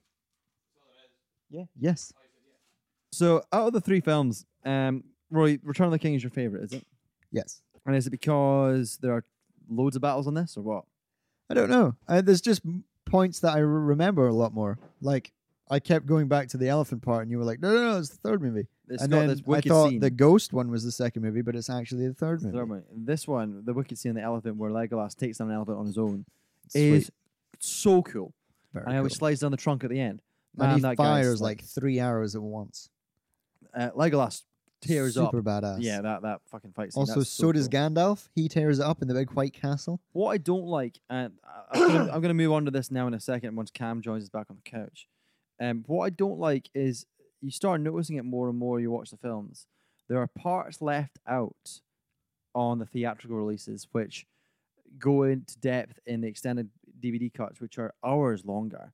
Speaker 2: Yeah. Yes.
Speaker 1: So, out of the three films, um, Roy, Return of the King is your favorite, is it?
Speaker 2: Yes.
Speaker 1: And is it because there are loads of battles on this, or what?
Speaker 2: I don't know. Uh, there's just m- points that I re- remember a lot more. Like I kept going back to the elephant part, and you were like, "No, no, no, it's the third movie."
Speaker 1: It's
Speaker 2: and
Speaker 1: got
Speaker 2: then
Speaker 1: this
Speaker 2: I
Speaker 1: wicked
Speaker 2: thought
Speaker 1: scene.
Speaker 2: the ghost one was the second movie, but it's actually the third
Speaker 1: Third
Speaker 2: movie.
Speaker 1: one. This one, the wicked scene, of the elephant where Legolas takes down an elephant on his own,
Speaker 2: Sweet.
Speaker 1: is so cool.
Speaker 2: Very
Speaker 1: and how he
Speaker 2: cool.
Speaker 1: slides down the trunk at the end.
Speaker 2: and he
Speaker 1: that guy's
Speaker 2: fires like three arrows at once.
Speaker 1: uh, Legolas tears up.
Speaker 2: Super badass.
Speaker 1: Yeah, that that fucking fight scene.
Speaker 2: Also,
Speaker 1: that's
Speaker 2: so, does
Speaker 1: cool.
Speaker 2: Gandalf. He tears it up in the big white castle.
Speaker 1: What I don't like, and I- I'm gonna, I'm gonna move on to this now in a second once Cam joins us back on the couch. Um, what I don't like is you start noticing it more and more. You watch the films. There are parts left out on the theatrical releases which go into depth in the extended DVD cuts, which are hours longer.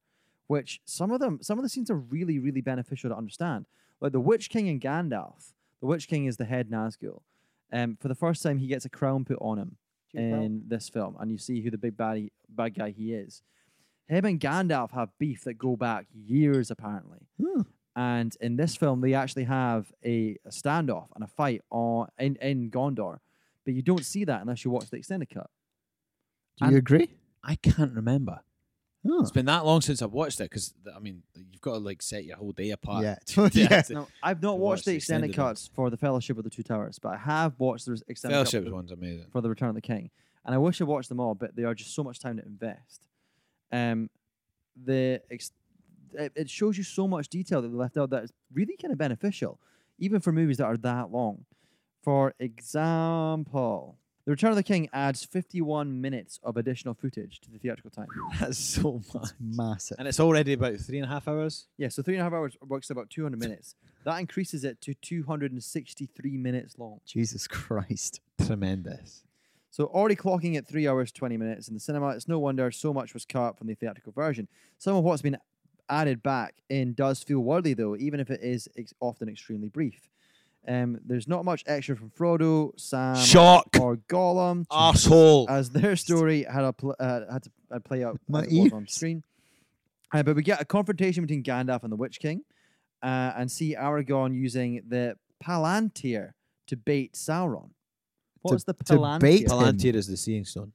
Speaker 1: Which some of them, some of the scenes are really, really beneficial to understand. Like the Witch King and Gandalf. The Witch King is the head Nazgul. Um, for the first time, he gets a crown put on him in this film, and you see who the big bad, bad guy he is. Him and Gandalf have beef that go back years, apparently.
Speaker 2: Hmm.
Speaker 1: And in this film, they actually have a, a standoff and a fight on, in, in Gondor, but you don't see that unless you watch the extended cut.
Speaker 2: Do
Speaker 1: And-
Speaker 2: you agree?
Speaker 3: I can't remember.
Speaker 2: Oh.
Speaker 3: It's been that long since I've watched it because I mean you've got to like set your whole day apart.
Speaker 2: Yeah.
Speaker 3: Yeah,
Speaker 2: yeah.
Speaker 3: it's
Speaker 1: Now, I've not
Speaker 3: to
Speaker 1: watched
Speaker 3: watch
Speaker 1: the
Speaker 3: the
Speaker 1: extended,
Speaker 3: extended
Speaker 1: cuts for the Fellowship of the Two Towers, but I have watched the extended cut
Speaker 3: Fellowship's
Speaker 1: for-
Speaker 3: one's amazing.
Speaker 1: for the Return of the King, and I wish I watched them all, but they are just so much time to invest. Um, the ex- it, it shows you so much detail that they left out that is really kind of beneficial, even for movies that are that long. For example, The Return of the King adds 51 minutes of additional footage to the theatrical time.
Speaker 3: That's so much,
Speaker 2: Massive.
Speaker 3: and it's already about three and a half hours.
Speaker 1: Yeah, so three and a half hours works to about 200 minutes. That increases it to 263 minutes long.
Speaker 2: Jesus Christ.
Speaker 3: Tremendous.
Speaker 1: So already clocking at three hours twenty minutes in the cinema, it's no wonder so much was cut from the theatrical version. Some of what's been added back in does feel worthy though, even if it is ex- often extremely brief. Um, there's not much extra from Frodo,
Speaker 2: Um,
Speaker 1: Sam,
Speaker 3: Shock,
Speaker 1: or Gollum,
Speaker 3: asshole.
Speaker 2: Uh,
Speaker 1: as their story had a pl- uh, had to uh, play out
Speaker 2: My
Speaker 1: as it was on
Speaker 2: ears.
Speaker 1: screen. Uh, but we get a confrontation between Gandalf and the Witch King, uh, and see Aragorn using the Palantir to bait Sauron. What's the Palantir?
Speaker 2: to bait
Speaker 3: Palantir
Speaker 2: him.
Speaker 3: is the seeing stone.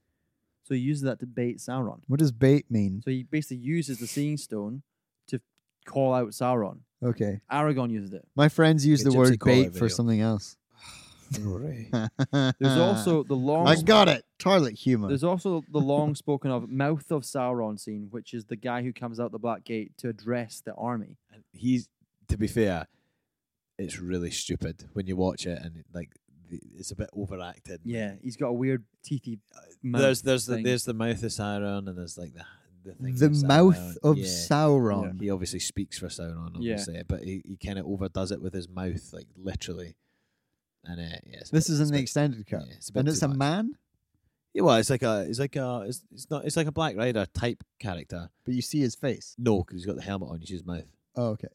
Speaker 1: So he uses that to bait Sauron.
Speaker 2: What does bait mean?
Speaker 1: So he basically uses the Seeing Stone to call out Sauron.
Speaker 2: Okay.
Speaker 1: Aragon uses it.
Speaker 2: My friends use
Speaker 3: Good
Speaker 2: the
Speaker 3: Gypsy
Speaker 2: word
Speaker 3: Call Out
Speaker 2: bait for
Speaker 3: video.
Speaker 2: something else.
Speaker 1: There's
Speaker 2: Ah,
Speaker 1: also the long.
Speaker 2: I got it. Toilet humor.
Speaker 1: There's also the long spoken of mouth of Sauron scene, which is the guy who comes out the Black Gate to address the army.
Speaker 3: And he's to be fair, it's really stupid when you watch it, and like the- it's a bit overacted.
Speaker 1: Yeah, he's got a weird teethy. uh, Mouth
Speaker 3: There's there's the,
Speaker 1: thing.
Speaker 3: there's the mouth of Sauron, and there's like the the thing.
Speaker 2: The
Speaker 3: of Sauron.
Speaker 2: mouth of
Speaker 3: Yeah.
Speaker 2: Sauron.
Speaker 3: He obviously speaks for Sauron,
Speaker 1: Yeah.
Speaker 3: obviously, but he, he kind of overdoes it with his mouth, like literally. And uh, yeah, it's a
Speaker 2: This
Speaker 3: bit-
Speaker 2: is
Speaker 3: it's
Speaker 2: in
Speaker 3: a
Speaker 2: the
Speaker 3: bit-
Speaker 2: extended cut.
Speaker 3: yeah, it's a bit
Speaker 2: And
Speaker 3: too
Speaker 2: it's a
Speaker 3: much.
Speaker 2: man,
Speaker 3: Yeah, well, it's like a, it's like a, it's, it's not, it's like a Black Rider type character.
Speaker 2: but you see his face.
Speaker 3: No, because he's got the helmet on. You see his mouth.
Speaker 2: Oh, okay.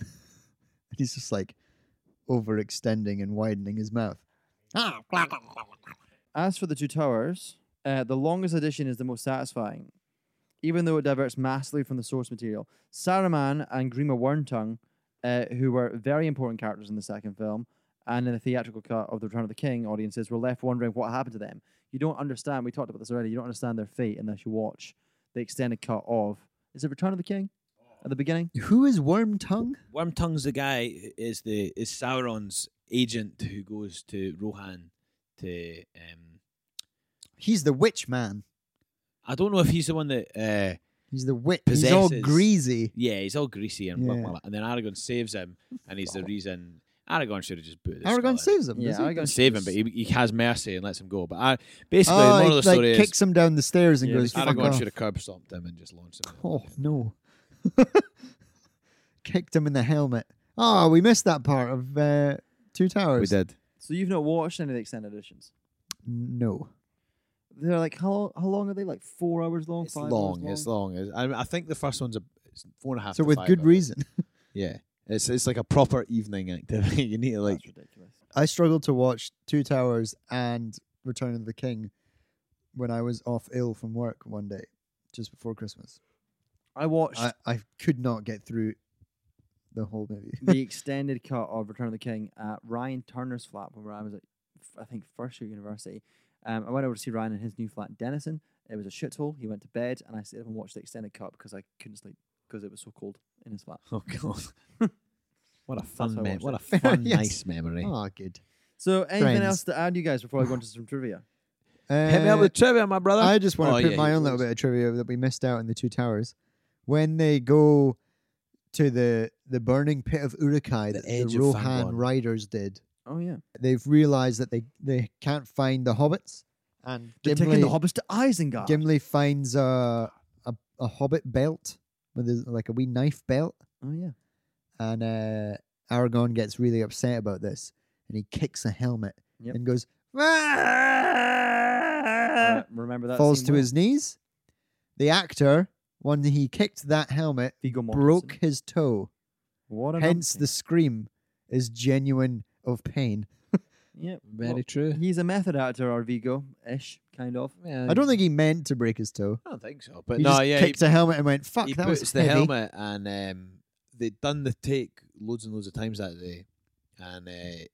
Speaker 2: He's just like overextending and widening his mouth.
Speaker 1: As for the two towers, Uh, the longest edition is the most satisfying, even though it diverts massively from the source material. Saruman and Grima Wormtongue, uh, who were very important characters in the second film and in the theatrical cut of The Return of the King, audiences were left wondering what happened to them. You don't understand, we talked about this already, you don't understand their fate unless you watch the extended cut of, is it Return of the King? At the beginning?
Speaker 2: Who is Worm Tongue?
Speaker 4: Wormtongue's the guy who is the is Sauron's agent who goes to Rohan to. Um,
Speaker 2: He's the witch man.
Speaker 4: I don't know if he's the one that. Uh,
Speaker 2: He's the witch. He's all
Speaker 4: Possesses.
Speaker 2: greasy.
Speaker 4: yeah, he's all greasy and blah,
Speaker 2: Yeah.
Speaker 4: blah, blah. and then Aragorn saves him, and he's the reason. Aragorn should have just booted. the
Speaker 2: Aragon
Speaker 4: skull in.
Speaker 2: saves him.
Speaker 1: Yeah,
Speaker 2: does he?
Speaker 1: Aragorn
Speaker 4: save him, but he, he has mercy and lets him go. But I, basically,
Speaker 2: Oh,
Speaker 4: the moral
Speaker 2: he,
Speaker 4: of the story
Speaker 2: like,
Speaker 4: is
Speaker 2: kicks him down the stairs and
Speaker 1: Yeah,
Speaker 2: goes,
Speaker 1: the
Speaker 2: fuck
Speaker 4: Aragorn
Speaker 2: off.
Speaker 4: should have curb stomped him and just launched him. out.
Speaker 2: Oh no! Kicked him in the helmet. Oh, we missed that part of uh, Two Towers.
Speaker 3: We did.
Speaker 1: So you've not watched any of the extended editions?
Speaker 2: No.
Speaker 1: They're like, how long, how long are they? Like four hours long?
Speaker 3: It's
Speaker 1: five hours
Speaker 3: long. It's long. It's- I, I think the first one's a it's four and a half.
Speaker 2: So
Speaker 3: to
Speaker 2: with
Speaker 3: five
Speaker 2: good
Speaker 3: hours.
Speaker 2: reason.
Speaker 3: Yeah. It's it's like a proper evening activity. You need to like
Speaker 1: That's ridiculous.
Speaker 2: I struggled to watch Two Towers and Return of the King when I was off ill from work one day, just before Christmas.
Speaker 1: I watched
Speaker 2: I, I could not get through the whole movie.
Speaker 1: the extended cut of Return of the King at Ryan Turner's flat when I was at, f- I think, first year university. Um, I went over to see Ryan in his new flat in Denison. It was a shithole. He went to bed, and I stayed up and watched the extended cut because I couldn't sleep because it was so cold in his flat.
Speaker 3: oh god. what
Speaker 1: how
Speaker 3: a
Speaker 1: I
Speaker 3: fun mem-
Speaker 1: watched
Speaker 3: What a
Speaker 2: it.
Speaker 3: fun
Speaker 2: Yes.
Speaker 3: nice memory.
Speaker 2: Ah, good.
Speaker 1: So, anything
Speaker 2: Friends.
Speaker 1: else to add, you guys, before I go into some trivia?
Speaker 3: Hit me up
Speaker 2: Uh,
Speaker 3: with trivia, my brother.
Speaker 2: I just want
Speaker 3: Oh,
Speaker 2: to put
Speaker 3: yeah,
Speaker 2: my
Speaker 3: you
Speaker 2: own little
Speaker 3: always-
Speaker 2: bit of trivia that we missed out in the Two Towers. When they go to the the burning pit of Urukai
Speaker 3: The
Speaker 2: that
Speaker 3: Edge
Speaker 2: the
Speaker 3: of
Speaker 2: Rohan
Speaker 3: Fangorn.
Speaker 2: riders did,
Speaker 1: Oh yeah,
Speaker 2: they've realized that they, they can't find the hobbits, and
Speaker 1: they're taking the
Speaker 2: Gimli,
Speaker 1: hobbits to Isengard.
Speaker 2: Gimli finds a, a a hobbit belt with his, like a wee knife belt,
Speaker 1: oh yeah,
Speaker 2: and uh, Aragon gets really upset about this, and he kicks a helmet
Speaker 1: Yep.
Speaker 2: and goes.
Speaker 1: Uh, remember that.
Speaker 2: falls
Speaker 1: scene
Speaker 2: to
Speaker 1: well?
Speaker 2: his knees. The actor, when he kicked that helmet,
Speaker 1: Viggo Mortensen.
Speaker 2: broke his toe.
Speaker 1: What a
Speaker 2: Hence,
Speaker 1: numpty.
Speaker 2: the scream is genuine of pain.
Speaker 1: yeah.
Speaker 3: Very
Speaker 1: well,
Speaker 3: true.
Speaker 1: he's a method actor, or Vigo ish, kind of.
Speaker 2: I don't think he meant to break his toe.
Speaker 3: I don't think so. But
Speaker 2: he
Speaker 3: no,
Speaker 2: just
Speaker 3: yeah, he,
Speaker 2: kicked a helmet and went, "Fuck,
Speaker 3: he
Speaker 2: that
Speaker 3: puts
Speaker 2: was
Speaker 3: the
Speaker 2: heavy."
Speaker 3: helmet, and um, they'd done the take loads and loads of times that day, and uh,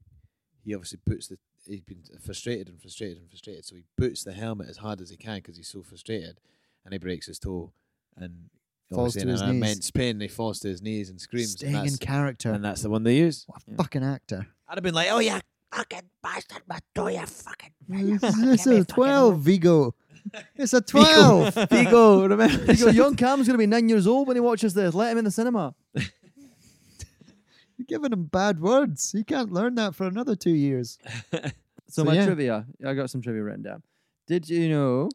Speaker 3: he obviously puts the. He's been frustrated and frustrated and frustrated, so he boots the helmet as hard as he can because he's so frustrated, and he breaks his toe, and
Speaker 2: Falls
Speaker 3: obviously
Speaker 2: to
Speaker 3: in
Speaker 2: his
Speaker 3: an
Speaker 2: knees.
Speaker 3: immense pain. He falls to his knees and screams,
Speaker 2: Staying
Speaker 3: and,
Speaker 2: in
Speaker 3: that's,
Speaker 2: character.
Speaker 3: and that's the one they use.
Speaker 2: what a
Speaker 1: Yeah.
Speaker 2: fucking actor!
Speaker 3: I'd have been like, "Oh yeah, fucking bastard, my toe, you fucking." you fucking-
Speaker 2: it's a twelve, Vigo. It's a
Speaker 3: Vigo,
Speaker 2: twelve.
Speaker 3: Vigo, remember?
Speaker 1: Vigo, young Cam's going to be nine years old when he watches this. Let him in the cinema.
Speaker 2: You're giving him bad words. He can't learn that for another two years.
Speaker 1: So,
Speaker 2: So,
Speaker 1: my
Speaker 2: yeah.
Speaker 1: trivia, I got some trivia written down. Did you know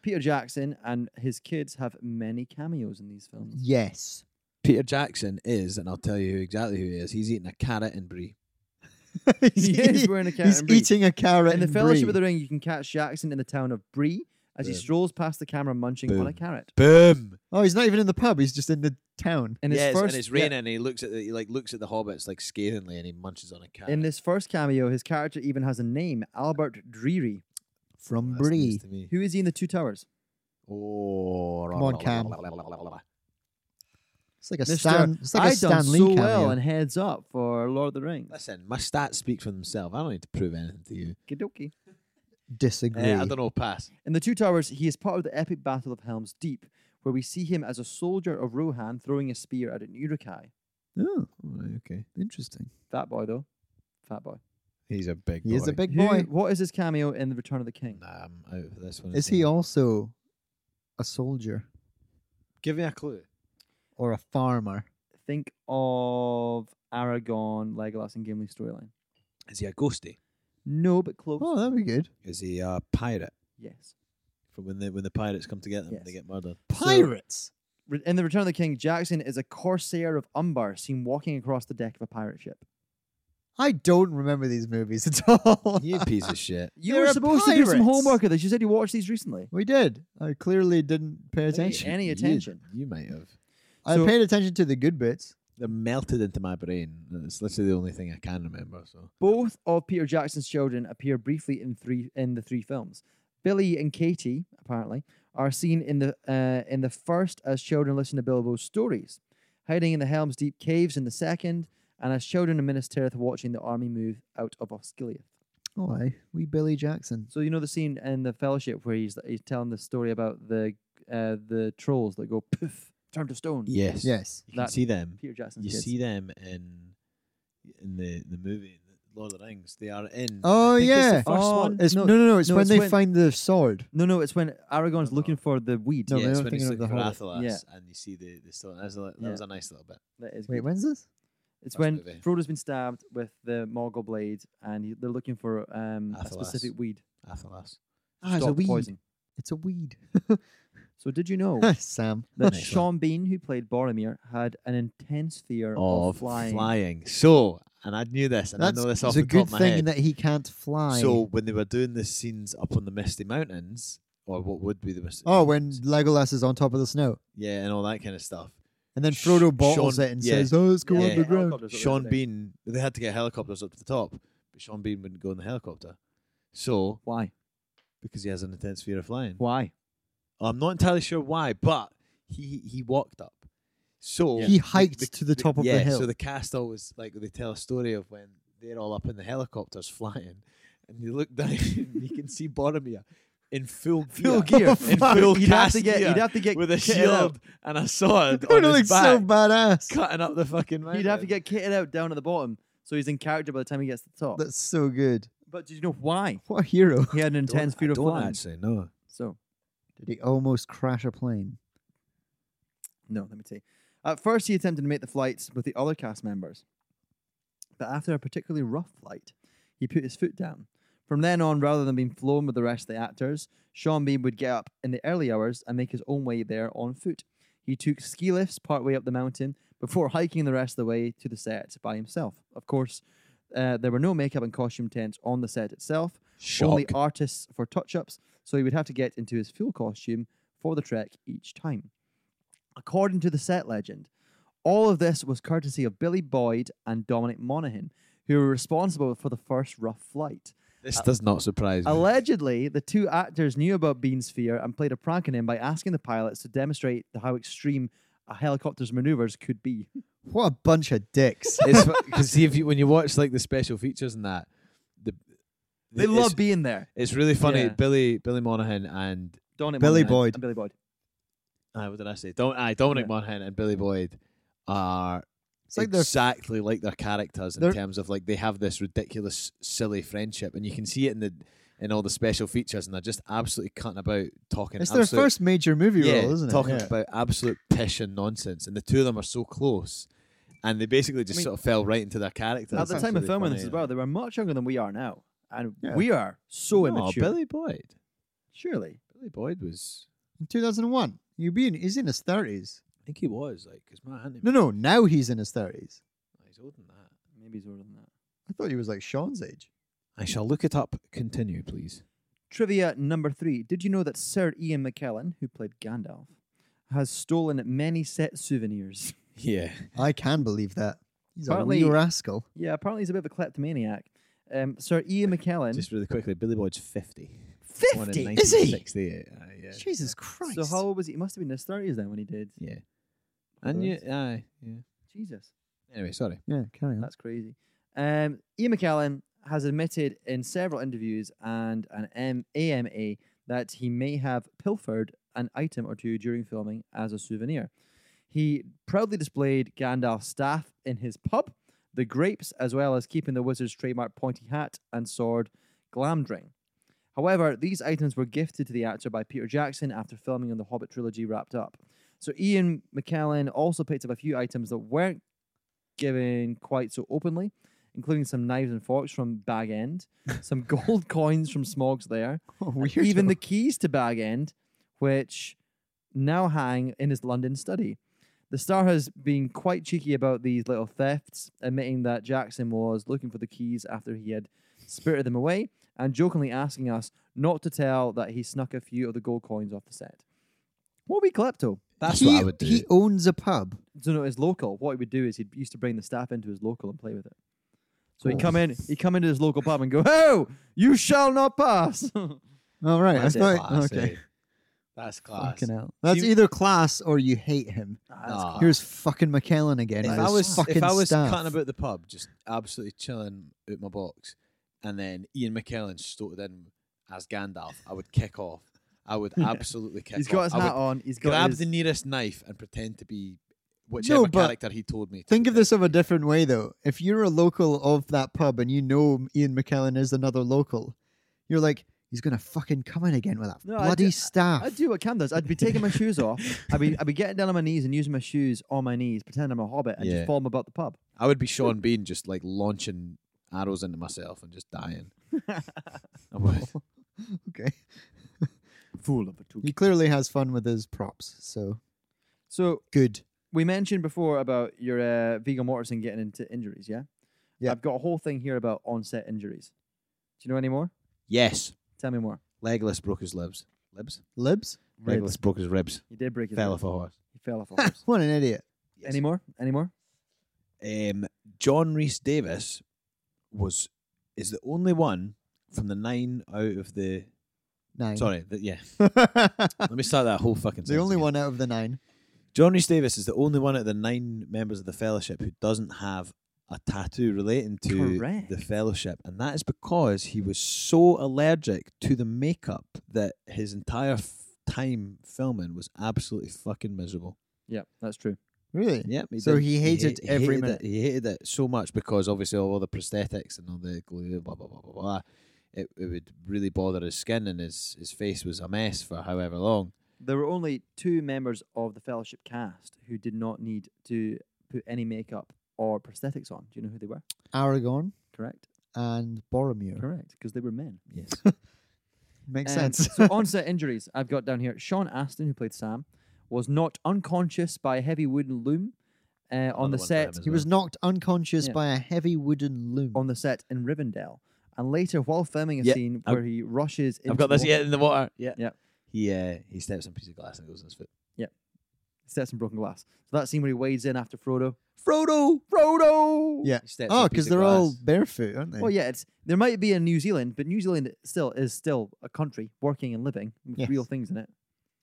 Speaker 1: Peter Jackson and his kids have many cameos in these films?
Speaker 2: Yes.
Speaker 3: Peter Jackson is, and I'll tell you who- exactly who he is. He's eating a carrot and brie.
Speaker 1: He is wearing a carrot
Speaker 2: He's
Speaker 1: and brie.
Speaker 2: eating a carrot.
Speaker 1: In the
Speaker 2: and
Speaker 1: Fellowship
Speaker 2: brie.
Speaker 1: of the Ring, you can catch Jackson in the town of Bree as he
Speaker 3: Boom.
Speaker 1: strolls past the camera munching on a
Speaker 3: Boom.
Speaker 1: carrot.
Speaker 3: Boom!
Speaker 2: Oh, he's not even in the pub. He's just in the town.
Speaker 1: In his
Speaker 3: yes,
Speaker 1: first,
Speaker 3: and it's raining. And he looks at the, he like looks at the hobbits like scathingly, and he munches on a
Speaker 1: yeah,
Speaker 3: carrot.
Speaker 1: in this first cameo, his character even has a name, Albert Dreary.
Speaker 2: From
Speaker 3: That's
Speaker 2: Brie.
Speaker 3: news to me.
Speaker 1: Who is he in the Two Towers?
Speaker 3: Oh,
Speaker 2: Come on, Cam. It's like a
Speaker 1: Mr.
Speaker 2: Stan. It's like
Speaker 1: I
Speaker 2: a
Speaker 1: done
Speaker 2: Stan Lee
Speaker 1: so
Speaker 2: cameo.
Speaker 1: well in Heads Up for Lord of the Rings.
Speaker 3: Listen, my stats speak for themselves. I don't need to prove anything to you.
Speaker 1: Kidoki.
Speaker 3: Eh,
Speaker 2: Disagree.
Speaker 3: I don't know. Pass.
Speaker 1: In the Two Towers, he is part of the epic Battle of Helm's Deep, where we see him as a soldier of Rohan throwing a spear at an Urukai.
Speaker 2: oh,
Speaker 3: okay.
Speaker 2: interesting.
Speaker 1: Fat boy, though. Fat boy.
Speaker 3: He's a big.
Speaker 2: He is a big
Speaker 1: Who-
Speaker 2: boy.
Speaker 1: what is his cameo in The Return of the King?
Speaker 3: Nah, I'm out for this one.
Speaker 2: Is he also a soldier
Speaker 3: Give me a clue.
Speaker 2: or a farmer?
Speaker 1: Think of Aragon, Legolas, and Gimli storyline.
Speaker 3: Is he a ghosty?
Speaker 1: No, but close.
Speaker 2: Oh, that'd be good.
Speaker 3: Is he a pirate?
Speaker 1: Yes.
Speaker 3: From when the when the pirates come to get them, they
Speaker 1: Yes.
Speaker 3: get murdered.
Speaker 2: Pirates.
Speaker 1: Re- In The Return of the King, Jackson is a corsair of Umbar seen walking across the deck of a pirate ship.
Speaker 2: I don't remember these movies at all.
Speaker 3: you piece of shit.
Speaker 1: You
Speaker 2: They're
Speaker 1: were
Speaker 2: a
Speaker 1: supposed to do some
Speaker 2: pirates.
Speaker 1: homework of this. You said you watched these recently.
Speaker 2: we did. I clearly didn't pay attention.
Speaker 1: Any
Speaker 3: You-
Speaker 1: attention.
Speaker 3: You, might have.
Speaker 2: I
Speaker 1: So-
Speaker 2: paid attention to the good bits.
Speaker 3: They're melted into my brain. That's literally the only thing I can remember. So
Speaker 1: Both of Peter Jackson's children appear briefly in three in the three films. Billy and Katie, apparently, are seen in the uh, in the first as children listen to Bilbo's stories, hiding in the Helm's Deep caves in the second, and as children in Minas Tirith watching the army move out of Osgiliath.
Speaker 2: Oh, aye. We Billy Jackson.
Speaker 1: So you know the scene in the Fellowship where he's he's telling the story about the uh, the trolls that go poof, turn to stone.
Speaker 3: Yes.
Speaker 2: Yes.
Speaker 3: You can
Speaker 1: That-
Speaker 3: see them.
Speaker 1: Peter Jackson's
Speaker 3: You
Speaker 1: kids.
Speaker 3: see them in in the the movie the Lord of the Rings. They are in.
Speaker 2: Oh,
Speaker 3: I think it's the
Speaker 2: yeah.
Speaker 3: first one.
Speaker 2: It's, no,
Speaker 1: no,
Speaker 2: no, no. It's
Speaker 1: no,
Speaker 2: when
Speaker 1: it's
Speaker 2: they
Speaker 1: when-
Speaker 2: find the sword.
Speaker 1: no, no, it's when Aragorn's
Speaker 3: No, no.
Speaker 1: looking for the weed.
Speaker 2: No,
Speaker 3: yeah,
Speaker 2: they
Speaker 3: it's
Speaker 2: were
Speaker 3: when he's
Speaker 2: thinking
Speaker 3: looking
Speaker 2: of the
Speaker 3: for Athalas,
Speaker 1: Yeah.
Speaker 3: and you see the the stone. That's a, li- that was
Speaker 1: Yeah.
Speaker 3: a nice little bit.
Speaker 1: That is
Speaker 2: Wait,
Speaker 1: good.
Speaker 2: when's this?
Speaker 1: It's
Speaker 3: That's
Speaker 1: when
Speaker 3: movie.
Speaker 1: Frodo's been stabbed with the Morgul blade, and he, they're looking for um, a
Speaker 3: Athalas.
Speaker 1: specific weed.
Speaker 3: Athalas.
Speaker 2: Ah,
Speaker 1: to stop the poison.
Speaker 2: It's a weed.
Speaker 1: So did you know
Speaker 3: Oh,
Speaker 2: Sam.
Speaker 1: that
Speaker 3: Nice
Speaker 1: Sean Bean, who played Boromir, had an intense fear of
Speaker 3: Of
Speaker 1: flying?
Speaker 3: So, and I knew this, and
Speaker 2: That's
Speaker 3: I know this
Speaker 2: it's
Speaker 3: off
Speaker 2: a
Speaker 3: the
Speaker 2: good
Speaker 3: top of my
Speaker 2: thing
Speaker 3: head.
Speaker 2: that he can't fly.
Speaker 3: So when they were doing the scenes up on the Misty Mountains, or what would be the Misty?
Speaker 2: oh, when
Speaker 3: Mountains,
Speaker 2: Legolas is on top of the snow,
Speaker 3: yeah, and all that kind of stuff.
Speaker 2: and then
Speaker 3: Sh-
Speaker 2: Frodo bottles
Speaker 3: Sean-
Speaker 2: it and
Speaker 3: yeah.
Speaker 2: says, "Oh, let's go
Speaker 3: Yeah.
Speaker 2: underground."
Speaker 1: Helicopters up there
Speaker 3: Sean
Speaker 1: today.
Speaker 3: Bean, they had to get helicopters up to the top, but Sean Bean wouldn't go in the helicopter. So
Speaker 1: Why?
Speaker 3: because he has an intense fear of flying,
Speaker 1: Why?
Speaker 3: I'm not entirely sure why, but he he walked up. So
Speaker 2: He hiked to the top of the
Speaker 3: yeah,
Speaker 2: hill.
Speaker 3: So the cast always like they tell a story of when they're all up in the helicopters flying, and you look down and you can see Boromir in full
Speaker 1: Full
Speaker 3: gear,
Speaker 1: gear.
Speaker 3: in full
Speaker 1: he'd have
Speaker 3: cast
Speaker 1: to get.
Speaker 3: gear
Speaker 1: He'd have to get
Speaker 3: with a
Speaker 1: kitted out.
Speaker 3: shield and a sword
Speaker 2: Frodo
Speaker 3: on
Speaker 2: looks
Speaker 3: his
Speaker 2: so
Speaker 3: back,
Speaker 2: badass.
Speaker 3: cutting up the fucking mountain.
Speaker 1: He'd have to get kitted out down at the bottom, so he's in character by the time he gets to the top.
Speaker 2: That's so good.
Speaker 1: But did you know why?
Speaker 2: What a hero!
Speaker 1: He had an
Speaker 3: Don't-
Speaker 1: intense
Speaker 3: I
Speaker 1: fear of
Speaker 3: don't
Speaker 1: flying.
Speaker 3: Actually, no.
Speaker 1: So
Speaker 2: Did he almost crash a plane?
Speaker 1: No, let me tell you. At first, he attempted to make the flights with the other cast members, but after a particularly rough flight, he put his foot down. From then on, rather than being flown with the rest of the actors, Sean Bean would get up in the early hours and make his own way there on foot. He took ski lifts partway up the mountain before hiking the rest of the way to the set by himself. Of course, uh, there were no makeup and costume tents on the set itself, only
Speaker 3: Shock.
Speaker 1: artists for touch ups, so he would have to get into his full costume for the trek each time. According to the set legend, all of this was courtesy of Billy Boyd and Dominic Monaghan, who were responsible for the first rough flight.
Speaker 3: This does not surprise me.
Speaker 1: Allegedly, the two actors knew about Bean's fear and played a prank on him by asking the pilots to demonstrate the- how extreme a helicopter's maneuvers could be.
Speaker 2: What a bunch of dicks!
Speaker 3: It's because see if you, when you watch like the special features and that, the
Speaker 1: They
Speaker 3: it's,
Speaker 1: love being there.
Speaker 3: It's really funny.
Speaker 1: Yeah.
Speaker 3: Billy Billy Monahan and
Speaker 1: Dominic
Speaker 2: Billy
Speaker 1: Monaghan
Speaker 2: Boyd.
Speaker 1: and Billy Boyd.
Speaker 3: uh, what did I say? Don, aye, Dominic
Speaker 1: Yeah.
Speaker 3: Monaghan and Billy Boyd are
Speaker 2: It's like they're
Speaker 3: exactly like their characters in
Speaker 2: they're-
Speaker 3: terms of like they have this ridiculous, silly friendship, and you can see it in the in all the special features, and they're just absolutely cutting about talking.
Speaker 2: it's their
Speaker 3: absolute-
Speaker 2: first major movie
Speaker 3: yeah,
Speaker 2: role, isn't it?
Speaker 3: talking
Speaker 2: Yeah.
Speaker 3: about absolute pish and nonsense, and the two of them are so close, and they basically just
Speaker 1: mean,
Speaker 3: sort of fell right into their characters.
Speaker 1: At the
Speaker 3: That's
Speaker 1: time of
Speaker 3: really
Speaker 1: filming
Speaker 3: funny,
Speaker 1: this as
Speaker 3: yeah.
Speaker 1: well, they were much younger than we are now. And
Speaker 2: Yeah.
Speaker 1: we are so
Speaker 3: No,
Speaker 1: immature.
Speaker 3: Billy Boyd.
Speaker 1: Surely.
Speaker 3: Billy Boyd was.
Speaker 2: In 2001. You being he's in his 30s.
Speaker 3: I think he was like because my hand.
Speaker 2: No, no. Now he's in his 30s.
Speaker 3: he's older than that.
Speaker 1: Maybe he's older than that.
Speaker 2: I thought he was like Sean's age.
Speaker 3: I shall look it up. Continue, please.
Speaker 1: Trivia number three. Did you know that Sir Ian McKellen, who played Gandalf, has stolen many set souvenirs?
Speaker 3: Yeah.
Speaker 2: I can believe that. He's
Speaker 1: Partly-
Speaker 2: a real rascal.
Speaker 1: yeah, apparently he's a bit of a kleptomaniac. Um, Sir Ian McKellen.
Speaker 3: Just really quickly, Billy Boyd's fifty. Born
Speaker 1: 50?
Speaker 3: in
Speaker 2: Is he?
Speaker 3: 1968. Uh, yeah.
Speaker 2: Jesus Christ.
Speaker 1: So how old was he? He must have been in his 30s then when he did.
Speaker 3: Yeah. And you, aye, yeah.
Speaker 1: Jesus.
Speaker 3: Anyway, sorry.
Speaker 2: yeah, carry on.
Speaker 1: That's crazy. Um, Ian McKellen has admitted in several interviews and an M- AMA that he may have pilfered an item or two during filming as a souvenir. He proudly displayed Gandalf's staff in his pub, the grapes, as well as keeping the wizard's trademark pointy hat and sword, Glamdring. However, these items were gifted to the actor by Peter Jackson after filming on the Hobbit trilogy wrapped up. So Ian McKellen also picked up a few items that weren't given quite so openly, including some knives and forks from Bag End, some gold coins from Smogs there,
Speaker 2: Oh,
Speaker 1: and
Speaker 2: weirdo.
Speaker 1: even the keys to Bag End, which now hang in his London study. The star has been quite cheeky about these little thefts, admitting that Jackson was looking for the keys after he had spirited them away, and jokingly asking us not to tell that he snuck a few of the gold coins off the set. What we klepto?
Speaker 3: That's
Speaker 2: he,
Speaker 3: what I would do.
Speaker 2: He owns a pub.
Speaker 1: So no, his local. What he would do is he used to bring the staff into his local and play with it. So he'd
Speaker 2: Cool.
Speaker 1: come in, he'd come into his local pub and go, "Oh, you shall not pass."
Speaker 2: All right.
Speaker 3: That's
Speaker 2: That's
Speaker 3: it,
Speaker 2: thought,
Speaker 3: class,
Speaker 2: okay.
Speaker 3: eh? That's class.
Speaker 2: Fucking hell. That's
Speaker 3: You-
Speaker 2: either class or you hate him.
Speaker 3: Nah.
Speaker 2: Here's fucking McKellen again.
Speaker 3: if
Speaker 2: with
Speaker 3: I
Speaker 2: his
Speaker 3: was
Speaker 2: fucking
Speaker 3: if I was
Speaker 2: staff.
Speaker 3: cutting about the pub, just absolutely chilling out my box, and then Ian McKellen stoated in as Gandalf, I would kick off. I would absolutely kick
Speaker 1: He's
Speaker 3: off.
Speaker 1: got his
Speaker 3: I
Speaker 1: hat
Speaker 3: would
Speaker 1: on. He's got
Speaker 3: grab
Speaker 1: his,
Speaker 3: the nearest knife and pretend to be whichever
Speaker 2: but
Speaker 3: character he told me. To
Speaker 2: Think of
Speaker 3: pretend
Speaker 2: this of a different way, though. If you're a local of that pub and you know Ian McKellen is another local, you're like, he's gonna fucking come in again with that
Speaker 1: No, I
Speaker 2: bloody
Speaker 1: do-
Speaker 2: staff.
Speaker 1: I'd do what Cam does. I'd be taking my shoes off. I'd be I'd be getting down on my knees and using my shoes on my knees, pretending I'm a hobbit, and
Speaker 3: Yeah.
Speaker 1: just follow him about the pub.
Speaker 3: I would be Sean Bean, just like launching arrows into myself and just dying. I would.
Speaker 2: okay.
Speaker 1: Fool of a two.
Speaker 2: He clearly has fun with his props, so
Speaker 1: So
Speaker 2: good.
Speaker 1: we mentioned before about your uh, Viggo Mortensen getting into injuries. Yeah.
Speaker 2: Yeah.
Speaker 1: I've got a whole thing here about onset injuries. Do you know any more?
Speaker 3: Yes,
Speaker 1: Tell me more.
Speaker 3: Legolas broke his ribs. Libs.
Speaker 2: Libs?
Speaker 1: Ribs.
Speaker 3: Legolas broke his ribs.
Speaker 1: You did break his
Speaker 3: Fell
Speaker 1: rib.
Speaker 3: off a horse.
Speaker 1: He fell off a horse.
Speaker 2: What an idiot.
Speaker 3: Yes.
Speaker 1: Any more? Any more?
Speaker 3: um, John Reese Davis was is the only one from the nine out of the
Speaker 2: Nine.
Speaker 3: sorry the, yeah
Speaker 2: the
Speaker 3: let me start that whole fucking sentence
Speaker 2: only
Speaker 3: again.
Speaker 2: one out of the nine.
Speaker 3: John Reese Davis is the only one out of the nine members of the fellowship who doesn't have a tattoo relating to
Speaker 1: Correct.
Speaker 3: the fellowship and that is because he was so allergic to the makeup that his entire f- time filming was absolutely fucking miserable
Speaker 1: Yeah, that's true.
Speaker 2: Really?
Speaker 3: Yeah,
Speaker 2: So he hated
Speaker 3: hate-
Speaker 2: every
Speaker 3: hated
Speaker 2: minute.
Speaker 3: It, he hated it so much because obviously all the prosthetics and all the glue, blah blah blah blah blah. It, it would really bother his skin and his, his face was a mess for however long.
Speaker 1: There were only two members of the fellowship cast who did not need to put any makeup or prosthetics on. Do you know who they were?
Speaker 2: Aragorn
Speaker 1: Correct.
Speaker 2: and Boromir.
Speaker 1: Correct, because they were men.
Speaker 3: Yes.
Speaker 2: Makes
Speaker 1: Um,
Speaker 2: sense.
Speaker 1: so onset injuries I've got down here. Sean Astin, who played Sam, was knocked unconscious by a heavy wooden loom uh, on
Speaker 3: Another one
Speaker 1: the
Speaker 3: for him
Speaker 1: set
Speaker 3: as
Speaker 2: he was knocked unconscious
Speaker 1: Yeah.
Speaker 2: by a heavy wooden loom.
Speaker 1: on the set in Rivendell. And later, while filming a
Speaker 3: Yeah,
Speaker 1: scene
Speaker 3: I've-
Speaker 1: where he rushes into
Speaker 3: I've got
Speaker 1: the
Speaker 3: this
Speaker 1: water,
Speaker 3: yet in the water. Yeah.
Speaker 1: Yeah.
Speaker 3: He uh, he steps on a piece of glass and goes in his foot.
Speaker 1: sets in broken glass. So that scene where he wades in after Frodo.
Speaker 3: Frodo.
Speaker 1: Frodo.
Speaker 2: Yeah.
Speaker 3: He steps on
Speaker 2: Oh,
Speaker 3: a piece
Speaker 2: because
Speaker 3: of
Speaker 2: they're all
Speaker 3: glass.
Speaker 2: barefoot, aren't they?
Speaker 1: Well, yeah, it's there might be in New Zealand, but New Zealand still is still a country working and living with
Speaker 2: Yes.
Speaker 1: real things in it.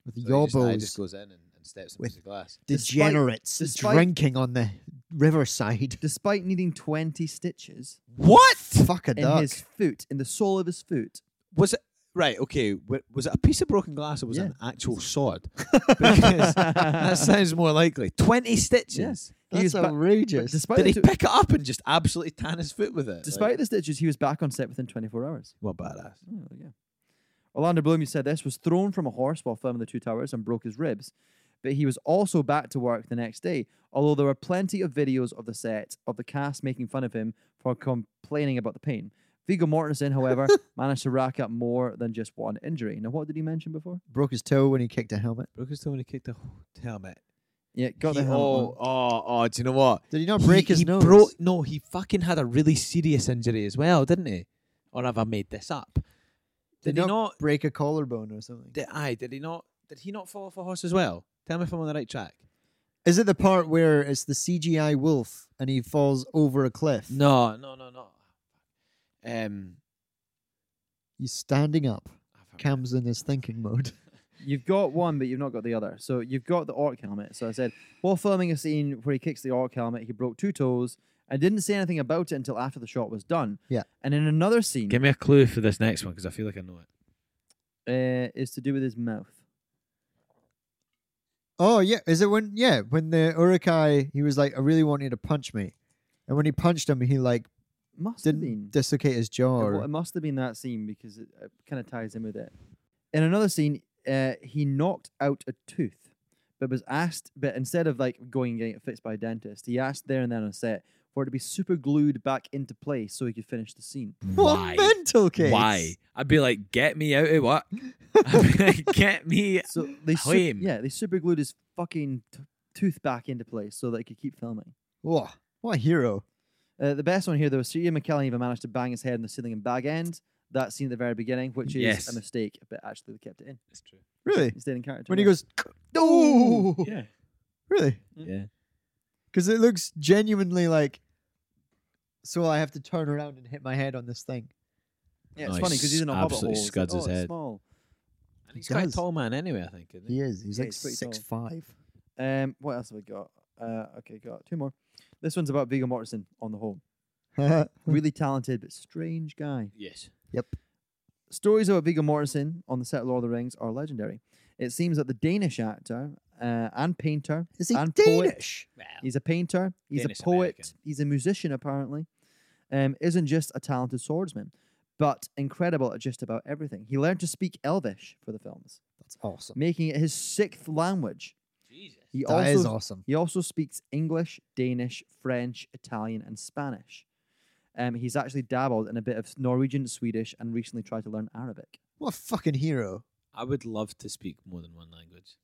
Speaker 2: With
Speaker 3: So
Speaker 2: your
Speaker 3: he just, he
Speaker 2: yobos.
Speaker 3: just goes in and, and steps on a
Speaker 2: With-
Speaker 3: piece of glass.
Speaker 1: Despite-
Speaker 2: degenerates
Speaker 1: despite-
Speaker 2: drinking on the riverside.
Speaker 1: Despite needing twenty stitches
Speaker 3: What
Speaker 2: Fuck a
Speaker 1: in
Speaker 2: duck.
Speaker 1: his foot, in the sole of his foot,
Speaker 3: was it? Right. Okay. wa- Was it a piece of broken glass or was
Speaker 1: Yeah.
Speaker 3: it an actual sword? because that sounds more likely. Twenty stitches.
Speaker 1: he was
Speaker 2: That's
Speaker 1: ba- But
Speaker 2: outrageous.
Speaker 1: despite
Speaker 3: Did
Speaker 1: the
Speaker 3: he
Speaker 1: two-
Speaker 3: pick it up and just absolutely tan his foot with it?
Speaker 1: despite
Speaker 3: like,
Speaker 1: the stitches, he was back on set within 24 hours.
Speaker 3: what badass?
Speaker 1: Oh, there you go. Orlando Bloom, you said this, was thrown from a horse while filming The Two Towers and broke his ribs, but he was also back to work the next day, although there were plenty of videos of the set of the cast making fun of him for complaining about the pain. Viggo Mortensen, however, managed to rack up more than just one injury. Now, what did he mention before?
Speaker 2: Broke his toe when he kicked a helmet.
Speaker 3: Broke his toe when he kicked a helmet.
Speaker 1: Yeah, got
Speaker 3: he,
Speaker 1: the helmet on.
Speaker 3: oh, oh, oh, do you know what?
Speaker 2: Did he not break
Speaker 3: he,
Speaker 2: his
Speaker 3: he
Speaker 2: nose?
Speaker 3: broke- no, he fucking had a really serious injury as well, didn't he? Or have I made this up? Did,
Speaker 2: Did
Speaker 3: he
Speaker 2: not-
Speaker 3: not?
Speaker 2: break a collarbone or something.
Speaker 3: Did I? Did he not? Did he not fall off a horse as well? Tell me if I'm on the right track.
Speaker 2: Is it the part where it's the CGI wolf and he falls over a cliff?
Speaker 3: No, no, no, no. Um,
Speaker 2: He's standing up.
Speaker 3: I can't
Speaker 2: Cam's in his thinking mode.
Speaker 1: You've got one, but you've not got the other. So you've got the orc helmet. So I said, while filming a scene where he kicks the orc helmet, he broke two toes and didn't say anything about it until after the shot was done.
Speaker 2: Yeah.
Speaker 1: And in another scene,
Speaker 3: Give me a clue for this next one because I feel like I know it.
Speaker 1: uh, is to do with his mouth.
Speaker 2: Oh yeah, is it when yeah when the Urukai he was like I really want you to punch me, and when he punched him he like
Speaker 1: Must have been.
Speaker 2: didn't dislocate his jaw.
Speaker 1: it wa-
Speaker 2: or-
Speaker 1: it must have been that scene because it, it kind of ties in with it. In another scene, uh, he knocked out a tooth, but was asked, but instead of like going and getting it fixed by a dentist, he asked there and then on set for it to be super glued back into place so he could finish the scene.
Speaker 2: What mental case?
Speaker 3: Why? I'd be like, get me out of work. I'd be like, get me.
Speaker 1: So they su-
Speaker 3: Him.
Speaker 1: yeah, they super glued his fucking t- tooth back into place so that he could keep filming.
Speaker 2: Whoa, what a hero!
Speaker 1: Uh, the best one here though is Sir Ian McKellen even managed to bang his head on the ceiling in bag end. That scene at the very beginning, which is
Speaker 3: Yes.
Speaker 1: a mistake, but actually they kept it in.
Speaker 3: It's true.
Speaker 2: Really?
Speaker 1: He stayed in character.
Speaker 2: When he
Speaker 1: yeah.
Speaker 2: goes, no,
Speaker 3: Yeah.
Speaker 2: really?
Speaker 3: Yeah.
Speaker 2: Because it looks genuinely like. So I have to turn around and hit my head on this thing.
Speaker 1: Yeah,
Speaker 4: No,
Speaker 1: it's
Speaker 4: he
Speaker 1: funny because he's in a
Speaker 4: s-
Speaker 1: hobbit hole.
Speaker 4: absolutely
Speaker 1: It's
Speaker 4: scuds
Speaker 1: like,
Speaker 4: his
Speaker 1: "Oh, it's
Speaker 4: head."
Speaker 1: Small.
Speaker 4: And he's
Speaker 2: He
Speaker 4: quite a
Speaker 2: does.
Speaker 4: tall man anyway, I think. Isn't he?
Speaker 2: He is. He's
Speaker 1: Yeah,
Speaker 2: like
Speaker 1: he's pretty
Speaker 2: six
Speaker 1: tall.
Speaker 2: five.
Speaker 1: Um, what else have we got? Uh, okay, got two more. This one's about Viggo Mortensen on the whole. Really talented but strange guy.
Speaker 4: Yes.
Speaker 1: Stories about Viggo Mortensen on the set of Lord of the Rings are legendary. It seems that the Danish actor uh, and painter,
Speaker 2: Is he
Speaker 1: And poet.
Speaker 2: Danish?
Speaker 4: Well,
Speaker 1: he's a painter, he's
Speaker 4: Danish
Speaker 1: a poet,
Speaker 4: American.
Speaker 1: he's a musician apparently, um, isn't just a talented swordsman, but incredible at just about everything. He learned to speak Elvish for the films,
Speaker 2: That's awesome.
Speaker 1: making it his sixth language.
Speaker 4: Jesus.
Speaker 1: He
Speaker 2: That is
Speaker 1: also
Speaker 2: awesome.
Speaker 1: He also speaks English, Danish, French, Italian, and Spanish. Um, he's actually dabbled in a bit of Norwegian, Swedish, and recently tried to learn Arabic.
Speaker 2: What a fucking hero.
Speaker 4: I would love to speak more than one language.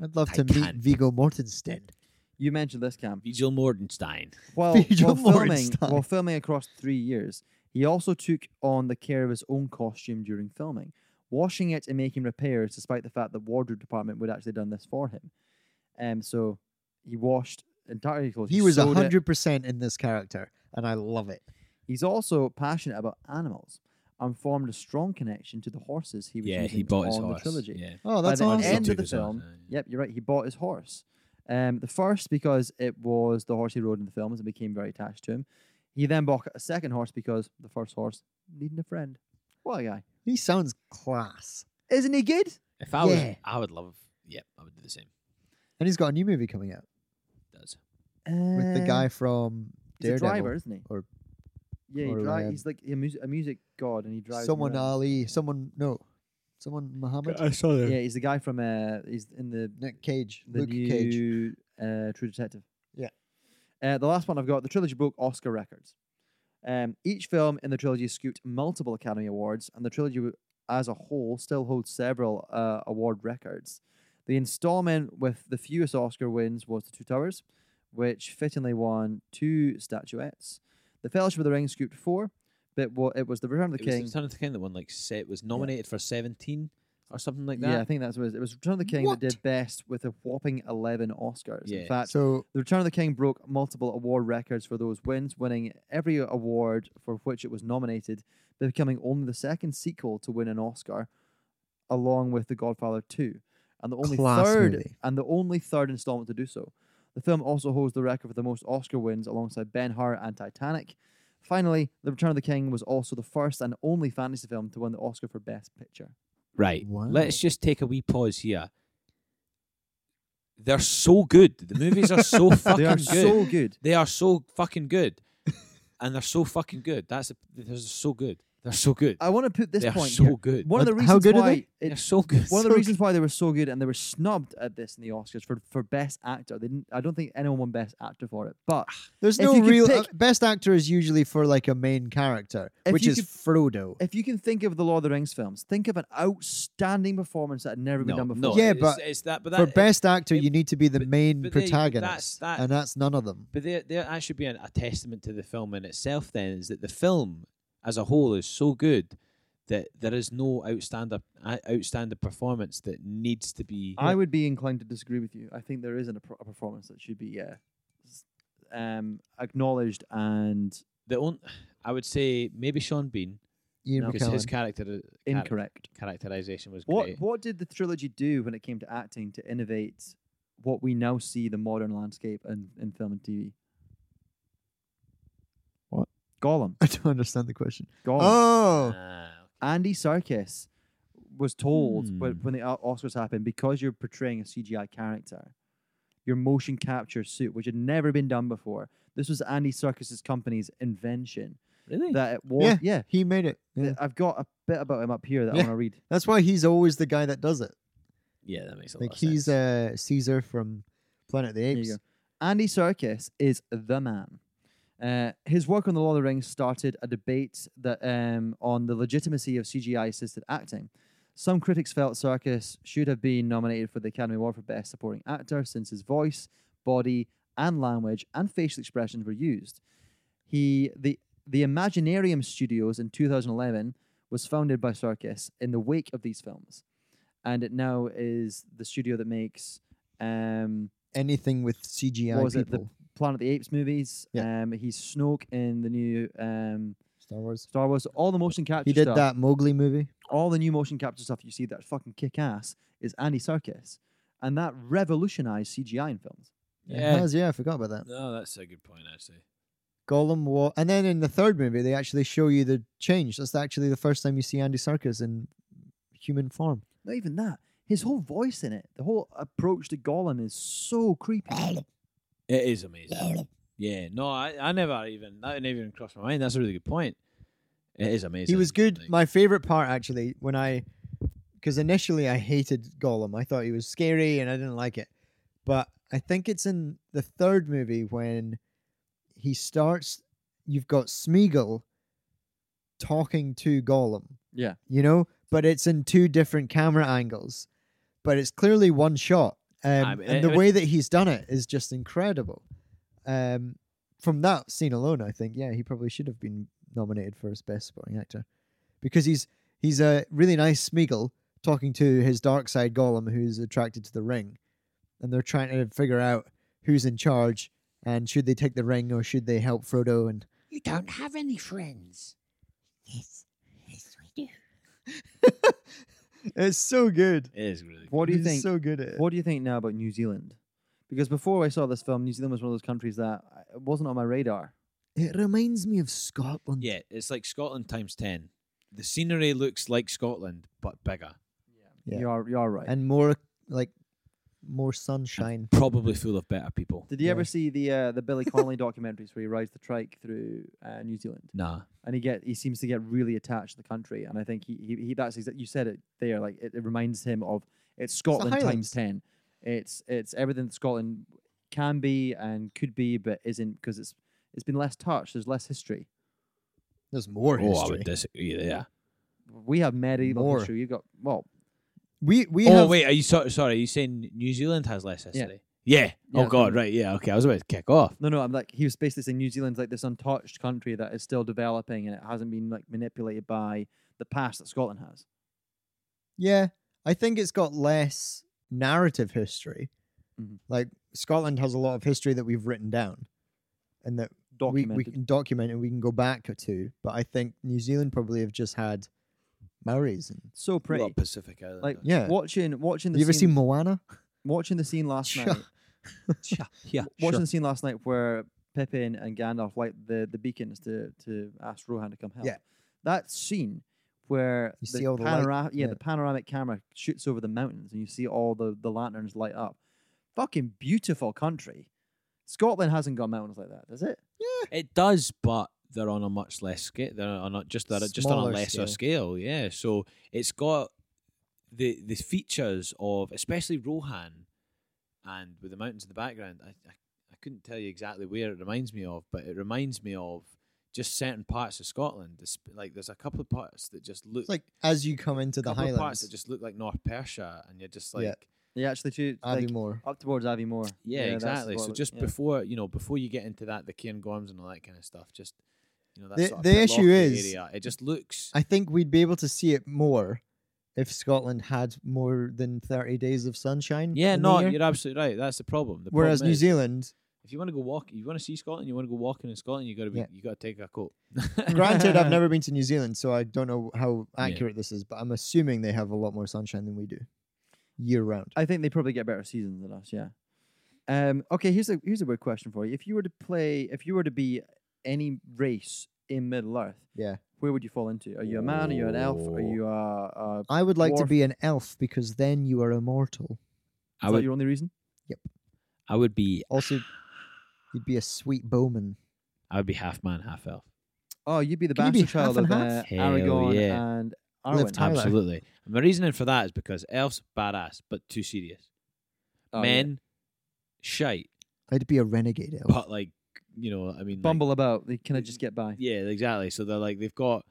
Speaker 2: I'd love
Speaker 4: I
Speaker 2: to meet
Speaker 4: can't.
Speaker 2: Vigo Mortensen.
Speaker 1: You mentioned this, Cam.
Speaker 4: Vigil Mordenstein.
Speaker 1: While,
Speaker 2: Vigil
Speaker 1: while, filming,
Speaker 2: Mortenstein.
Speaker 1: while filming across three years, he also took on the care of his own costume during filming, washing it and making repairs, despite the fact the wardrobe department would actually done this for him. Um, so he washed entirely clothes.
Speaker 2: He was
Speaker 1: sewed it.
Speaker 2: hundred percent in this character, and I love it.
Speaker 1: He's also passionate about animals and formed a strong connection to the horses he was
Speaker 4: Yeah,
Speaker 1: using
Speaker 4: he bought
Speaker 1: on
Speaker 4: his
Speaker 1: the
Speaker 4: horse.
Speaker 1: trilogy.
Speaker 4: Yeah.
Speaker 2: Oh, that's
Speaker 1: By the
Speaker 4: awesome.
Speaker 1: end
Speaker 4: Took
Speaker 1: of the
Speaker 4: his horse,
Speaker 1: film,
Speaker 4: yeah, yeah.
Speaker 1: yep, you're right. He bought his horse. Um, the first because it was the horse he rode in the films and became very attached to him. He then bought a second horse because the first horse needed a friend. What a guy!
Speaker 2: He sounds class,
Speaker 1: Isn't he good?
Speaker 4: If I was,
Speaker 2: Yeah.
Speaker 4: I would love. Yep, I would do the same.
Speaker 2: and he's got a new movie coming out
Speaker 4: Does
Speaker 2: with the
Speaker 1: Uh,
Speaker 2: guy from
Speaker 1: He's a
Speaker 2: Daredevil.
Speaker 1: driver, isn't he?
Speaker 2: or-
Speaker 1: yeah, he
Speaker 2: or,
Speaker 1: dri-
Speaker 2: um,
Speaker 1: he's like a music, a music god, and he drives. them
Speaker 2: someone
Speaker 1: around.
Speaker 2: Ali, someone no, someone Muhammad,
Speaker 3: saw that.
Speaker 1: Yeah, he's the guy from. Uh, he's in the
Speaker 2: Nick Cage,
Speaker 1: the
Speaker 2: Luke Cage.
Speaker 1: new uh, True Detective.
Speaker 2: Yeah.
Speaker 1: Uh, the last one I've got, the trilogy broke Oscar records. Um, each film in the trilogy scooped multiple Academy Awards, and the trilogy w- as a whole still holds several uh, award records. The installment with the fewest Oscar wins was The Two Towers, which fittingly won two statuettes. The Fellowship of the Ring scooped four, but wa- it was The Return of the
Speaker 4: it was
Speaker 1: King.
Speaker 4: Return of the King that one like set was nominated for seventeen or something like that.
Speaker 1: yeah, I think that's what it was. It was Return of the King
Speaker 2: What?
Speaker 1: that did best with a whopping 11 Oscars.
Speaker 4: Yeah.
Speaker 1: In fact,
Speaker 2: So
Speaker 1: the Return of the King broke multiple award records for those wins, winning every award for which it was nominated, but becoming only the second sequel to win an Oscar, along with The Godfather 2, and the only
Speaker 2: Class
Speaker 1: third
Speaker 2: movie.
Speaker 1: and the only third installment to do so. The film also holds the record for the most Oscar wins alongside Ben Hur and Titanic. Finally, The Return of the King was also the first and only fantasy film to win the Oscar for Best Picture.
Speaker 4: Right.
Speaker 2: Wow.
Speaker 4: Let's just take a wee pause here. They're so good. The movies are so fucking
Speaker 1: they are
Speaker 4: good.
Speaker 1: so good.
Speaker 4: they are so fucking good, and they're so fucking good. That's the, they're so good. They're so good.
Speaker 1: I want to put this
Speaker 4: they are
Speaker 1: point
Speaker 4: so
Speaker 1: here.
Speaker 4: good.
Speaker 1: One of the
Speaker 2: What-
Speaker 1: reasons
Speaker 2: how good are
Speaker 1: why
Speaker 2: they?
Speaker 1: it
Speaker 4: They're so good.
Speaker 1: One of
Speaker 2: So
Speaker 1: the reasons why they were so good and they were snubbed at this in the Oscars for, for best actor. They didn't. I don't think anyone won best actor for it. But
Speaker 4: Ah.
Speaker 2: there's
Speaker 1: if
Speaker 2: no
Speaker 1: you could
Speaker 2: real uh,
Speaker 1: pick-
Speaker 2: best actor is usually for like a main character,
Speaker 1: If
Speaker 2: which
Speaker 1: you
Speaker 2: is
Speaker 1: could-
Speaker 2: Frodo.
Speaker 1: if you can think of the Lord of the Rings films, think of an outstanding performance that had never been
Speaker 4: no,
Speaker 1: done before.
Speaker 4: no,
Speaker 2: Yeah,
Speaker 4: it's,
Speaker 2: but
Speaker 4: it's that, but
Speaker 2: for
Speaker 4: that,
Speaker 2: best actor,
Speaker 4: it-
Speaker 2: you need to be the
Speaker 4: but-
Speaker 2: main
Speaker 4: but there you- that's-
Speaker 2: protagonist,
Speaker 4: that-
Speaker 2: and that's none of them.
Speaker 4: But there, there, that should be an, a testament to the film in itself. Then is that the film as a whole is so good that there is no outstander, uh, outstanding performance that needs to be.
Speaker 1: I would be inclined to disagree with you. I think there isn't a, pro- a performance that should be uh, s- um, acknowledged and
Speaker 4: the on, I would say maybe Sean Bean
Speaker 2: Ian
Speaker 1: No.
Speaker 4: because his
Speaker 2: McKellen.
Speaker 4: character char-
Speaker 1: incorrect.
Speaker 4: characterization was
Speaker 1: What
Speaker 4: great.
Speaker 1: What did the trilogy do when it came to acting to innovate what we now see the modern landscape in, in film and TV?
Speaker 2: What?
Speaker 1: Gollum.
Speaker 2: I don't understand the question.
Speaker 1: Gollum.
Speaker 2: Oh,
Speaker 4: Ah,
Speaker 1: Andy Serkis was told when,
Speaker 4: Hmm.
Speaker 1: when the O- Oscars happened because you're portraying a CGI character, your motion capture suit, which had never been done before. This was Andy Serkis's company's invention.
Speaker 3: Hmm.
Speaker 4: really?
Speaker 1: That it was, yeah.
Speaker 2: he made it.
Speaker 1: th-
Speaker 2: Yeah.
Speaker 1: I've got a bit about him up here that I
Speaker 2: Yeah.
Speaker 1: want to read.
Speaker 2: That's why he's always the guy that does it.
Speaker 4: yeah, that makes a
Speaker 2: Like
Speaker 4: lot of
Speaker 2: he's
Speaker 4: sense.
Speaker 2: uh, Caesar from Planet of the
Speaker 1: There you
Speaker 2: Apes.
Speaker 1: go. Andy Serkis is the man. Uh, his work on The Lord of the Rings started a debate that um, on the legitimacy of CGI-assisted acting. Some critics felt Serkis should have been nominated for the Academy Award for Best Supporting Actor since his voice, body, and language and facial expressions were used. He the the Imaginarium Studios in 2011 was founded by Serkis in the wake of these films, and it now is the studio that makes. Um,
Speaker 2: Anything with CGI
Speaker 1: What was it, the
Speaker 2: people.
Speaker 1: Planet of the Apes movies.
Speaker 2: Yeah.
Speaker 1: Um, he's Snoke in the new um,
Speaker 2: Star Wars.
Speaker 1: Star Wars, all the motion capture
Speaker 2: He did
Speaker 1: stuff,
Speaker 2: that Mowgli movie.
Speaker 1: all the new motion capture stuff you see that's fucking kick ass is Andy Serkis, and that revolutionized CGI in films.
Speaker 2: It
Speaker 3: Yeah.
Speaker 2: has, yeah, I forgot about that.
Speaker 3: No, that's a good point actually.
Speaker 2: Gollum wa- and then in the third movie they actually show you the change. That's actually the first time you see Andy Serkis in human form.
Speaker 1: Not even that. His whole voice in it, the whole approach to Gollum is so creepy.
Speaker 3: It is amazing. yeah. No, I, I never even that never even crossed my mind. That's a really good point. It is amazing.
Speaker 2: He was good.
Speaker 3: Like,
Speaker 2: My favorite part actually when I because initially I hated Gollum. I thought he was scary and I didn't like it. But I think it's in the third movie when he starts you've got Smeagol talking to Gollum.
Speaker 1: Yeah.
Speaker 2: You know, but it's in two different camera angles. But it's clearly one shot. Um,
Speaker 3: I mean,
Speaker 2: and
Speaker 3: it-
Speaker 2: the
Speaker 3: it-
Speaker 2: way that he's done it is just incredible. Um, from that scene alone, I think, yeah, he probably should have been nominated for his best supporting actor because he's he's a really nice Smeagol talking to his dark side Gollum, who's attracted to the ring, and they're trying to figure out who's in charge and should they take the ring or should they help Frodo and
Speaker 4: You don't have any friends. Yes, yes, we do.
Speaker 2: it's so good.
Speaker 3: It is really.
Speaker 1: What do you
Speaker 2: He's
Speaker 1: think?
Speaker 2: So good at it.
Speaker 1: What do you think now about New Zealand? Because before I saw this film, New Zealand was one of those countries that uh, it wasn't on my radar.
Speaker 2: It reminds me of Scotland.
Speaker 3: Yeah, it's like Scotland times ten. The scenery looks like Scotland but bigger.
Speaker 2: Yeah.
Speaker 1: You are you are right.
Speaker 2: and more like more sunshine.
Speaker 3: Probably full of better people.
Speaker 1: Did you ever
Speaker 2: Yeah.
Speaker 1: see the uh, the Billy Connolly documentaries where he rides the trike through uh, New Zealand
Speaker 3: Nah.
Speaker 1: and he get he seems to get really attached to the country and I think he he, he that's exa- you said it there like it, it reminds him of it's Scotland times
Speaker 2: Highlands.
Speaker 1: ten. It's it's everything that Scotland can be and could be but isn't because it's it's been less touched. There's less history.
Speaker 2: There's more
Speaker 3: Oh, I would disagree there.
Speaker 1: We have medieval
Speaker 2: More.
Speaker 1: history. You've got well
Speaker 2: We we
Speaker 3: oh
Speaker 2: have
Speaker 3: wait, are you so, sorry? Are you saying New Zealand has less history? Yeah.
Speaker 1: Yeah,
Speaker 3: oh God. Right. Yeah. Okay. I was about to kick off.
Speaker 1: No, no, I'm like he was basically saying New Zealand's like this untouched country that is still developing and it hasn't been like manipulated by the past that Scotland has.
Speaker 2: yeah. I think it's got less narrative history.
Speaker 1: Mhm.
Speaker 2: Like Scotland has a lot of history that we've written down, and that we,
Speaker 1: Documented.
Speaker 2: we can document and we can go back to. But I think New Zealand probably have just had Maoris. And,
Speaker 1: so pretty.
Speaker 3: Well, Pacific Island.
Speaker 1: like
Speaker 2: Yeah.
Speaker 1: watching watching the
Speaker 2: you ever
Speaker 1: scene,
Speaker 2: seen Moana?
Speaker 1: watching the scene last
Speaker 2: Sure.
Speaker 1: night.
Speaker 3: yeah. yeah.
Speaker 1: Watching
Speaker 2: Sure.
Speaker 1: the scene last night where Pippin and Gandalf light the, the beacons to, to ask Rohan to come help.
Speaker 2: Yeah.
Speaker 1: That scene where
Speaker 2: You
Speaker 1: the,
Speaker 2: see all the light,
Speaker 1: panora- yeah,
Speaker 2: yeah.
Speaker 1: the panoramic camera shoots over the mountains and you see all the, the lanterns light up. Fucking beautiful country. Scotland hasn't got mountains like that, does it?
Speaker 3: It does, but they're on a much less scale. They're on a, just they're just on a
Speaker 2: Smaller
Speaker 3: lesser scale. Yeah. So it's got the the features of especially Rohan, and with the mountains in the background. I, I I couldn't tell you exactly where it reminds me of, but it reminds me of just certain parts of Scotland. It's Like there's a couple of parts that just look
Speaker 2: It's like as you come into the
Speaker 3: couple of parts
Speaker 2: Highlands,
Speaker 3: that just look like North Persia, and you're just like.
Speaker 2: Yeah.
Speaker 1: Yeah, actually, to
Speaker 2: Abbey
Speaker 1: like,
Speaker 2: Moore.
Speaker 1: up towards Abbey Moore.
Speaker 3: Yeah,
Speaker 1: that's
Speaker 3: exactly.
Speaker 1: what
Speaker 3: So
Speaker 1: it-
Speaker 3: just
Speaker 1: yeah.
Speaker 3: before you know, before you get into that, the Cairngorms and all that kind of stuff, just you know, that
Speaker 2: The-
Speaker 3: sort of
Speaker 2: the
Speaker 3: bit
Speaker 2: issue
Speaker 3: lofty
Speaker 2: is-
Speaker 3: area, it just looks.
Speaker 2: I think we'd be able to see it more if Scotland had more than thirty days of sunshine.
Speaker 3: yeah,
Speaker 2: in the
Speaker 3: no,
Speaker 2: year.
Speaker 3: you're absolutely right. That's the problem. The
Speaker 2: Whereas
Speaker 3: problem
Speaker 2: New
Speaker 3: is,
Speaker 2: Zealand,
Speaker 3: if you want to go walk, you want to see Scotland, you want to go walking in Scotland, you got to be,
Speaker 2: Yeah.
Speaker 3: you got to take a coat.
Speaker 2: granted, I've never been to New Zealand, so I don't know how
Speaker 3: Yeah.
Speaker 2: accurate this is, but I'm assuming they have a lot more sunshine than we do year round.
Speaker 1: I think they probably get better seasons than us. Yeah. Um. Okay. Here's a here's a weird question for you. If you were to play, if you were to be any race in Middle Earth,
Speaker 2: Yeah.
Speaker 1: where would you fall into? Are you a man? Are you an elf? Are you a? a
Speaker 2: I would like to
Speaker 1: Dwarf.
Speaker 2: be an elf because then you are immortal.
Speaker 3: I
Speaker 1: is that
Speaker 3: would,
Speaker 1: your only reason?
Speaker 3: I would be,
Speaker 2: Also, you'd be a sweet bowman.
Speaker 3: I would be half man, half elf.
Speaker 1: Oh, you'd be the
Speaker 2: Can you be
Speaker 1: bastard child
Speaker 2: half
Speaker 1: of
Speaker 2: and
Speaker 1: uh,
Speaker 2: half?
Speaker 3: Hell
Speaker 1: Aragon
Speaker 3: yeah.
Speaker 1: and
Speaker 2: Liv
Speaker 1: Arwen.
Speaker 2: Tyler.
Speaker 3: Absolutely. And my reasoning for that is because elves badass, but too serious.
Speaker 1: Oh, yeah.
Speaker 3: Men, shite,
Speaker 2: I'd be a renegade elf.
Speaker 3: but like you know, I mean, like,
Speaker 1: bumble about. They kind of just get by.
Speaker 3: Yeah, exactly. So they're like they've got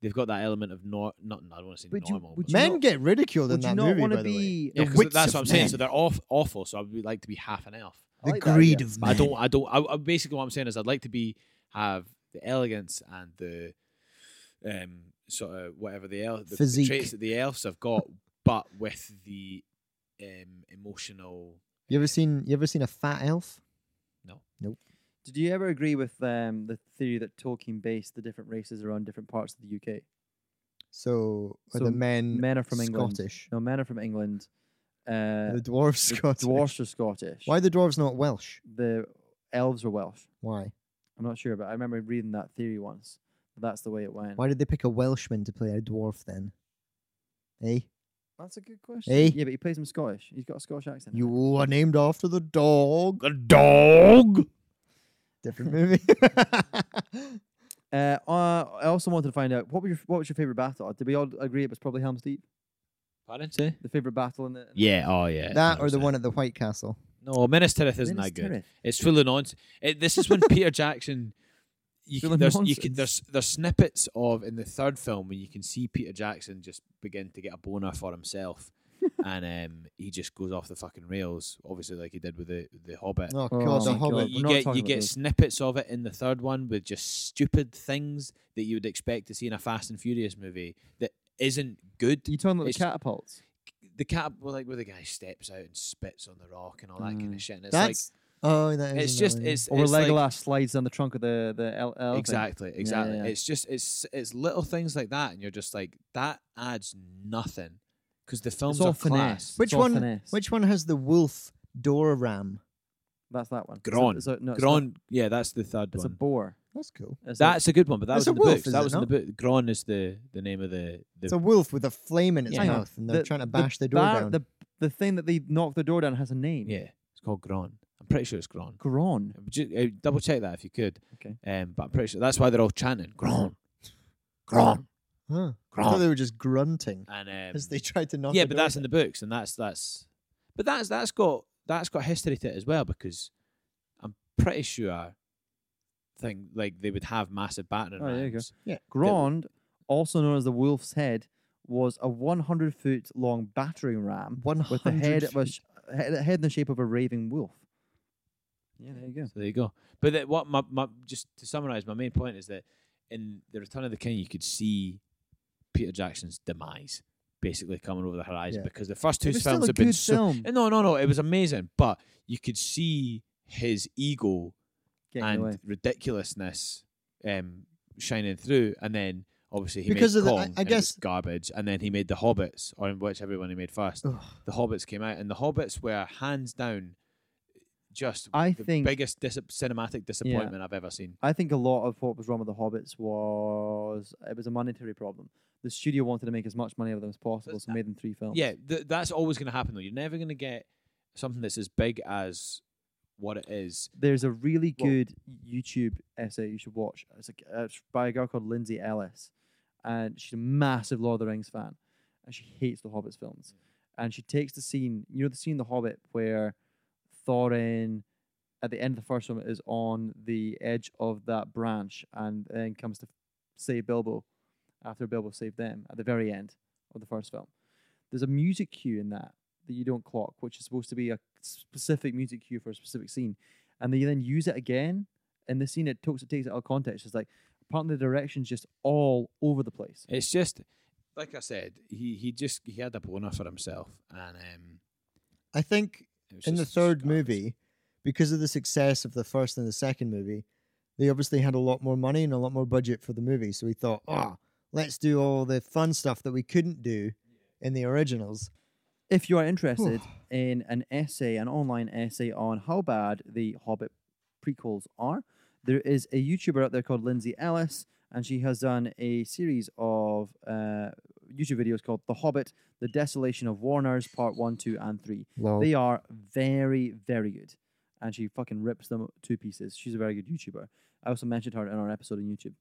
Speaker 3: they've got that element of nor not I don't want to say
Speaker 1: Would you-
Speaker 3: normal.
Speaker 1: would
Speaker 3: but-
Speaker 1: you
Speaker 2: men
Speaker 1: not-
Speaker 2: get ridiculed in
Speaker 1: Would you
Speaker 2: that
Speaker 1: not
Speaker 2: movie,
Speaker 1: want
Speaker 2: by
Speaker 1: to
Speaker 2: the way.
Speaker 1: be?
Speaker 3: yeah,
Speaker 2: the
Speaker 3: 'cause
Speaker 2: wits
Speaker 3: that's
Speaker 2: of
Speaker 3: what I'm saying.
Speaker 2: men.
Speaker 3: So they're off, awful. So I would like to be half an elf.
Speaker 1: I
Speaker 2: The
Speaker 1: like that
Speaker 2: greed
Speaker 1: idea.
Speaker 2: of
Speaker 3: But
Speaker 2: men.
Speaker 3: I don't. I don't. I, I basically what I'm saying is I'd like to be have the elegance and the um sort of whatever the elf the, the
Speaker 2: Physique.
Speaker 3: traits that the elves have got, but with the um emotional.
Speaker 2: You ever seen? You ever seen a fat elf?
Speaker 1: Did you ever agree with um, the theory that Tolkien based the different races around different parts of the UK?
Speaker 2: So, are
Speaker 1: So
Speaker 2: the men
Speaker 1: men are from England.
Speaker 2: Scottish?
Speaker 1: No, men are from England. Uh,
Speaker 2: the dwarves
Speaker 1: the
Speaker 2: Scottish.
Speaker 1: Dwarfs are Scottish.
Speaker 2: Why are the dwarves not Welsh?
Speaker 1: The elves were Welsh.
Speaker 2: Why?
Speaker 1: I'm not sure, but I remember reading that theory once. That's the way it went.
Speaker 2: Why did they pick a Welshman to play a dwarf then? Eh?
Speaker 1: That's a good question.
Speaker 2: Eh?
Speaker 1: Yeah, but he plays him Scottish. He's got a Scottish accent.
Speaker 2: You are named after the dog.
Speaker 5: A dog.
Speaker 2: Different movie.
Speaker 1: Uh, uh, I also wanted to find out what was your what was your favorite battle? Did we all agree it was probably Helm's Deep?
Speaker 3: Pardon, say?
Speaker 1: The favorite battle in the in the-
Speaker 3: Yeah, oh yeah.
Speaker 2: that or the
Speaker 3: 100%.
Speaker 2: one at the White Castle.
Speaker 3: No, Minas Tirith isn't
Speaker 1: Minas
Speaker 3: that good.
Speaker 1: Tirith.
Speaker 3: It's full of nonsense. It, this is when Peter Jackson. You
Speaker 1: Full
Speaker 3: can,
Speaker 1: of
Speaker 3: there's, you can,
Speaker 1: nonsense.
Speaker 3: there's there's snippets of in the third film when you can see Peter Jackson just begin to get a boner for himself, and um, he just goes off the fucking rails. Obviously, like he did with the the Hobbit.
Speaker 2: Oh,
Speaker 1: Oh
Speaker 2: God,
Speaker 1: my
Speaker 2: the
Speaker 1: God.
Speaker 2: Hobbit.
Speaker 1: we're
Speaker 3: you
Speaker 1: not
Speaker 3: get
Speaker 1: talking
Speaker 3: you
Speaker 1: about
Speaker 3: get
Speaker 1: those.
Speaker 3: snippets of it in the third one with just stupid things that you would expect to see in a Fast and Furious movie that isn't good.
Speaker 1: You talking about the
Speaker 3: It's-
Speaker 1: catapults?
Speaker 3: The cat, well, like where the guy steps out and spits on the rock and all that kind
Speaker 1: Mm.
Speaker 3: of shit. And it's
Speaker 2: That's oh, that
Speaker 3: like
Speaker 2: is
Speaker 3: it's
Speaker 2: another
Speaker 3: just
Speaker 2: one.
Speaker 3: it's
Speaker 1: Or
Speaker 3: it's
Speaker 1: where Legolas
Speaker 3: like-
Speaker 1: slides down the trunk of the the el- elephant.
Speaker 3: Exactly, exactly.
Speaker 1: yeah.
Speaker 3: It's just it's it's little things like that, and you're just like that adds nothing because the films
Speaker 1: It's all
Speaker 3: are
Speaker 1: finesse.
Speaker 3: class.
Speaker 2: Which
Speaker 1: It's all
Speaker 2: one-
Speaker 1: Finesse.
Speaker 2: Which one has the wolf door ram?
Speaker 1: That's that one. It's a-
Speaker 3: Gron.
Speaker 1: It's a, no, it's not-
Speaker 3: Gron, yeah, that's the third
Speaker 1: It's a
Speaker 3: one.
Speaker 1: boar.
Speaker 2: That's cool.
Speaker 1: It's a-
Speaker 3: that's a good one, but that
Speaker 2: It's
Speaker 3: was
Speaker 2: a
Speaker 3: in the
Speaker 2: wolf,
Speaker 3: books.
Speaker 2: is
Speaker 3: That
Speaker 2: it
Speaker 3: was in the book. Gron is the the name of the the.
Speaker 2: It's a wolf with a flame in its
Speaker 1: Hang on.
Speaker 2: mouth, and they're trying to bash the, door
Speaker 1: bar-
Speaker 2: down.
Speaker 1: The, the thing that they knock the door down has a name.
Speaker 3: yeah, it's called Gron. I'm pretty sure it's Gron.
Speaker 1: Gron.
Speaker 3: Would you- uh, double check that if you could.
Speaker 1: Okay.
Speaker 3: Um, but I'm pretty sure that's why they're all chanting Gron, Gron,
Speaker 2: Huh. I thought
Speaker 3: Gron,
Speaker 2: they were just grunting
Speaker 3: and um,
Speaker 2: as they tried to knock.
Speaker 3: yeah,
Speaker 2: the
Speaker 3: but
Speaker 2: door
Speaker 3: that's in the books, and that's that's, but that's that's got that's got history to it as well because I'm pretty sure, thing like they would have massive battering
Speaker 1: Oh, there you go.
Speaker 3: rams.
Speaker 1: Grond, also known as the wolf's head, was a 100 foot long battering ram with the
Speaker 2: 100
Speaker 1: head of a
Speaker 2: feet.
Speaker 1: sh- head head in the shape of a raving wolf. Yeah, there you go.
Speaker 3: So there you go. But that what my, my just to summarize, my main point is that in the Return of the King, you could see Peter Jackson's demise basically coming over the horizon
Speaker 2: Yeah.
Speaker 3: because the first two
Speaker 1: It was
Speaker 3: films
Speaker 1: still a
Speaker 3: have been
Speaker 1: good
Speaker 3: so
Speaker 1: film.
Speaker 3: No, no, no. It was amazing, but you could see his ego
Speaker 1: Getting
Speaker 3: and
Speaker 1: away.
Speaker 3: ridiculousness um, shining through, and then obviously he
Speaker 2: Because
Speaker 3: made
Speaker 2: of the- I-
Speaker 3: Kong,
Speaker 2: I
Speaker 3: and it was
Speaker 2: guess-
Speaker 3: garbage, and then he made the Hobbits, or whichever one he made first.
Speaker 2: Ugh.
Speaker 3: The Hobbits came out, and the Hobbits were hands down just
Speaker 1: I
Speaker 3: the
Speaker 1: think-
Speaker 3: biggest dis- cinematic disappointment I've ever seen.
Speaker 1: I think a lot of what was wrong with the Hobbits was it was a monetary problem. The studio wanted to make as much money out of them as possible, so made them three films.
Speaker 3: uh, Yeah, th- that's always going to happen though. You're never going to get something that's as big as what it is.
Speaker 1: There's a really
Speaker 3: Well-
Speaker 1: good YouTube essay you should watch. It's, a, it's by a girl called Lindsay Ellis, and she's a massive Lord of the Rings fan, and she hates the Hobbits films. And she takes the scene, you know, the scene in the Hobbit where Thorin, at the end of the first one, is on the edge of that branch, and then comes to save Bilbo after Bilbo saved them at the very end of the first film. There's a music cue in that that you don't clock, which is supposed to be a specific music cue for a specific scene, and they then use it again in the scene. It takes it takes it out of context. It's like apparently the direction's just all over the place.
Speaker 3: It's just like I said, he he just he had a boner for himself, and um,
Speaker 2: I think
Speaker 3: it was
Speaker 2: in the
Speaker 3: just
Speaker 2: third
Speaker 3: garbage.
Speaker 2: movie, because of the success of the first and the second movie, they obviously had a lot more money and a lot more budget for the movie. So we thought, oh, let's do all the fun stuff that we couldn't do in the originals.
Speaker 1: If you are interested in an essay, an online essay on how bad the Hobbit prequels are, there is a YouTuber out there called Lindsay Ellis, and she has done a series of uh, YouTube videos called "The Hobbit: The Desolation of Warners" Part One, Two, and Three.
Speaker 2: Oh. uh,
Speaker 1: They are very, very good. And she fucking rips them to pieces. She's a very good YouTuber. I also mentioned her in our episode on YouTube.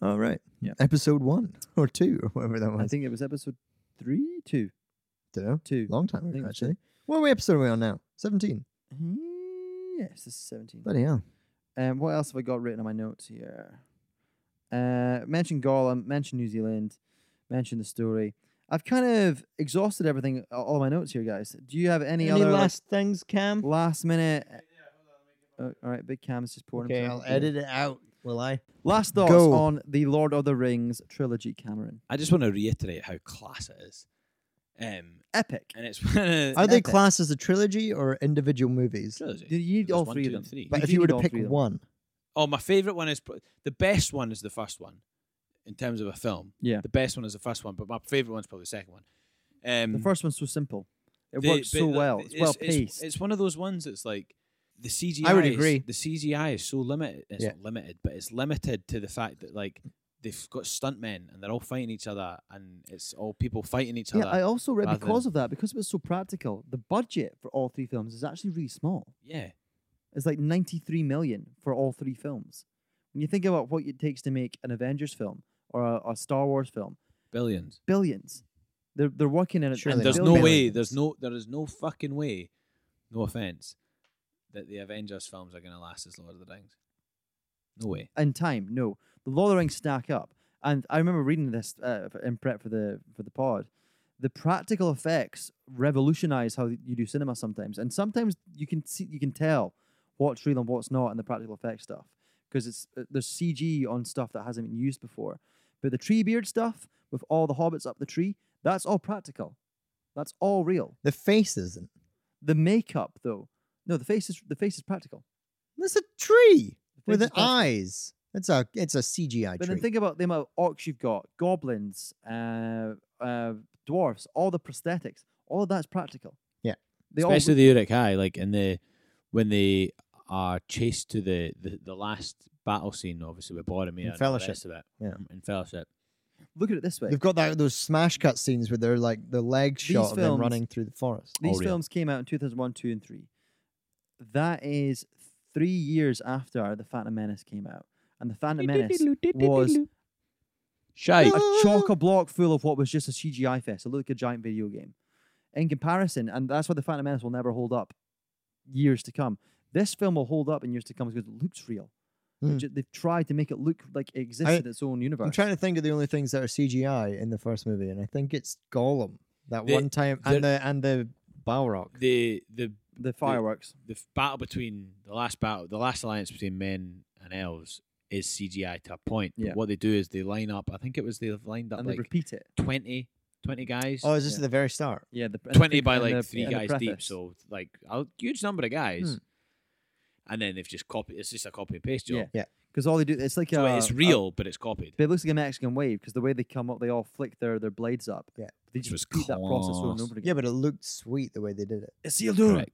Speaker 2: All right.
Speaker 1: Yeah.
Speaker 2: Episode one or two or whatever that was.
Speaker 1: I think it was episode three, two,
Speaker 2: don't know.
Speaker 1: two.
Speaker 2: Long time
Speaker 1: think
Speaker 2: ago,
Speaker 1: it's two.
Speaker 2: actually. What episode are we on now? 17.
Speaker 1: Mm, Yes, this is 17.
Speaker 2: Bloody hell.
Speaker 1: Um, what else have I got written on my notes here? Uh, mention Gollum, mention New Zealand, mention the story. I've kind of exhausted everything, all my notes here, guys. Do you have any, other like,
Speaker 2: things, Cam?
Speaker 1: last minute? Oh, all right, Big Cam's just pouring
Speaker 2: Okay, I'll
Speaker 1: himself.
Speaker 2: edit it out. Will I?
Speaker 1: Last thoughts
Speaker 2: Go.
Speaker 1: on the Lord of the Rings trilogy, Cameron.
Speaker 3: I just want to reiterate how class it is. Um,
Speaker 1: epic.
Speaker 3: and it's when
Speaker 2: Are they epic. classed as a trilogy or individual movies?
Speaker 1: You
Speaker 3: trilogy.
Speaker 1: you need
Speaker 3: There's
Speaker 1: all
Speaker 3: one,
Speaker 1: three
Speaker 3: two,
Speaker 1: of
Speaker 3: and
Speaker 1: them.
Speaker 3: three.
Speaker 2: But
Speaker 1: You
Speaker 2: if
Speaker 1: do
Speaker 2: you were
Speaker 1: need
Speaker 2: to
Speaker 1: all
Speaker 2: pick
Speaker 1: three of them.
Speaker 2: one,
Speaker 3: Oh, my favorite one is pro- the best one is the first one in terms of a film.
Speaker 1: Yeah.
Speaker 3: the best one is the first one, but my favorite one's probably the second one. Um,
Speaker 1: The first one's so simple. It
Speaker 3: the-
Speaker 1: works
Speaker 3: but
Speaker 1: so
Speaker 3: the-
Speaker 1: well. It's, well
Speaker 3: It's,
Speaker 1: paced.
Speaker 3: it's one of those ones that's like the CGI.
Speaker 2: would
Speaker 3: is-
Speaker 2: agree.
Speaker 3: the CGI is so limited. It's
Speaker 2: Yeah.
Speaker 3: not limited, but it's limited to the fact that like they've got stuntmen and they're all fighting each other, and it's all people fighting each
Speaker 1: Yeah,
Speaker 3: other.
Speaker 1: I also read
Speaker 3: rather
Speaker 1: because of that, because it was so practical, the budget for all three films is actually really small.
Speaker 3: yeah,
Speaker 1: It's like 93 million for all three films. When you think about what it takes to make an Avengers film or a, a Star Wars film,
Speaker 3: billions.
Speaker 1: billions. They're, they're working in it.
Speaker 2: Surely
Speaker 1: in
Speaker 3: And
Speaker 2: Billions.
Speaker 3: there's no
Speaker 1: billions.
Speaker 3: way. There's no. There is no fucking way. No offense, that the Avengers films are going to last as Lord of the Rings. No way.
Speaker 1: in time. No, the Lord of the Rings stack up. And I remember reading this uh, f- in prep for the for the pod. The practical effects revolutionize how you do cinema sometimes, and sometimes you can see you can tell what's real and what's not in the practical effects stuff because it's uh, there's CG on stuff that hasn't been used before. But the tree beard stuff with all the hobbits up the tree, that's all practical. That's all real.
Speaker 2: the face isn't.
Speaker 1: The makeup though, no, the face is the face is practical.
Speaker 2: That's a tree
Speaker 1: The face
Speaker 2: with
Speaker 1: is
Speaker 2: an
Speaker 1: practical.
Speaker 2: eyes. It's a it's a CGI
Speaker 1: But
Speaker 2: tree.
Speaker 1: then think about the amount of orcs you've got, goblins, uh, uh, dwarfs, all the prosthetics. All of that's practical.
Speaker 2: Yeah.
Speaker 1: They
Speaker 3: especially the Uruk Hai, like in the when they are chased to the the, the last battle scene, obviously with Boromir and all the
Speaker 2: Fellowship.
Speaker 3: rest of it. Mm,
Speaker 2: Yeah.
Speaker 3: in Fellowship.
Speaker 1: all look at it this way.
Speaker 2: They've got that those smash cut scenes where they're like the leg shot of them
Speaker 1: films-
Speaker 2: running through the forest.
Speaker 1: These
Speaker 3: all real.
Speaker 1: films came out in 2001, 2, and 3. That is three years after The Phantom Menace came out. And The Phantom Menace was
Speaker 3: Shite.
Speaker 1: a chock a block full of what was just a CGI fest. It looked like a giant video game. In comparison, and that's why The Phantom Menace will never hold up years to come. This film will hold up in years to come because it looks real. They
Speaker 2: Mm.
Speaker 1: ju- They've tried to make it look like it exists
Speaker 2: I-
Speaker 1: in its own
Speaker 2: I'm
Speaker 1: universe.
Speaker 2: trying to think of the only things that are CGI in the first movie, and I think it's Gollum that
Speaker 3: The-
Speaker 2: one time and the and the Balrog.
Speaker 3: The the
Speaker 1: the fireworks.
Speaker 3: the f- battle between the last battle, the last alliance between men and elves is CGI to a point. But
Speaker 1: Yeah.
Speaker 3: What they do is they line up. I think it was they lined up
Speaker 1: and
Speaker 3: like
Speaker 1: they repeat it.
Speaker 3: 20, 20 guys.
Speaker 2: Oh, is this
Speaker 1: yeah.
Speaker 2: at the very start?
Speaker 1: Yeah, the, and the
Speaker 3: twenty
Speaker 1: pre-
Speaker 3: by
Speaker 1: and
Speaker 3: like
Speaker 1: the-
Speaker 3: three
Speaker 1: and the
Speaker 3: guys deep,
Speaker 1: preface.
Speaker 3: so like a huge number of guys.
Speaker 2: Hmm.
Speaker 3: And then they've just copied. It's just a copy and paste job.
Speaker 1: Yeah.
Speaker 2: Yeah.
Speaker 1: Because all they do, it's like
Speaker 3: So
Speaker 1: a,
Speaker 3: it's
Speaker 1: a-
Speaker 3: real, but it's copied.
Speaker 1: but it looks like a Mexican wave because the way they come up, they all flick their, their blades up.
Speaker 2: Yeah.
Speaker 1: They
Speaker 3: Which was
Speaker 1: just repeat that process over and
Speaker 3: class.
Speaker 1: over again.
Speaker 2: Yeah, but it looked sweet the way they did it.
Speaker 1: Isildur,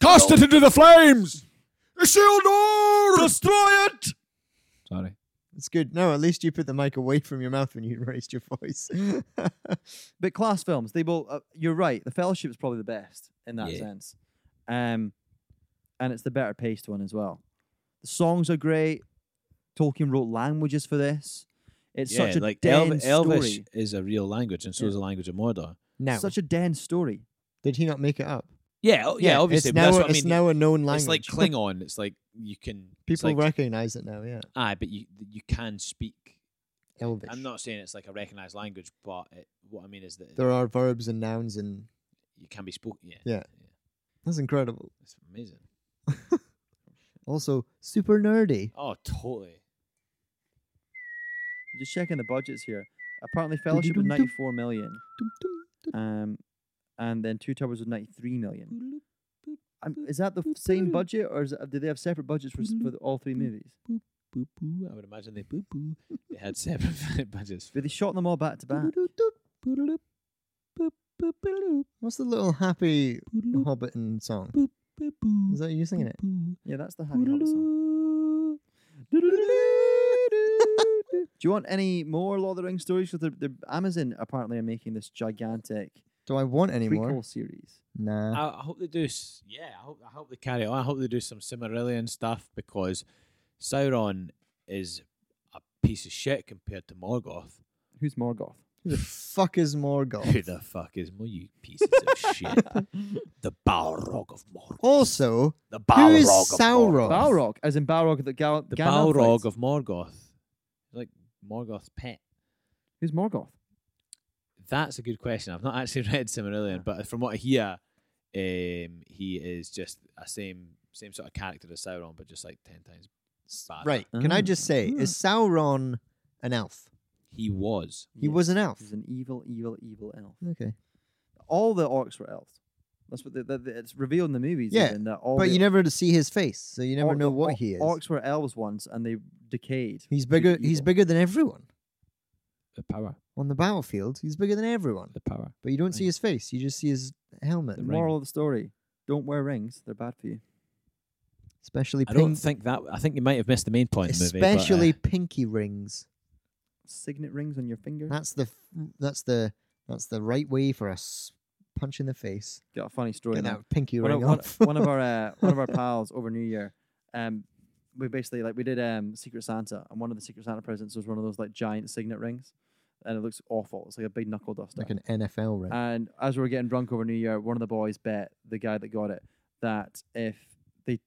Speaker 3: Cast it into the flames! Isildur!
Speaker 1: destroy it!
Speaker 3: Sorry.
Speaker 2: It's good. No, at least you put the mic away from your mouth when you raised your voice.
Speaker 1: But class films, they will. Uh, you're right. The Fellowship is probably the best in that
Speaker 3: Yeah.
Speaker 1: sense, um, and it's the better paced one as well. The songs are great. Tolkien wrote languages for this. It's
Speaker 3: yeah,
Speaker 1: such a
Speaker 3: like Elv-
Speaker 1: dense
Speaker 3: Elvish
Speaker 1: story.
Speaker 3: is a real language, and so
Speaker 1: Yeah.
Speaker 3: is the language of Mordor.
Speaker 2: now,
Speaker 1: Such a dense story.
Speaker 2: did he not make it up?
Speaker 3: Yeah, oh, yeah, obviously.
Speaker 2: It's
Speaker 3: but
Speaker 2: now,
Speaker 3: that's what I
Speaker 2: it's
Speaker 3: mean.
Speaker 2: now a known language.
Speaker 3: it's like Klingon. It's like you can. it's
Speaker 2: People
Speaker 3: like,
Speaker 2: recognize it now. Yeah,
Speaker 3: aye, but you you can speak.
Speaker 2: Elvish.
Speaker 3: I'm not saying it's like a recognized language, but it, what I mean is that
Speaker 2: There are verbs and nouns, and
Speaker 3: you can be spoken. Yeah,
Speaker 2: Yeah. that's incredible.
Speaker 3: it's amazing.
Speaker 2: Also, super nerdy.
Speaker 3: Oh, totally.
Speaker 1: Just checking the budgets here. Apparently, Fellowship was 94 million,
Speaker 2: Dum, dum, dum.
Speaker 1: um, and then Two Towers was 93 million. Um, is that the f- same budget, or is it, do they have separate budgets for, s- for the- all three movies?
Speaker 3: Boo boo. I would imagine they boo boo. They had separate budgets.
Speaker 1: But they shot them all back to back.
Speaker 2: What's the little happy Hobbiton song? Is that you singing it?
Speaker 1: Yeah, that's the Happy Hobbit song. Do you want any more Lord of the Rings stories? Because the Amazon apparently are making this gigantic
Speaker 2: Do I want any more?
Speaker 1: prequel series.
Speaker 2: Nah.
Speaker 3: I, I hope they do. s- Yeah, I hope, I hope they carry it on. I hope they do some Cimmerillion stuff because Sauron is a piece of shit compared to Morgoth.
Speaker 1: Who's Morgoth?
Speaker 2: Who the fuck is
Speaker 3: Who
Speaker 2: Morgoth?
Speaker 3: the fuck is Morgoth? You pieces of shit. The Balrog of Morgoth.
Speaker 2: Also,
Speaker 3: The
Speaker 2: Oh, who is
Speaker 3: Balrog of Morgoth.
Speaker 2: Sauron?
Speaker 1: Balrog, as in Balrog the Gal-
Speaker 3: The
Speaker 1: Gandalf
Speaker 3: Balrog
Speaker 1: fights.
Speaker 3: of Morgoth. Like Morgoth's pet.
Speaker 1: Who's Morgoth?
Speaker 3: That's a good question. I've not actually read Cimmerillion, but from what I hear, um, he is just a same same sort of character as Sauron, but just like ten times bad.
Speaker 2: Right. Can I
Speaker 1: Ah.
Speaker 2: just say,
Speaker 3: Hmm.
Speaker 1: Ah.
Speaker 2: is Sauron an elf?
Speaker 3: He was.
Speaker 2: He was an elf.
Speaker 1: He's an evil, evil, evil elf.
Speaker 2: Okay.
Speaker 1: all the orcs were elves. That's what the, the, the- it's revealed in the movies.
Speaker 2: Yeah,
Speaker 1: even, that all
Speaker 2: but
Speaker 1: the
Speaker 2: you never see his face, so you never
Speaker 1: orc-
Speaker 2: know what
Speaker 1: orc-
Speaker 2: he is.
Speaker 1: Orcs were elves once, and they decayed.
Speaker 2: he's
Speaker 1: due to
Speaker 2: bigger. He's
Speaker 1: evil.
Speaker 2: bigger than everyone
Speaker 4: The power.
Speaker 2: on the battlefield. He's bigger than everyone,
Speaker 4: The power.
Speaker 2: but you don't see his face. You just see his helmet,
Speaker 1: The
Speaker 4: The
Speaker 1: moral of the story: Don't wear rings; they're bad for you.
Speaker 2: especially
Speaker 4: I don't
Speaker 2: pink-
Speaker 4: think that. I think you might have missed the uh, main point.
Speaker 2: especially
Speaker 1: uh,
Speaker 4: Especially.
Speaker 2: pinky rings.
Speaker 1: Signet rings on your finger.
Speaker 2: That's the f- that's the that's the right way for a s- punch in the face.
Speaker 1: Got a funny story.
Speaker 2: Get
Speaker 1: now.
Speaker 2: that pinky
Speaker 1: one
Speaker 2: ring
Speaker 1: of, one,
Speaker 2: off.
Speaker 1: one of our uh, one of our pals over New Year, um, we basically like we did um Secret Santa, and one of the Secret Santa presents was one of those like giant signet rings, and it looks awful. It's like a big knuckle duster.
Speaker 2: like an NFL ring.
Speaker 1: And as we were getting drunk over New Year, one of the boys bet the guy that got it that if they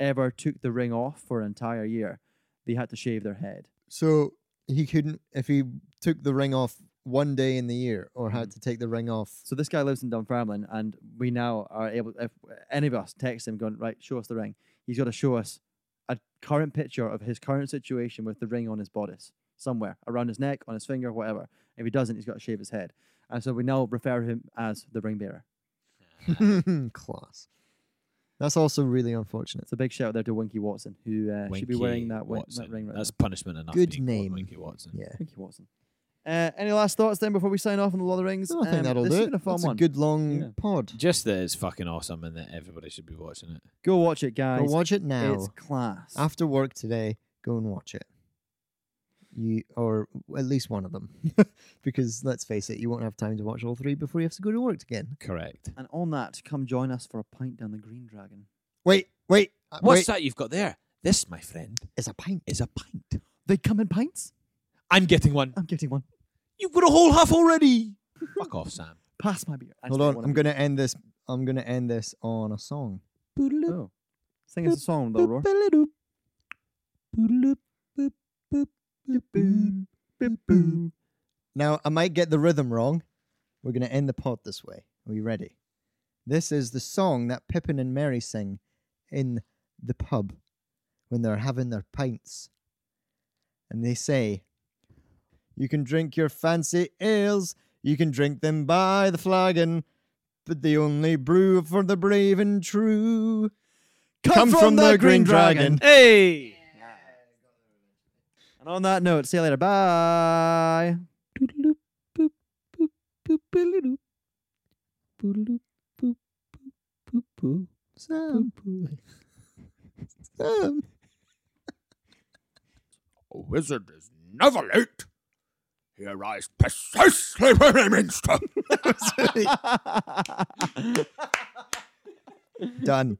Speaker 1: ever took the ring off for an entire year, they had to shave their head.
Speaker 2: So he couldn't if he took the ring off one day in the year, or
Speaker 1: Mm.
Speaker 2: had to take the ring off.
Speaker 1: So this guy lives in Dunfermline, and we now are able. If any of us text him, going right, show us the ring. He's got to show us a current picture of his current situation with the ring on his bodice somewhere around his neck, on his finger, whatever. If he doesn't, he's got to shave his head. And so we now refer him as the ring bearer.
Speaker 2: Class. That's also really unfortunate.
Speaker 1: It's a big shout out there to Winky Watson, who uh, should be wearing that, win- that ring right
Speaker 4: That's
Speaker 1: now.
Speaker 4: punishment enough.
Speaker 2: Good
Speaker 4: being called
Speaker 2: name.
Speaker 4: Winky Watson.
Speaker 2: Yeah.
Speaker 1: Winky Watson. Uh, any last thoughts then before we sign off on the Lord of the Rings?
Speaker 2: No, I think
Speaker 1: Um,
Speaker 2: that'll
Speaker 1: this
Speaker 2: do.
Speaker 1: has
Speaker 2: it.
Speaker 1: been a fun
Speaker 2: That's
Speaker 1: one.
Speaker 2: a good long
Speaker 1: Yeah.
Speaker 2: pod.
Speaker 4: Just that it's fucking awesome and that everybody should be watching it.
Speaker 1: Go watch it, guys.
Speaker 2: Go watch it now.
Speaker 1: It's class.
Speaker 2: After work today, go and watch it. You or at least one of them, because let's face it, you won't have time to watch all three before you have to go to work again.
Speaker 4: Correct.
Speaker 1: and on that, come join us for a pint down the Green Dragon.
Speaker 2: Wait, wait, uh,
Speaker 4: What's
Speaker 2: wait.
Speaker 4: that you've got there? This, my friend,
Speaker 2: It's a pint.
Speaker 4: is a pint.
Speaker 1: They come in pints?
Speaker 4: I'm getting one.
Speaker 1: I'm getting one.
Speaker 4: You've got a whole half already. Fuck off, Sam.
Speaker 1: Pass my beer. I
Speaker 2: Hold
Speaker 1: still
Speaker 2: on,
Speaker 1: want a
Speaker 2: I'm
Speaker 1: beer.
Speaker 2: gonna end this. I'm gonna end this on a song.
Speaker 1: Oh. Sing us a song, though, Roar.
Speaker 2: Now, I might get the rhythm wrong. We're going to end the pod this way. Are you ready? This is the song that Pippin and Mary sing in the pub when they're having their pints. And they say, You can drink your fancy ales, you can drink them by the flagon, but the only brew for the brave and true come from the Green Dragon.
Speaker 4: Hey!
Speaker 1: And on that note, see you later. Bye.
Speaker 2: Sam. Sam.
Speaker 6: A wizard is never late. He arrives precisely when he means to.
Speaker 2: Done.